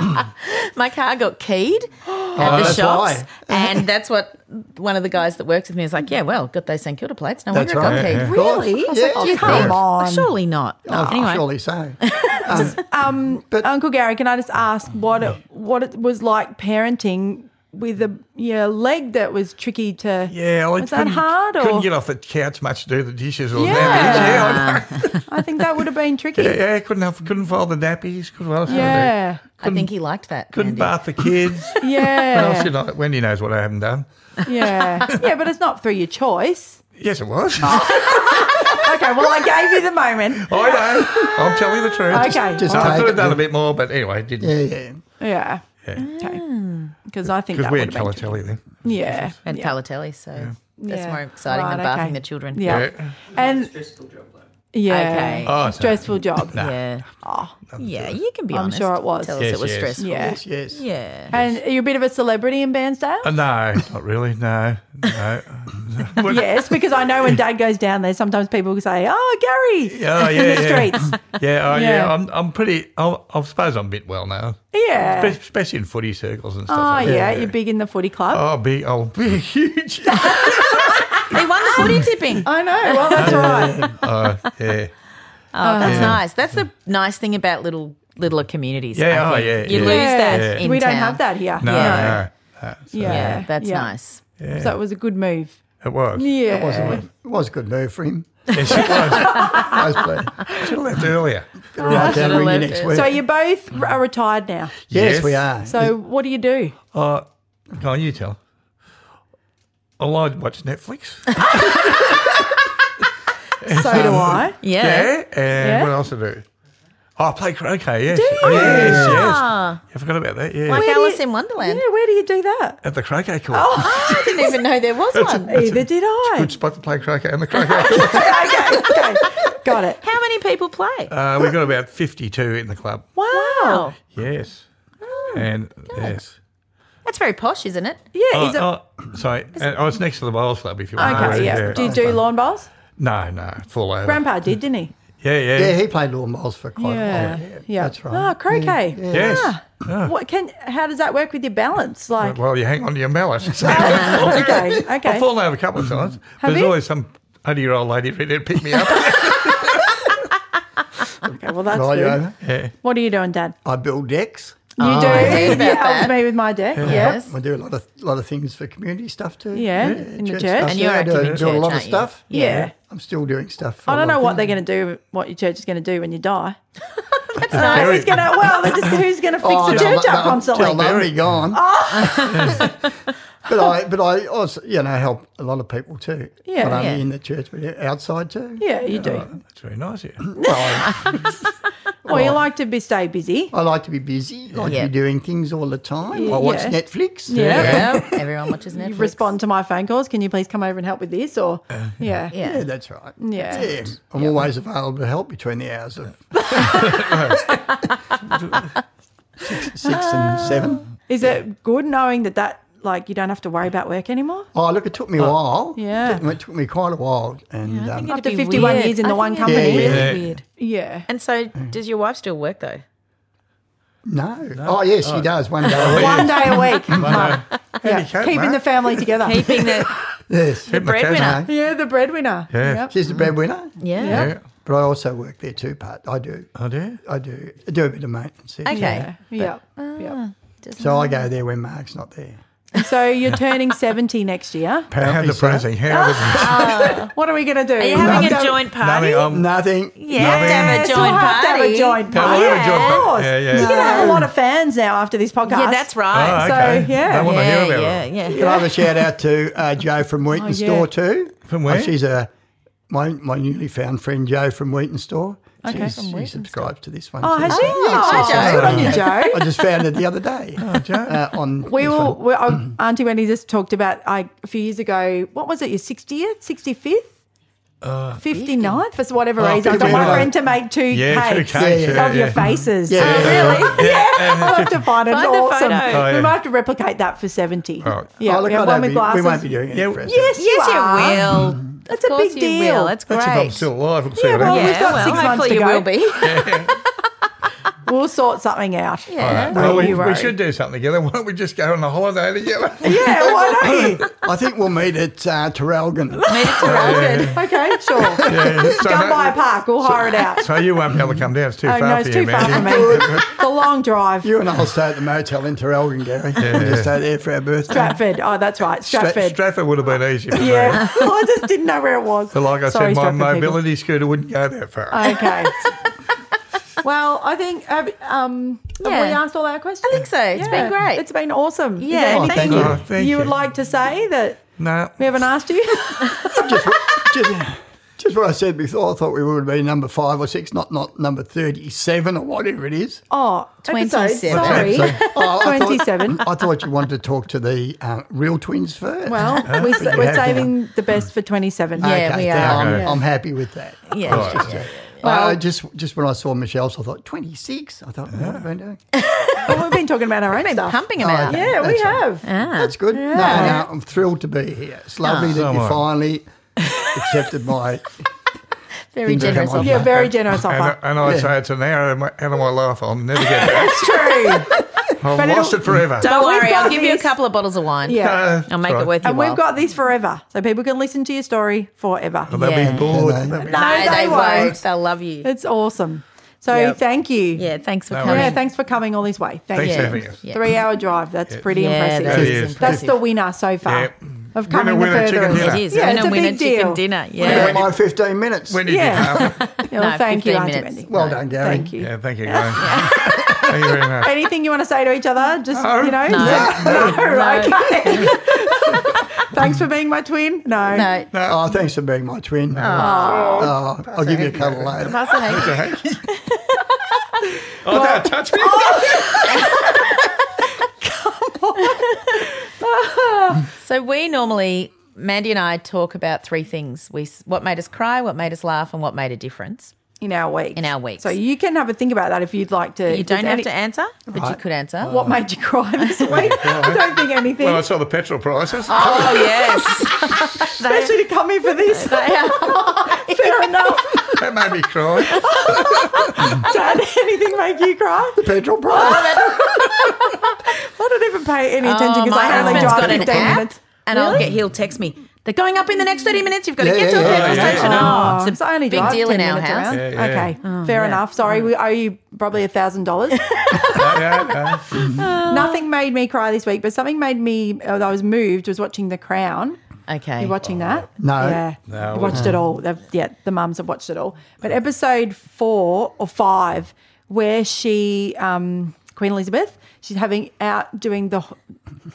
[SPEAKER 4] Oh.
[SPEAKER 2] My car got keyed at the
[SPEAKER 3] Oh, that's
[SPEAKER 2] shops,
[SPEAKER 3] why.
[SPEAKER 2] and that's what one of the guys that works with me is like. Yeah, well, got those St Kilda plates. No
[SPEAKER 3] That's
[SPEAKER 2] wonder it got
[SPEAKER 3] right.
[SPEAKER 2] keyed.
[SPEAKER 3] Yeah.
[SPEAKER 1] Really?
[SPEAKER 3] Yeah.
[SPEAKER 1] Oh,
[SPEAKER 3] Do you
[SPEAKER 1] come
[SPEAKER 4] think?
[SPEAKER 1] on.
[SPEAKER 2] Surely not. No,
[SPEAKER 3] Oh,
[SPEAKER 2] anyway,
[SPEAKER 3] surely so.
[SPEAKER 1] Um,
[SPEAKER 3] But-
[SPEAKER 1] Uncle Gary, can I just ask what it, what it was like parenting with a yeah, leg that was tricky to?
[SPEAKER 4] Yeah, I
[SPEAKER 1] was that
[SPEAKER 4] couldn't-
[SPEAKER 1] hard?
[SPEAKER 4] Couldn't
[SPEAKER 1] Or
[SPEAKER 4] get off the couch much to do the dishes or
[SPEAKER 1] Yeah.
[SPEAKER 4] nappies. Yeah, I know.
[SPEAKER 1] I think that would have been tricky.
[SPEAKER 4] yeah,
[SPEAKER 1] Yeah.
[SPEAKER 4] yeah, couldn't have, couldn't fold the nappies. Couldn't, what else did I do?
[SPEAKER 1] Yeah.
[SPEAKER 2] I think he liked that. Mandy.
[SPEAKER 4] Couldn't bath the kids. What else
[SPEAKER 1] Yeah.
[SPEAKER 4] did I- Wendy knows what I haven't done.
[SPEAKER 1] yeah. but it's not through your choice.
[SPEAKER 4] Yes, it was.
[SPEAKER 1] Okay. Well, I gave you the moment.
[SPEAKER 4] I know. I'm telling you the truth.
[SPEAKER 1] Okay.
[SPEAKER 3] Just
[SPEAKER 4] I
[SPEAKER 3] take
[SPEAKER 4] could have
[SPEAKER 3] it.
[SPEAKER 4] done a bit more, but anyway, didn't.
[SPEAKER 3] Yeah, yeah.
[SPEAKER 1] Yeah.
[SPEAKER 4] Yeah.
[SPEAKER 1] Okay.
[SPEAKER 2] Ah.
[SPEAKER 1] Because I think
[SPEAKER 4] Because
[SPEAKER 1] that
[SPEAKER 4] we
[SPEAKER 1] would
[SPEAKER 4] had
[SPEAKER 1] have been tricky.
[SPEAKER 4] Calatelli then.
[SPEAKER 1] Yeah.
[SPEAKER 2] and
[SPEAKER 1] yeah.
[SPEAKER 2] Palatelli, so that's
[SPEAKER 1] Yeah.
[SPEAKER 2] more exciting than
[SPEAKER 1] Right,
[SPEAKER 2] bathing
[SPEAKER 1] okay.
[SPEAKER 2] the children.
[SPEAKER 1] Yeah.
[SPEAKER 4] Yeah.
[SPEAKER 1] And yeah.
[SPEAKER 2] Okay.
[SPEAKER 4] Oh, no.
[SPEAKER 1] Stressful job.
[SPEAKER 2] yeah, yeah. You can be
[SPEAKER 1] I'm
[SPEAKER 2] honest.
[SPEAKER 1] sure it was.
[SPEAKER 2] Tell us
[SPEAKER 4] Yes,
[SPEAKER 2] it was
[SPEAKER 4] yes.
[SPEAKER 2] stressful.
[SPEAKER 1] Yeah.
[SPEAKER 3] Yes, yes.
[SPEAKER 2] Yeah.
[SPEAKER 1] And you're a bit of a celebrity in Bairnsdale?
[SPEAKER 4] Uh, no, not really. No, no. What-
[SPEAKER 1] yes, because I know when Dad goes down there, sometimes people say, "Oh, Gary,"
[SPEAKER 4] Yeah, oh, yeah,
[SPEAKER 1] in the
[SPEAKER 4] yeah.
[SPEAKER 1] streets.
[SPEAKER 4] Yeah, oh, yeah.
[SPEAKER 1] Yeah.
[SPEAKER 4] I'm, I'm pretty. i I suppose I'm a bit well now,
[SPEAKER 1] Yeah.
[SPEAKER 4] Espe- especially in footy circles and stuff.
[SPEAKER 1] oh,
[SPEAKER 4] like
[SPEAKER 1] yeah,
[SPEAKER 4] that.
[SPEAKER 1] You're big in the footy club.
[SPEAKER 4] Oh, big, oh, big, huge.
[SPEAKER 2] He won the
[SPEAKER 1] Um,
[SPEAKER 2] footy tipping.
[SPEAKER 1] I know. Well, that's right.
[SPEAKER 4] oh, yeah.
[SPEAKER 2] Oh, that's nice. That's the nice thing about little littler communities.
[SPEAKER 4] Yeah,
[SPEAKER 2] I
[SPEAKER 4] oh,
[SPEAKER 2] think.
[SPEAKER 4] yeah,
[SPEAKER 2] You
[SPEAKER 4] yeah.
[SPEAKER 2] lose that
[SPEAKER 4] Yeah.
[SPEAKER 2] in
[SPEAKER 1] we don't
[SPEAKER 2] town.
[SPEAKER 1] have that here.
[SPEAKER 4] No,
[SPEAKER 2] Yeah.
[SPEAKER 4] no.
[SPEAKER 1] Yeah.
[SPEAKER 2] Yeah, that's
[SPEAKER 1] yeah.
[SPEAKER 2] nice.
[SPEAKER 1] So it was a good move.
[SPEAKER 4] It was.
[SPEAKER 1] Yeah.
[SPEAKER 3] It was, a good, it was a good move for him.
[SPEAKER 4] Yes, it was.
[SPEAKER 3] Nice play.
[SPEAKER 4] Should have left earlier.
[SPEAKER 3] Get a right down
[SPEAKER 2] Should've
[SPEAKER 3] ring you
[SPEAKER 2] left
[SPEAKER 3] next
[SPEAKER 2] it.
[SPEAKER 3] week.
[SPEAKER 1] So you both are retired now.
[SPEAKER 3] yes,
[SPEAKER 4] Yes.
[SPEAKER 3] we are.
[SPEAKER 1] So what do you do?
[SPEAKER 4] Uh, go on, you tell. Oh, I watch Netflix.
[SPEAKER 1] So do I.
[SPEAKER 2] Yeah.
[SPEAKER 4] Yeah. And
[SPEAKER 1] Yeah.
[SPEAKER 4] what else to do? Oh, I play croquet. Yes. Oh, Yes. Yes. I forgot about that. Yeah.
[SPEAKER 2] Ah, Like
[SPEAKER 1] Where do
[SPEAKER 2] Alice
[SPEAKER 1] you-
[SPEAKER 2] in
[SPEAKER 1] Yeah.
[SPEAKER 2] Wonderland.
[SPEAKER 1] Where do you do that?
[SPEAKER 4] At the croquet court.
[SPEAKER 2] I didn't even know there was one.
[SPEAKER 1] Either Oh, did I.
[SPEAKER 4] Good spot to play croquet and the croquet court.
[SPEAKER 1] okay. Okay. Got it.
[SPEAKER 2] How many people play?
[SPEAKER 4] Uh, we've got about 52 in the club.
[SPEAKER 2] wow.
[SPEAKER 4] Yes.
[SPEAKER 1] Oh,
[SPEAKER 4] and yes.
[SPEAKER 2] That's very posh, isn't it?
[SPEAKER 1] Yeah.
[SPEAKER 4] Oh,
[SPEAKER 1] is it,
[SPEAKER 4] oh, sorry. And, oh, it's next to the bowls club if you want to know.
[SPEAKER 1] okay. Yeah. Do you do lawn bowls?
[SPEAKER 4] No, no. Fall over.
[SPEAKER 1] Grandpa did, didn't he?
[SPEAKER 4] yeah, yeah.
[SPEAKER 3] yeah, he played lawn bowls for quite a while. Oh, Yeah, that's right.
[SPEAKER 1] Oh, croquet.
[SPEAKER 4] Yes.
[SPEAKER 1] What can? How does that work with your balance? Like,
[SPEAKER 4] Well, you hang on to your mallet.
[SPEAKER 1] okay, okay.
[SPEAKER 4] I've fallen over a couple of times. There's
[SPEAKER 1] you?
[SPEAKER 4] always some 80 year old lady ready to pick me up.
[SPEAKER 1] Okay, well that's
[SPEAKER 3] Right,
[SPEAKER 1] good.
[SPEAKER 3] Yona?
[SPEAKER 4] yeah.
[SPEAKER 1] What are you doing, Dad?
[SPEAKER 3] I build decks.
[SPEAKER 1] You Oh, do.
[SPEAKER 2] heard
[SPEAKER 1] You
[SPEAKER 2] about
[SPEAKER 1] helped
[SPEAKER 2] that.
[SPEAKER 1] me with my deck. Yeah.
[SPEAKER 2] Yes.
[SPEAKER 3] I do a lot of lot of things for community stuff too.
[SPEAKER 1] Yeah, in the church.
[SPEAKER 3] stuff.
[SPEAKER 2] And you're
[SPEAKER 3] Yeah, I do,
[SPEAKER 2] active in
[SPEAKER 3] do a
[SPEAKER 2] church,
[SPEAKER 3] lot of
[SPEAKER 2] aren't you?
[SPEAKER 3] stuff.
[SPEAKER 1] Yeah.
[SPEAKER 3] I'm still doing stuff. for
[SPEAKER 1] I
[SPEAKER 3] a
[SPEAKER 1] don't
[SPEAKER 3] lot
[SPEAKER 1] know
[SPEAKER 3] of
[SPEAKER 1] what they're
[SPEAKER 3] things.
[SPEAKER 1] going to do, what your church is going to do when you die.
[SPEAKER 2] That's nice.
[SPEAKER 1] Who's going to? Well, they're just, who's going to fix
[SPEAKER 3] Oh,
[SPEAKER 1] the
[SPEAKER 3] they'll-
[SPEAKER 1] church up Ah.
[SPEAKER 3] they'll-
[SPEAKER 1] constantly?
[SPEAKER 3] Till they're gone. but I, but I also, you know, help a lot of people too.
[SPEAKER 1] Yeah.
[SPEAKER 3] Not only
[SPEAKER 2] Yeah.
[SPEAKER 3] in the church, but outside too.
[SPEAKER 1] Yeah, you do.
[SPEAKER 4] That's very nice here.
[SPEAKER 3] Well, I,
[SPEAKER 1] Well, you like to be stay busy.
[SPEAKER 3] I like to be busy. I like
[SPEAKER 2] Yeah.
[SPEAKER 3] to be doing things all the time.
[SPEAKER 1] Yeah.
[SPEAKER 3] I watch
[SPEAKER 1] Yeah.
[SPEAKER 3] Netflix.
[SPEAKER 1] Yeah.
[SPEAKER 2] Yeah. Everyone watches
[SPEAKER 1] You
[SPEAKER 2] Netflix.
[SPEAKER 1] respond to my phone calls. Can you please come over and help with this? Or
[SPEAKER 4] Uh,
[SPEAKER 1] yeah,
[SPEAKER 2] Yeah.
[SPEAKER 3] Yeah, that's right.
[SPEAKER 1] Yeah.
[SPEAKER 3] yeah. I'm always available to help between the hours of six, six and seven.
[SPEAKER 1] Is it good knowing that that like you don't have to worry about work anymore?
[SPEAKER 3] Oh, look, it took me a while.
[SPEAKER 1] Uh, Yeah.
[SPEAKER 3] It took, it took me quite a while, and um,
[SPEAKER 1] After 51 years in the one
[SPEAKER 3] company.
[SPEAKER 2] Really
[SPEAKER 3] Yeah.
[SPEAKER 2] weird.
[SPEAKER 1] Yeah.
[SPEAKER 2] And so, does your wife still work though?
[SPEAKER 3] no. Oh, yes, she does one day. a week.
[SPEAKER 1] One day a week. Mum. yeah.
[SPEAKER 4] cope,
[SPEAKER 1] Keeping
[SPEAKER 4] mate?
[SPEAKER 1] the family together.
[SPEAKER 2] Keeping the
[SPEAKER 3] Yes,
[SPEAKER 4] Hit my cousin.
[SPEAKER 2] breadwinner.
[SPEAKER 1] yeah, the breadwinner.
[SPEAKER 4] Yeah.
[SPEAKER 1] Yep.
[SPEAKER 3] she's the breadwinner.
[SPEAKER 2] Yeah.
[SPEAKER 4] Yeah. Oh,
[SPEAKER 3] But I also work there too, part. I do.
[SPEAKER 4] I do.
[SPEAKER 3] I do. I do a bit of maintenance. there.
[SPEAKER 2] Okay.
[SPEAKER 1] Yeah. Yep. Yep.
[SPEAKER 3] So I go there when Mark's not there.
[SPEAKER 1] And so you're turning 70 next year. Uh,
[SPEAKER 4] How
[SPEAKER 3] Apparently so.
[SPEAKER 4] depressing. How depressing.
[SPEAKER 1] What are we going to do?
[SPEAKER 2] Are you having
[SPEAKER 3] No.
[SPEAKER 2] a joint party?
[SPEAKER 4] Nothing, I'm-
[SPEAKER 3] Nothing.
[SPEAKER 2] You have to have a
[SPEAKER 1] Yes,
[SPEAKER 2] joint
[SPEAKER 1] we'll have to have
[SPEAKER 2] party.
[SPEAKER 1] a joint
[SPEAKER 4] Yeah, we'll
[SPEAKER 1] party.
[SPEAKER 4] have a joint
[SPEAKER 1] of
[SPEAKER 4] party.
[SPEAKER 1] course.
[SPEAKER 4] Yeah, yeah.
[SPEAKER 1] You're going to have a
[SPEAKER 3] No.
[SPEAKER 1] lot of fans now after this podcast.
[SPEAKER 2] Yeah, that's right.
[SPEAKER 4] Oh,
[SPEAKER 1] So,
[SPEAKER 4] okay.
[SPEAKER 1] yeah.
[SPEAKER 4] They want to hear
[SPEAKER 2] yeah,
[SPEAKER 4] about
[SPEAKER 2] yeah,
[SPEAKER 4] it.
[SPEAKER 2] yeah,
[SPEAKER 3] Can I have a shout out to uh, Joe from Wheaton
[SPEAKER 1] Oh, yeah.
[SPEAKER 3] Store too?
[SPEAKER 4] From where?
[SPEAKER 3] Oh, she's a my my newly found friend Joe from Wheaton Store.
[SPEAKER 1] Okay.
[SPEAKER 3] She's,
[SPEAKER 1] From
[SPEAKER 3] she subscribes to this one.
[SPEAKER 1] Oh,
[SPEAKER 3] too,
[SPEAKER 1] has
[SPEAKER 3] so-
[SPEAKER 1] she?
[SPEAKER 3] so-
[SPEAKER 1] Oh,
[SPEAKER 3] so-
[SPEAKER 1] good on you, Joe.
[SPEAKER 3] I just found it the other day. Uh, on
[SPEAKER 1] We
[SPEAKER 3] this
[SPEAKER 1] will.
[SPEAKER 3] one.
[SPEAKER 1] we oh, Auntie Wendy just talked about I, a few years ago. What was it? Your sixtieth, sixty fifth. 59th for whatever
[SPEAKER 4] Uh, Oh,
[SPEAKER 1] reason. I got my
[SPEAKER 3] 59th.
[SPEAKER 1] friend to make two
[SPEAKER 4] Yeah, two
[SPEAKER 1] cakes
[SPEAKER 4] cakes,
[SPEAKER 3] yeah,
[SPEAKER 1] of
[SPEAKER 4] yeah.
[SPEAKER 1] your faces.
[SPEAKER 3] Yeah, yeah,
[SPEAKER 4] yeah. Yeah, and
[SPEAKER 1] I'll have to find it. It's
[SPEAKER 2] Find the
[SPEAKER 1] awesome.
[SPEAKER 2] photo.
[SPEAKER 4] Oh,
[SPEAKER 1] We
[SPEAKER 4] yeah.
[SPEAKER 1] might have to replicate that for 70.
[SPEAKER 4] All right.
[SPEAKER 1] Yeah,
[SPEAKER 3] oh, look,
[SPEAKER 1] we
[SPEAKER 3] I
[SPEAKER 1] have
[SPEAKER 3] don't
[SPEAKER 1] one with
[SPEAKER 3] be, we
[SPEAKER 1] glasses.
[SPEAKER 3] won't be doing it.
[SPEAKER 4] Yeah,
[SPEAKER 3] for us.
[SPEAKER 1] yes,
[SPEAKER 2] Yes,
[SPEAKER 1] you
[SPEAKER 2] you
[SPEAKER 1] are.
[SPEAKER 2] will.
[SPEAKER 1] That's a
[SPEAKER 2] Of course
[SPEAKER 1] big
[SPEAKER 2] you
[SPEAKER 1] deal.
[SPEAKER 2] will. That's great.
[SPEAKER 4] That's if I'm still alive. We'll see
[SPEAKER 1] Yeah,
[SPEAKER 4] what
[SPEAKER 1] well,
[SPEAKER 4] happens.
[SPEAKER 1] We've got
[SPEAKER 2] well,
[SPEAKER 1] six months
[SPEAKER 2] hopefully
[SPEAKER 1] to
[SPEAKER 2] you
[SPEAKER 1] go.
[SPEAKER 2] will be.
[SPEAKER 1] We'll sort something out.
[SPEAKER 4] All
[SPEAKER 2] Yeah.
[SPEAKER 4] right. Well,
[SPEAKER 1] Don't
[SPEAKER 4] we,
[SPEAKER 1] you
[SPEAKER 4] we
[SPEAKER 1] worry.
[SPEAKER 4] should do something together. Why don't we just go on a holiday together?
[SPEAKER 1] Yeah, why don't you?
[SPEAKER 3] I think we'll meet at uh, Terralgan.
[SPEAKER 1] Okay, sure.
[SPEAKER 4] Oh, Yeah, so,
[SPEAKER 1] Don't buy a
[SPEAKER 4] that,
[SPEAKER 1] park. We'll hire it out.
[SPEAKER 4] so you won't be able to come down. It's too
[SPEAKER 1] Oh,
[SPEAKER 4] far
[SPEAKER 1] no,
[SPEAKER 4] for
[SPEAKER 1] it's
[SPEAKER 4] you,
[SPEAKER 1] too far
[SPEAKER 4] man.
[SPEAKER 1] for me. It's a long drive.
[SPEAKER 3] You and I'll stay at the motel in Terralgan, Gary. and just stay there for our birthday.
[SPEAKER 1] Stratford. Oh, that's right.
[SPEAKER 4] Stra-
[SPEAKER 1] Stratford.
[SPEAKER 4] Stratford would have been easier. For Me.
[SPEAKER 1] yeah. Oh, I just didn't know where it was.
[SPEAKER 4] But like I
[SPEAKER 1] Sorry,
[SPEAKER 4] said, my
[SPEAKER 1] Stratford Uh, people.
[SPEAKER 4] mobility scooter wouldn't go that far.
[SPEAKER 1] Okay. well, I think have, um, have we
[SPEAKER 2] Yeah.
[SPEAKER 1] asked all our questions?
[SPEAKER 2] I think so. It's been great.
[SPEAKER 1] It's been awesome. Is
[SPEAKER 2] Yeah,
[SPEAKER 1] there
[SPEAKER 2] thank
[SPEAKER 1] anything
[SPEAKER 3] you.
[SPEAKER 1] you,
[SPEAKER 4] Oh, thank
[SPEAKER 1] you would
[SPEAKER 4] you.
[SPEAKER 1] like to say that
[SPEAKER 4] no.
[SPEAKER 1] we haven't asked you?
[SPEAKER 3] just, just, just what I said before, I thought we would be number five or six, not not number thirty-seven or whatever it is.
[SPEAKER 1] Oh, episode,
[SPEAKER 2] 27.
[SPEAKER 1] Sorry.
[SPEAKER 3] So- oh, I thought-
[SPEAKER 1] 27.
[SPEAKER 3] I thought you wanted to talk to the uh, real twins first.
[SPEAKER 1] Well, we,
[SPEAKER 3] you
[SPEAKER 1] we're
[SPEAKER 3] have
[SPEAKER 1] saving the best for 27.
[SPEAKER 2] Yeah.
[SPEAKER 3] okay,
[SPEAKER 2] we
[SPEAKER 3] then
[SPEAKER 2] are.
[SPEAKER 3] I'm,
[SPEAKER 4] Okay.
[SPEAKER 3] I'm happy with that.
[SPEAKER 2] Yeah.
[SPEAKER 4] All right.
[SPEAKER 3] I Uh, just just when I saw Michelle's, I thought twenty six. I thought, "Oh, what have I been doing?
[SPEAKER 1] Well, we've been talking about our own stuff.
[SPEAKER 2] Pumping them
[SPEAKER 3] Oh,
[SPEAKER 2] out.
[SPEAKER 3] okay.
[SPEAKER 1] Yeah, we
[SPEAKER 3] That's right.
[SPEAKER 1] have.
[SPEAKER 3] That's good. No, no, I'm thrilled to be here. It's lovely that
[SPEAKER 4] so
[SPEAKER 3] you
[SPEAKER 4] am I.
[SPEAKER 3] finally accepted my.
[SPEAKER 2] Very
[SPEAKER 3] Didn't
[SPEAKER 2] generous
[SPEAKER 3] come
[SPEAKER 2] of
[SPEAKER 3] on.
[SPEAKER 2] you.
[SPEAKER 1] Yeah, very generous
[SPEAKER 4] And,
[SPEAKER 1] offer.
[SPEAKER 4] and I say it's an hour of my, out of my life. I'll never get back.
[SPEAKER 1] It's true.
[SPEAKER 4] I've
[SPEAKER 1] But
[SPEAKER 4] lost
[SPEAKER 1] it'll-
[SPEAKER 4] it forever.
[SPEAKER 2] Don't
[SPEAKER 1] But we've
[SPEAKER 2] worry,
[SPEAKER 1] got
[SPEAKER 2] I'll give you a
[SPEAKER 1] these-
[SPEAKER 2] couple of bottles of wine.
[SPEAKER 1] Yeah.
[SPEAKER 4] Uh,
[SPEAKER 2] I'll make
[SPEAKER 4] sorry.
[SPEAKER 2] it worth your
[SPEAKER 1] and we've
[SPEAKER 2] while.
[SPEAKER 1] got these forever, so people can listen to your story forever.
[SPEAKER 4] They'll
[SPEAKER 2] Yeah.
[SPEAKER 4] be bored.
[SPEAKER 3] No,
[SPEAKER 4] They'll be-
[SPEAKER 2] No,
[SPEAKER 1] No, they
[SPEAKER 2] they
[SPEAKER 1] won't.
[SPEAKER 2] won't. They'll love you.
[SPEAKER 1] It's awesome. So
[SPEAKER 2] Yep.
[SPEAKER 1] thank you.
[SPEAKER 2] Yeah, thanks for
[SPEAKER 4] No
[SPEAKER 2] coming.
[SPEAKER 1] Yeah, thanks for coming all this way. Thank
[SPEAKER 4] Thanks for
[SPEAKER 1] you.
[SPEAKER 4] having us.
[SPEAKER 2] Yeah.
[SPEAKER 1] Three hour drive. That's pretty
[SPEAKER 2] Yeah,
[SPEAKER 1] impressive.
[SPEAKER 2] that
[SPEAKER 4] It is.
[SPEAKER 2] is
[SPEAKER 1] That's
[SPEAKER 2] impressive.
[SPEAKER 1] the winner so far
[SPEAKER 4] Yep.
[SPEAKER 1] of coming
[SPEAKER 4] Winner, winner,
[SPEAKER 1] the further.
[SPEAKER 4] chicken dinner.
[SPEAKER 2] It is.
[SPEAKER 1] Yeah,
[SPEAKER 2] winner,
[SPEAKER 1] it's a
[SPEAKER 2] winner,
[SPEAKER 1] big
[SPEAKER 2] chicken
[SPEAKER 1] deal.
[SPEAKER 2] dinner.
[SPEAKER 3] What
[SPEAKER 2] Yeah.
[SPEAKER 3] about my fifteen minutes?
[SPEAKER 4] When did
[SPEAKER 1] Yeah.
[SPEAKER 4] you come?
[SPEAKER 1] Well,
[SPEAKER 2] No,
[SPEAKER 1] thank you,
[SPEAKER 2] 15
[SPEAKER 1] Auntie
[SPEAKER 2] minutes.
[SPEAKER 1] Wendy.
[SPEAKER 3] well done, Gary.
[SPEAKER 1] Thank you.
[SPEAKER 4] Yeah, thank you, Graham. thank you very much.
[SPEAKER 1] Anything you want to say to each other? Just
[SPEAKER 4] No.
[SPEAKER 1] you know,
[SPEAKER 2] No.
[SPEAKER 1] No, okay. Thanks for being my twin. No,
[SPEAKER 2] No.
[SPEAKER 3] Oh, thanks for being my twin. Oh, I'll give you a cuddle later.
[SPEAKER 2] Pass the hand.
[SPEAKER 4] Oh, don't touch me.
[SPEAKER 2] So we normally, Mandy and I talk about three things. We s- What made us cry, what made us laugh, and what made a difference.
[SPEAKER 1] in our week.
[SPEAKER 2] In our weeks.
[SPEAKER 1] So you can have a think about that if you'd like to.
[SPEAKER 2] You
[SPEAKER 1] if there's
[SPEAKER 2] don't have
[SPEAKER 1] any-
[SPEAKER 2] to answer, but you could answer.
[SPEAKER 1] What made you cry this week? I don't think anything.
[SPEAKER 4] When I saw the petrol prices.
[SPEAKER 2] Oh, yes.
[SPEAKER 1] Especially to come in for this. Fair enough.
[SPEAKER 4] That made me cry.
[SPEAKER 1] Dad, anything make you cry?
[SPEAKER 3] Petrol
[SPEAKER 1] Oh,
[SPEAKER 3] price.
[SPEAKER 1] I don't even pay any attention
[SPEAKER 2] Oh,
[SPEAKER 1] because
[SPEAKER 2] my
[SPEAKER 1] I only
[SPEAKER 2] husband's
[SPEAKER 1] drive
[SPEAKER 2] got an
[SPEAKER 1] 15
[SPEAKER 2] app,
[SPEAKER 1] minutes.
[SPEAKER 2] and I'll get, he'll text me. They're going up in the next 30 minutes. You've got
[SPEAKER 3] Yeah,
[SPEAKER 2] to get to
[SPEAKER 3] yeah,
[SPEAKER 2] a
[SPEAKER 3] yeah,
[SPEAKER 2] petrol
[SPEAKER 4] yeah,
[SPEAKER 2] station.
[SPEAKER 4] yeah.
[SPEAKER 2] Oh, it's a
[SPEAKER 1] only
[SPEAKER 2] big
[SPEAKER 1] drive
[SPEAKER 2] deal
[SPEAKER 1] 10
[SPEAKER 2] in our
[SPEAKER 1] minutes
[SPEAKER 2] house. Oh,
[SPEAKER 1] around.
[SPEAKER 4] Yeah, yeah.
[SPEAKER 1] Okay, fair enough. Sorry, we owe you probably a thousand dollars.
[SPEAKER 4] No, no, no.
[SPEAKER 2] Oh.
[SPEAKER 1] Nothing made me cry this week, but something made me. uh, I was moved. Was watching The Crown.
[SPEAKER 2] Okay.
[SPEAKER 1] You watching that?
[SPEAKER 3] No.
[SPEAKER 1] Yeah.
[SPEAKER 4] No,
[SPEAKER 1] you watched it all. They've, yeah, the mums have watched it all. But episode four or five, where she, um, Queen Elizabeth, she's having out doing the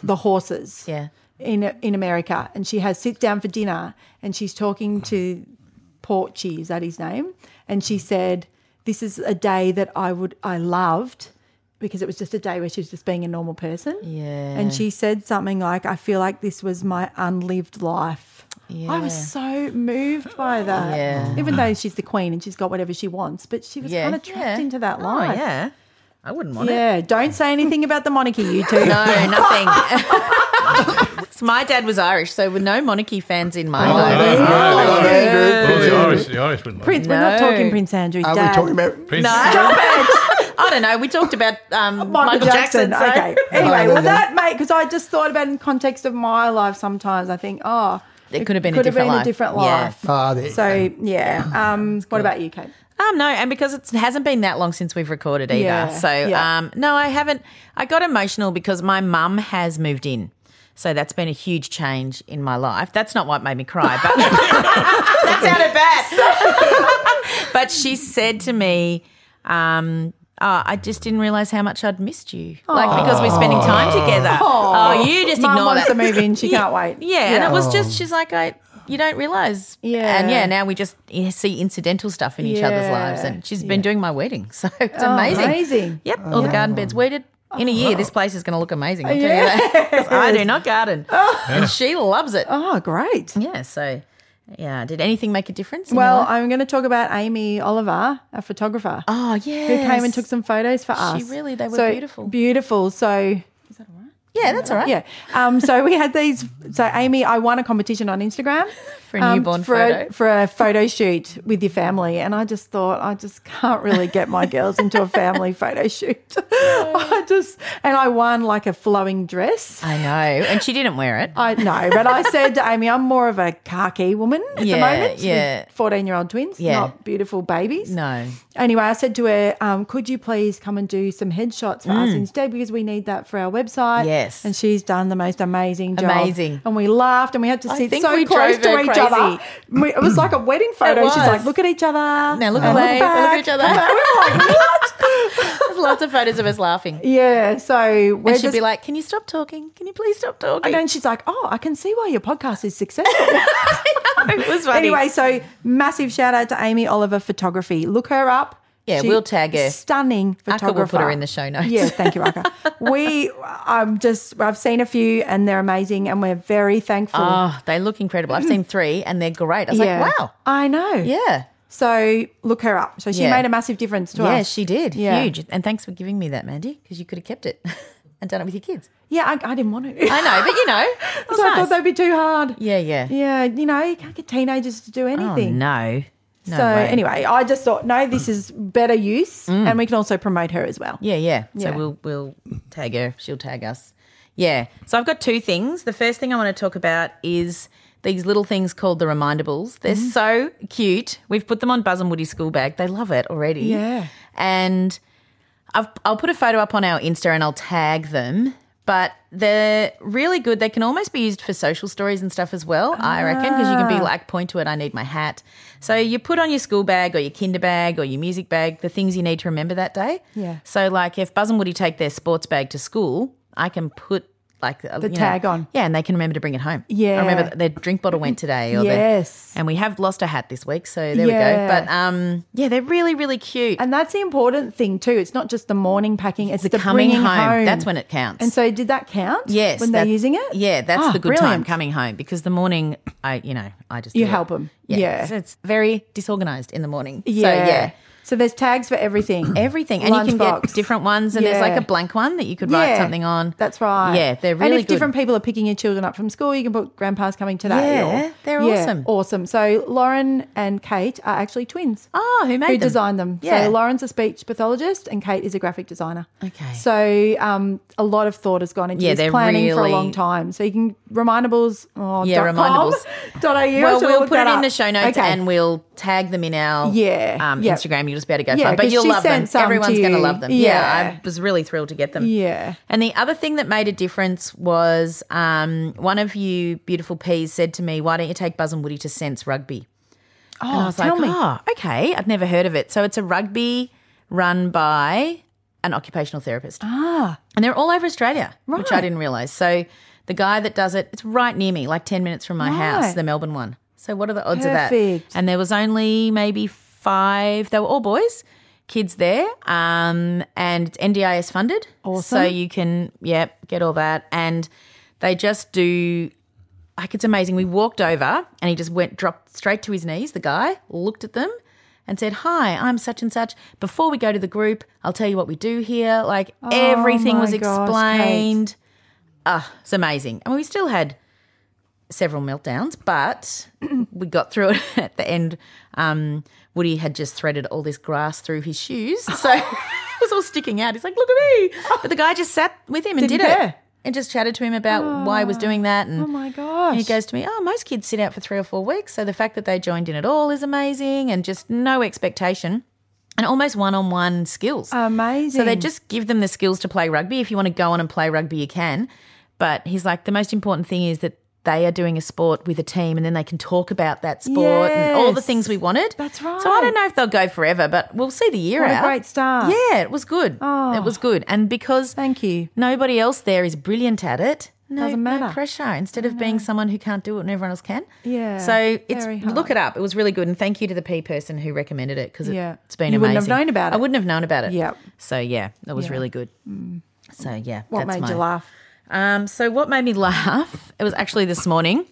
[SPEAKER 1] the horses.
[SPEAKER 2] Yeah.
[SPEAKER 1] In in America, and she has sits down for dinner, and she's talking to Porchy, is that his name? And she said, "This is a day that I would I loved." Because it was just a day where she was just being a normal person.
[SPEAKER 2] Yeah.
[SPEAKER 1] And she said something like, I feel like this was my unlived life. I was so moved by that.
[SPEAKER 2] Yeah.
[SPEAKER 1] Even though she's the queen and she's got whatever she wants, but she was
[SPEAKER 2] Yeah.
[SPEAKER 1] kind of trapped
[SPEAKER 2] Yeah.
[SPEAKER 1] into that
[SPEAKER 2] Oh,
[SPEAKER 1] life.
[SPEAKER 2] yeah. I wouldn't want it.
[SPEAKER 1] Yeah, don't say anything about the monarchy, you two.
[SPEAKER 2] No, nothing. So my dad was Irish, so with no monarchy fans in
[SPEAKER 1] Oh,
[SPEAKER 2] my life.
[SPEAKER 4] no, no, no.
[SPEAKER 3] Andrew,
[SPEAKER 4] Well, the Irish, the Irish wouldn't. like
[SPEAKER 1] Prince, we're not
[SPEAKER 2] No.
[SPEAKER 1] talking Prince Andrew's
[SPEAKER 3] Are
[SPEAKER 1] dad.
[SPEAKER 3] we talking about?
[SPEAKER 4] it.
[SPEAKER 2] I don't know. We talked about um, Michael, Jackson. so-
[SPEAKER 1] Okay. Anyway, well, that, mate, because I just thought about it in context of my life sometimes. I think, oh,
[SPEAKER 2] it could have been
[SPEAKER 1] Could
[SPEAKER 2] a
[SPEAKER 1] have
[SPEAKER 2] different
[SPEAKER 1] been
[SPEAKER 2] life.
[SPEAKER 1] a different
[SPEAKER 2] Yeah.
[SPEAKER 1] life.
[SPEAKER 3] Ah, there you
[SPEAKER 1] So yeah. Um, what about you, Kate?
[SPEAKER 2] Um, no, and because it hasn't been that long since we've recorded either.
[SPEAKER 1] Yeah,
[SPEAKER 2] so,
[SPEAKER 1] yeah.
[SPEAKER 2] um, no, I haven't. I got emotional because my mum has moved in. So that's been a huge change in my life. That's not what made me cry, but that sounded bad. but she said to me, um, oh, I just didn't realize how much I'd missed you. Like, because we're spending time together. Oh, you just
[SPEAKER 1] Mum
[SPEAKER 2] ignore
[SPEAKER 1] wants
[SPEAKER 2] that.
[SPEAKER 1] to move in. She
[SPEAKER 2] Yeah.
[SPEAKER 1] can't wait.
[SPEAKER 2] Yeah, and it was just she's like, I you don't realize.
[SPEAKER 1] Yeah.
[SPEAKER 2] and yeah, now we just yeah, see incidental stuff in each other's
[SPEAKER 1] Yeah.
[SPEAKER 2] lives, and she's been doing my wedding, so it's
[SPEAKER 1] Oh,
[SPEAKER 2] amazing.
[SPEAKER 1] amazing. Oh.
[SPEAKER 2] Yep, all the garden beds weeded. In a year, this place is going to look amazing. I'll tell you that. 'Cause I do not garden, and she loves it.
[SPEAKER 1] Oh, great.
[SPEAKER 2] Yeah, so yeah, did anything make a difference? in your
[SPEAKER 1] Well,
[SPEAKER 2] life?
[SPEAKER 1] I'm going to talk about Amy Oliver, a photographer.
[SPEAKER 2] oh yeah,
[SPEAKER 1] Who came and took some photos for us?
[SPEAKER 2] really- they were
[SPEAKER 1] So,
[SPEAKER 2] beautiful.
[SPEAKER 1] Beautiful. So
[SPEAKER 2] Yeah, that's all right.
[SPEAKER 1] Yeah. Um, so we had these. So Amy, I won a competition on Instagram um,
[SPEAKER 2] For a newborn
[SPEAKER 1] for
[SPEAKER 2] photo.
[SPEAKER 1] a, for a photo shoot with your family, and I just thought I just can't really get my girls into a family photo shoot. I just and I won like a flowing dress.
[SPEAKER 2] I know, and she didn't wear it.
[SPEAKER 1] I know, but I said to Amy, I'm more of a khaki woman at
[SPEAKER 2] Yeah,
[SPEAKER 1] the moment.
[SPEAKER 2] yeah.
[SPEAKER 1] Fourteen year old twins,
[SPEAKER 2] Yeah.
[SPEAKER 1] not beautiful babies.
[SPEAKER 2] No.
[SPEAKER 1] Anyway, I said to her, um, could you please come and do some headshots for us instead because we need that for our website?
[SPEAKER 2] Mm. Yes.
[SPEAKER 1] And she's done the most amazing job.
[SPEAKER 2] Amazing.
[SPEAKER 1] And we laughed and we had to
[SPEAKER 2] I
[SPEAKER 1] sit
[SPEAKER 2] think
[SPEAKER 1] so
[SPEAKER 2] we
[SPEAKER 1] close
[SPEAKER 2] drove
[SPEAKER 1] to
[SPEAKER 2] her
[SPEAKER 1] each
[SPEAKER 2] crazy.
[SPEAKER 1] other. We- it was like a wedding photo. She's
[SPEAKER 2] was.
[SPEAKER 1] like, look at each other.
[SPEAKER 2] Now look
[SPEAKER 1] and
[SPEAKER 2] away. Look, at
[SPEAKER 1] back."
[SPEAKER 2] each other. There's lots of photos of us laughing.
[SPEAKER 1] Yeah. So we're
[SPEAKER 2] and she'd
[SPEAKER 1] just
[SPEAKER 2] be like, "Can you stop talking? Can you please stop talking?"
[SPEAKER 1] and then she's like, oh, I can see why your podcast is successful.
[SPEAKER 2] it was funny.
[SPEAKER 1] Anyway, so massive shout out to Amy Oliver Photography. Look her up.
[SPEAKER 2] Yeah, we'll tag her.
[SPEAKER 1] Stunning
[SPEAKER 2] Akka will
[SPEAKER 1] photographer.
[SPEAKER 2] put her in the show notes.
[SPEAKER 1] Yeah, thank you, Akka. we, I'm just, I've seen a few and they're amazing, and we're very thankful.
[SPEAKER 2] oh, they look incredible. I've seen three, and they're great. I was like, "Wow,
[SPEAKER 1] I know.
[SPEAKER 2] yeah,
[SPEAKER 1] So look her up. So she
[SPEAKER 2] Yeah.
[SPEAKER 1] made a massive difference to us.
[SPEAKER 2] yeah, she did,
[SPEAKER 1] Yeah.
[SPEAKER 2] huge." And thanks for giving me that, Mandy, because you could have kept it and done it with your kids.
[SPEAKER 1] Yeah, I, I didn't want to.
[SPEAKER 2] I know, but you know, it was
[SPEAKER 1] so I
[SPEAKER 2] nice.
[SPEAKER 1] thought that'd be too hard.
[SPEAKER 2] yeah, yeah.
[SPEAKER 1] Yeah, you know, you can't get teenagers to do
[SPEAKER 2] Oh
[SPEAKER 1] anything.
[SPEAKER 2] no,
[SPEAKER 1] so
[SPEAKER 2] no. way. Mm.
[SPEAKER 1] anyway, I just thought, no, this is better use, and we can also promote her as well.
[SPEAKER 2] Yeah, yeah.
[SPEAKER 1] Yeah.
[SPEAKER 2] So we'll we'll tag her. She'll tag us. Yeah. So I've got two things. The first thing I want to talk about is these little things called the remindables. They're
[SPEAKER 1] Mm-hmm.
[SPEAKER 2] so cute. We've put them on Buzz and Woody school bag. They love it already.
[SPEAKER 1] Yeah.
[SPEAKER 2] And I've, I'll put a photo up on our Insta and I'll tag them. But they're really good. They can almost be used for social stories and stuff as well, I reckon, because you can be like, point to it, I need my hat. So you put on your school bag or your kinder bag or your music bag the things you need to remember that day.
[SPEAKER 1] Yeah.
[SPEAKER 2] So, like, if Buzz and Woody take their sports bag to school, I can put like a- you know-
[SPEAKER 1] tag on.
[SPEAKER 2] Yeah, and they can remember to bring it home.
[SPEAKER 1] Yeah.
[SPEAKER 2] I remember that their drink bottle went today. Or their-
[SPEAKER 1] Yes.
[SPEAKER 2] and we have lost a hat this week, so there
[SPEAKER 1] Yeah.
[SPEAKER 2] we go. But um, yeah, they're really, really cute.
[SPEAKER 1] And that's the important thing too. It's not just the morning packing; it's the,
[SPEAKER 2] coming
[SPEAKER 1] bringing
[SPEAKER 2] home,
[SPEAKER 1] home.
[SPEAKER 2] that's when it counts.
[SPEAKER 1] And so, did that count?
[SPEAKER 2] Yes,
[SPEAKER 1] when they're
[SPEAKER 2] that-
[SPEAKER 1] using it.
[SPEAKER 2] Yeah, that's
[SPEAKER 1] Oh,
[SPEAKER 2] the good time
[SPEAKER 1] brilliant.
[SPEAKER 2] coming home because the morning, I you know, I just
[SPEAKER 1] You
[SPEAKER 2] do it.
[SPEAKER 1] help 'em. Yeah.
[SPEAKER 2] so it's very disorganized in the morning.
[SPEAKER 1] Yeah.
[SPEAKER 2] so, yeah.
[SPEAKER 1] So there's tags for everything.
[SPEAKER 2] Everything, and you can
[SPEAKER 1] Lunchbox.
[SPEAKER 2] get different ones, and there's
[SPEAKER 1] Yeah.
[SPEAKER 2] like a blank one that you could write
[SPEAKER 1] Yeah,
[SPEAKER 2] something on.
[SPEAKER 1] That's right.
[SPEAKER 2] Yeah, they're really
[SPEAKER 1] And if
[SPEAKER 2] good.
[SPEAKER 1] different people are picking your children up from school, you can put grandpa's coming today.
[SPEAKER 2] Yeah,
[SPEAKER 1] or-
[SPEAKER 2] they're awesome.
[SPEAKER 1] Awesome. So Lauren and Kate are actually twins.
[SPEAKER 2] Oh, who made
[SPEAKER 1] who
[SPEAKER 2] them?
[SPEAKER 1] designed them.
[SPEAKER 2] Yeah.
[SPEAKER 1] So Lauren's a speech pathologist and Kate is a graphic designer.
[SPEAKER 2] Okay.
[SPEAKER 1] So um, a lot of thought has gone into
[SPEAKER 2] Yeah,
[SPEAKER 1] this
[SPEAKER 2] they're
[SPEAKER 1] planning for a long
[SPEAKER 2] really-
[SPEAKER 1] time. So you can remindables. Oh,
[SPEAKER 2] Yeah,
[SPEAKER 1] dot com,
[SPEAKER 2] remindables.
[SPEAKER 1] dot au. I
[SPEAKER 2] well,
[SPEAKER 1] should've
[SPEAKER 2] we'll
[SPEAKER 1] looked
[SPEAKER 2] put it
[SPEAKER 1] that
[SPEAKER 2] in the
[SPEAKER 1] up.
[SPEAKER 2] show notes
[SPEAKER 1] Okay.
[SPEAKER 2] and we'll tag them in our
[SPEAKER 1] Yeah,
[SPEAKER 2] um,
[SPEAKER 1] yeah.
[SPEAKER 2] Instagram. You'll just be able to go
[SPEAKER 1] Yeah,
[SPEAKER 2] find, but
[SPEAKER 1] 'cause
[SPEAKER 2] you'll
[SPEAKER 1] she
[SPEAKER 2] love them.
[SPEAKER 1] sent some to
[SPEAKER 2] Everyone's going
[SPEAKER 1] you.
[SPEAKER 2] to love them. Yeah.
[SPEAKER 1] Yeah.
[SPEAKER 2] I was really thrilled to get them.
[SPEAKER 1] Yeah.
[SPEAKER 2] And the other thing that made a difference was um, one of you beautiful peas said to me, "Why don't you take Buzz and Woody to Sense Rugby?" Oh, and I was
[SPEAKER 1] tell
[SPEAKER 2] like,
[SPEAKER 1] me.
[SPEAKER 2] "Oh, okay. I'd never heard of it. So it's a rugby run by an occupational therapist.
[SPEAKER 1] Ah,
[SPEAKER 2] And they're all over Australia, which I
[SPEAKER 1] Right.
[SPEAKER 2] didn't realise. So the guy that does it, it's right near me, like 10 minutes from my house,
[SPEAKER 1] Right.
[SPEAKER 2] the Melbourne one. So what are the odds of
[SPEAKER 1] Perfect.
[SPEAKER 2] that? And there was only maybe five, they were all boys, kids there. Um, and it's NDIS funded. Awesome. So you can, yep, get all that. And they just do like it's amazing. We walked over and he just went dropped straight to his knees, the guy, looked at them and said, Hi, I'm such and such. Before we go to the group, I'll tell you what we do here. Like everything
[SPEAKER 1] Oh my
[SPEAKER 2] was
[SPEAKER 1] gosh, Kate.
[SPEAKER 2] explained. Ah, it's amazing. And we still had several meltdowns, but we got through it at the end. Um, Woody had just threaded all this grass through his shoes. So it was all sticking out. He's like, Look at me. But the guy just sat with him and
[SPEAKER 1] Didn't
[SPEAKER 2] did it.
[SPEAKER 1] care.
[SPEAKER 2] and just chatted to him about why he was doing that. And
[SPEAKER 1] Oh my gosh.
[SPEAKER 2] and he goes to me, Oh, most kids sit out for three or four weeks. So the fact that they joined in at all is amazing and just no expectation and almost one on one skills.
[SPEAKER 1] Amazing.
[SPEAKER 2] So they just give them the skills to play rugby. If you want to go on and play rugby, you can. But he's like, the most important thing is that they are doing a sport with a team and then they can talk about that sport and all the
[SPEAKER 1] Yes.
[SPEAKER 2] things we wanted.
[SPEAKER 1] That's
[SPEAKER 2] So I
[SPEAKER 1] right.
[SPEAKER 2] don't know if they'll go forever, but we'll see the year
[SPEAKER 1] What a
[SPEAKER 2] out.
[SPEAKER 1] great start.
[SPEAKER 2] Yeah, it was good.
[SPEAKER 1] Oh.
[SPEAKER 2] It was good. And because
[SPEAKER 1] Thank you.
[SPEAKER 2] nobody else there is brilliant at it. No,
[SPEAKER 1] Doesn't
[SPEAKER 2] no
[SPEAKER 1] matter.
[SPEAKER 2] pressure. Instead of being someone who can't do it and everyone else can.
[SPEAKER 1] Yeah,
[SPEAKER 2] So it's
[SPEAKER 1] very hard.
[SPEAKER 2] look it up. It was really good, and thank you to the P person who recommended it because
[SPEAKER 1] Yeah.
[SPEAKER 2] it, has been
[SPEAKER 1] You wouldn't
[SPEAKER 2] amazing.
[SPEAKER 1] have known about
[SPEAKER 2] I
[SPEAKER 1] it.
[SPEAKER 2] wouldn't have known about it.
[SPEAKER 1] Yep.
[SPEAKER 2] So yeah, it was really good. So
[SPEAKER 1] Mm.
[SPEAKER 2] yeah,
[SPEAKER 1] What
[SPEAKER 2] that's
[SPEAKER 1] made
[SPEAKER 2] my-
[SPEAKER 1] you laugh?
[SPEAKER 2] Um, so what made me laugh? It was actually this morning.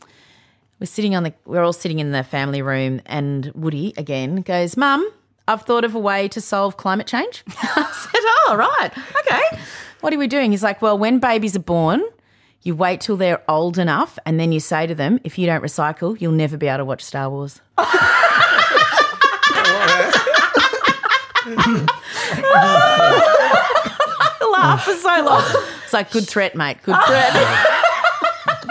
[SPEAKER 2] We're sitting on the. We're all sitting in the family room, and Woody again goes, "Mum, I've thought of a way to solve climate change." I said, "Oh, right, okay. What are we doing?" He's like, "Well, when babies are born, you wait till they're old enough, and then you say to them, if you don't recycle, you'll never be able to watch Star Wars." I laughed for so long. Oh. It's like good threat, mate. Good
[SPEAKER 1] Oh.
[SPEAKER 2] threat.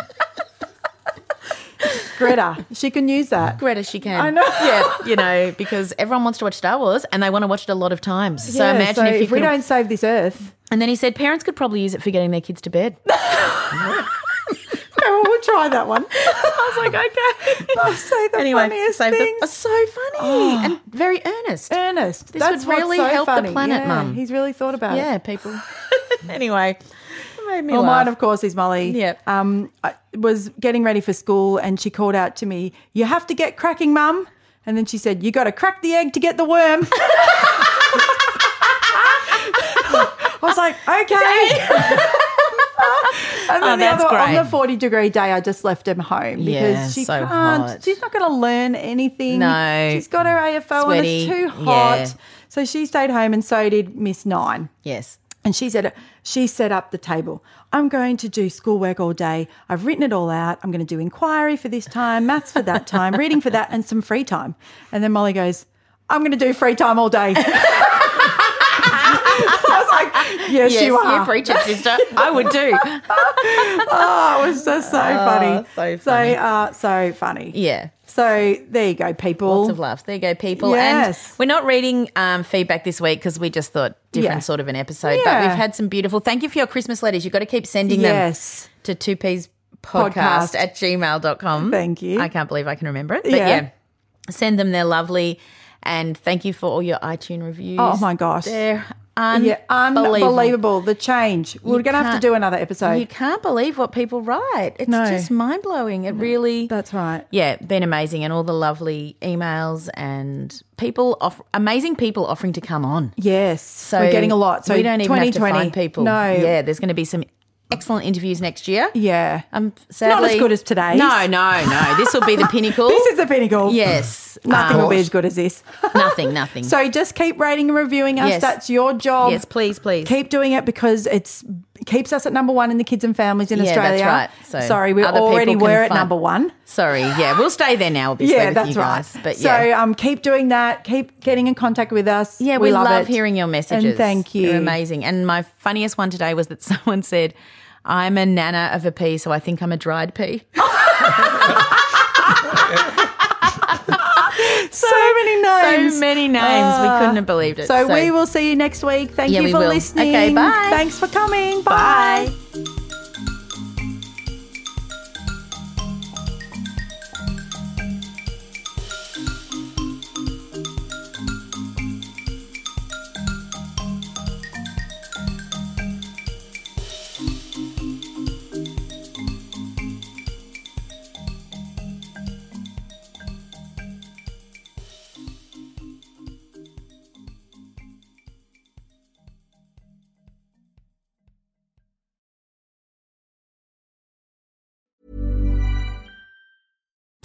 [SPEAKER 1] Greta, she can use that.
[SPEAKER 2] Greta, she can.
[SPEAKER 1] I know.
[SPEAKER 2] Yeah, you know, because everyone wants to watch Star Wars and they want to watch it a lot of times. So
[SPEAKER 1] Yeah,
[SPEAKER 2] imagine if you
[SPEAKER 1] we
[SPEAKER 2] could-
[SPEAKER 1] don't save this earth,
[SPEAKER 2] And then he said parents could probably use it for getting their kids to bed.
[SPEAKER 1] Okay, well, we'll try that one.
[SPEAKER 2] I was like, okay.
[SPEAKER 1] I'll say the
[SPEAKER 2] anyway,
[SPEAKER 1] funniest Oh.
[SPEAKER 2] save the-
[SPEAKER 1] things.
[SPEAKER 2] Oh, so funny and very earnest.
[SPEAKER 1] Ernest,
[SPEAKER 2] This
[SPEAKER 1] that's
[SPEAKER 2] would
[SPEAKER 1] what's
[SPEAKER 2] really
[SPEAKER 1] so
[SPEAKER 2] help the
[SPEAKER 1] funny.
[SPEAKER 2] planet,
[SPEAKER 1] Yeah,
[SPEAKER 2] Mum.
[SPEAKER 1] He's really thought about it.
[SPEAKER 2] yeah, people. anyway, it made me
[SPEAKER 1] Well,
[SPEAKER 2] laugh.
[SPEAKER 1] mine, of course, is Molly.
[SPEAKER 2] Yeah.
[SPEAKER 1] Um, I was getting ready for school and she called out to me, You have to get cracking, mum. And then she said, You got to crack the egg to get the worm. I was like, Okay. And then
[SPEAKER 2] Oh,
[SPEAKER 1] the
[SPEAKER 2] that's
[SPEAKER 1] other one, on
[SPEAKER 2] great.
[SPEAKER 1] the 40 degree day, I just left him home because
[SPEAKER 2] Yeah,
[SPEAKER 1] she
[SPEAKER 2] so
[SPEAKER 1] can't,
[SPEAKER 2] hot.
[SPEAKER 1] she's not going to learn anything.
[SPEAKER 2] No.
[SPEAKER 1] She's got her AFO and it's
[SPEAKER 2] Sweaty.
[SPEAKER 1] too hot.
[SPEAKER 2] Yeah.
[SPEAKER 1] So she stayed home and so did Miss Nine.
[SPEAKER 2] yes.
[SPEAKER 1] And she said, she set up the table. I'm going to do schoolwork all day. I've written it all out. I'm going to do inquiry for this time, maths for that time, reading for that, and some free time. And then Molly goes, I'm going to do free time all day. I was like, yes,
[SPEAKER 2] Yes,
[SPEAKER 1] you are.
[SPEAKER 2] preach it, sister. I would do.
[SPEAKER 1] oh, it was just so funny.
[SPEAKER 2] so funny.
[SPEAKER 1] So, uh, so funny.
[SPEAKER 2] Yeah.
[SPEAKER 1] So there you go, people.
[SPEAKER 2] Lots of laughs. There you go, people.
[SPEAKER 1] Yes.
[SPEAKER 2] And we're not reading um, feedback this week because we just thought different
[SPEAKER 1] Yeah.
[SPEAKER 2] sort of an episode. But
[SPEAKER 1] Yeah.
[SPEAKER 2] we've had some beautiful. Thank you for your Christmas letters. You've got to keep sending
[SPEAKER 1] yes.
[SPEAKER 2] them to 2 ps
[SPEAKER 1] Podcast.
[SPEAKER 2] podcast at gmail.com.
[SPEAKER 1] Thank you.
[SPEAKER 2] I can't believe I can remember it. But
[SPEAKER 1] Yeah.
[SPEAKER 2] yeah, send them. They're lovely. And thank you for all your iTunes reviews.
[SPEAKER 1] Oh my gosh.
[SPEAKER 2] They're
[SPEAKER 1] Yeah,
[SPEAKER 2] unbelievable.
[SPEAKER 1] unbelievable. The change. We're going to have to
[SPEAKER 2] can't-
[SPEAKER 1] do another episode.
[SPEAKER 2] You can't believe what people write. It's
[SPEAKER 1] No.
[SPEAKER 2] just mind blowing. It really.
[SPEAKER 1] That's right.
[SPEAKER 2] Yeah, been amazing, and all the lovely emails and people, off- amazing people offering to come on.
[SPEAKER 1] Yes.
[SPEAKER 2] So
[SPEAKER 1] we're getting a lot. So
[SPEAKER 2] we don't even have to
[SPEAKER 1] 2020
[SPEAKER 2] find people.
[SPEAKER 1] No.
[SPEAKER 2] yeah, there's going to be some excellent interviews next year.
[SPEAKER 1] Yeah.
[SPEAKER 2] um, sadly,
[SPEAKER 1] good as today's.
[SPEAKER 2] No, no, no. This will be the pinnacle.
[SPEAKER 1] This is the pinnacle.
[SPEAKER 2] yes,
[SPEAKER 1] Nothing
[SPEAKER 2] Um,
[SPEAKER 1] will be as good as this.
[SPEAKER 2] nothing, nothing.
[SPEAKER 1] so just keep rating and reviewing us.
[SPEAKER 2] Yes.
[SPEAKER 1] That's your job.
[SPEAKER 2] yes, please, please.
[SPEAKER 1] Keep doing it because it's keeps us at number one in the kids and families in
[SPEAKER 2] Yeah, that's
[SPEAKER 1] Australia.
[SPEAKER 2] right. So
[SPEAKER 1] Sorry, we
[SPEAKER 2] other people
[SPEAKER 1] already
[SPEAKER 2] can
[SPEAKER 1] were at
[SPEAKER 2] find-
[SPEAKER 1] number one.
[SPEAKER 2] Sorry, yeah, we'll stay there now. Obviously,
[SPEAKER 1] Yeah,
[SPEAKER 2] with
[SPEAKER 1] that's
[SPEAKER 2] you guys,
[SPEAKER 1] right.
[SPEAKER 2] But
[SPEAKER 1] so
[SPEAKER 2] yeah.
[SPEAKER 1] um, keep doing that. Keep getting in contact with us.
[SPEAKER 2] Yeah, we, love,
[SPEAKER 1] it.
[SPEAKER 2] hearing your messages.
[SPEAKER 1] And thank you.
[SPEAKER 2] They're amazing. And my funniest one today was that someone said, I'm a nana of a pea, so I think I'm a dried pea.
[SPEAKER 1] So, many names.
[SPEAKER 2] so many names. we couldn't have believed it.
[SPEAKER 1] So, we will see you next week. Thank
[SPEAKER 2] Yeah,
[SPEAKER 1] you
[SPEAKER 2] we
[SPEAKER 1] for
[SPEAKER 2] will.
[SPEAKER 1] listening.
[SPEAKER 2] Okay, bye.
[SPEAKER 1] Thanks for coming.
[SPEAKER 2] Bye.
[SPEAKER 1] bye.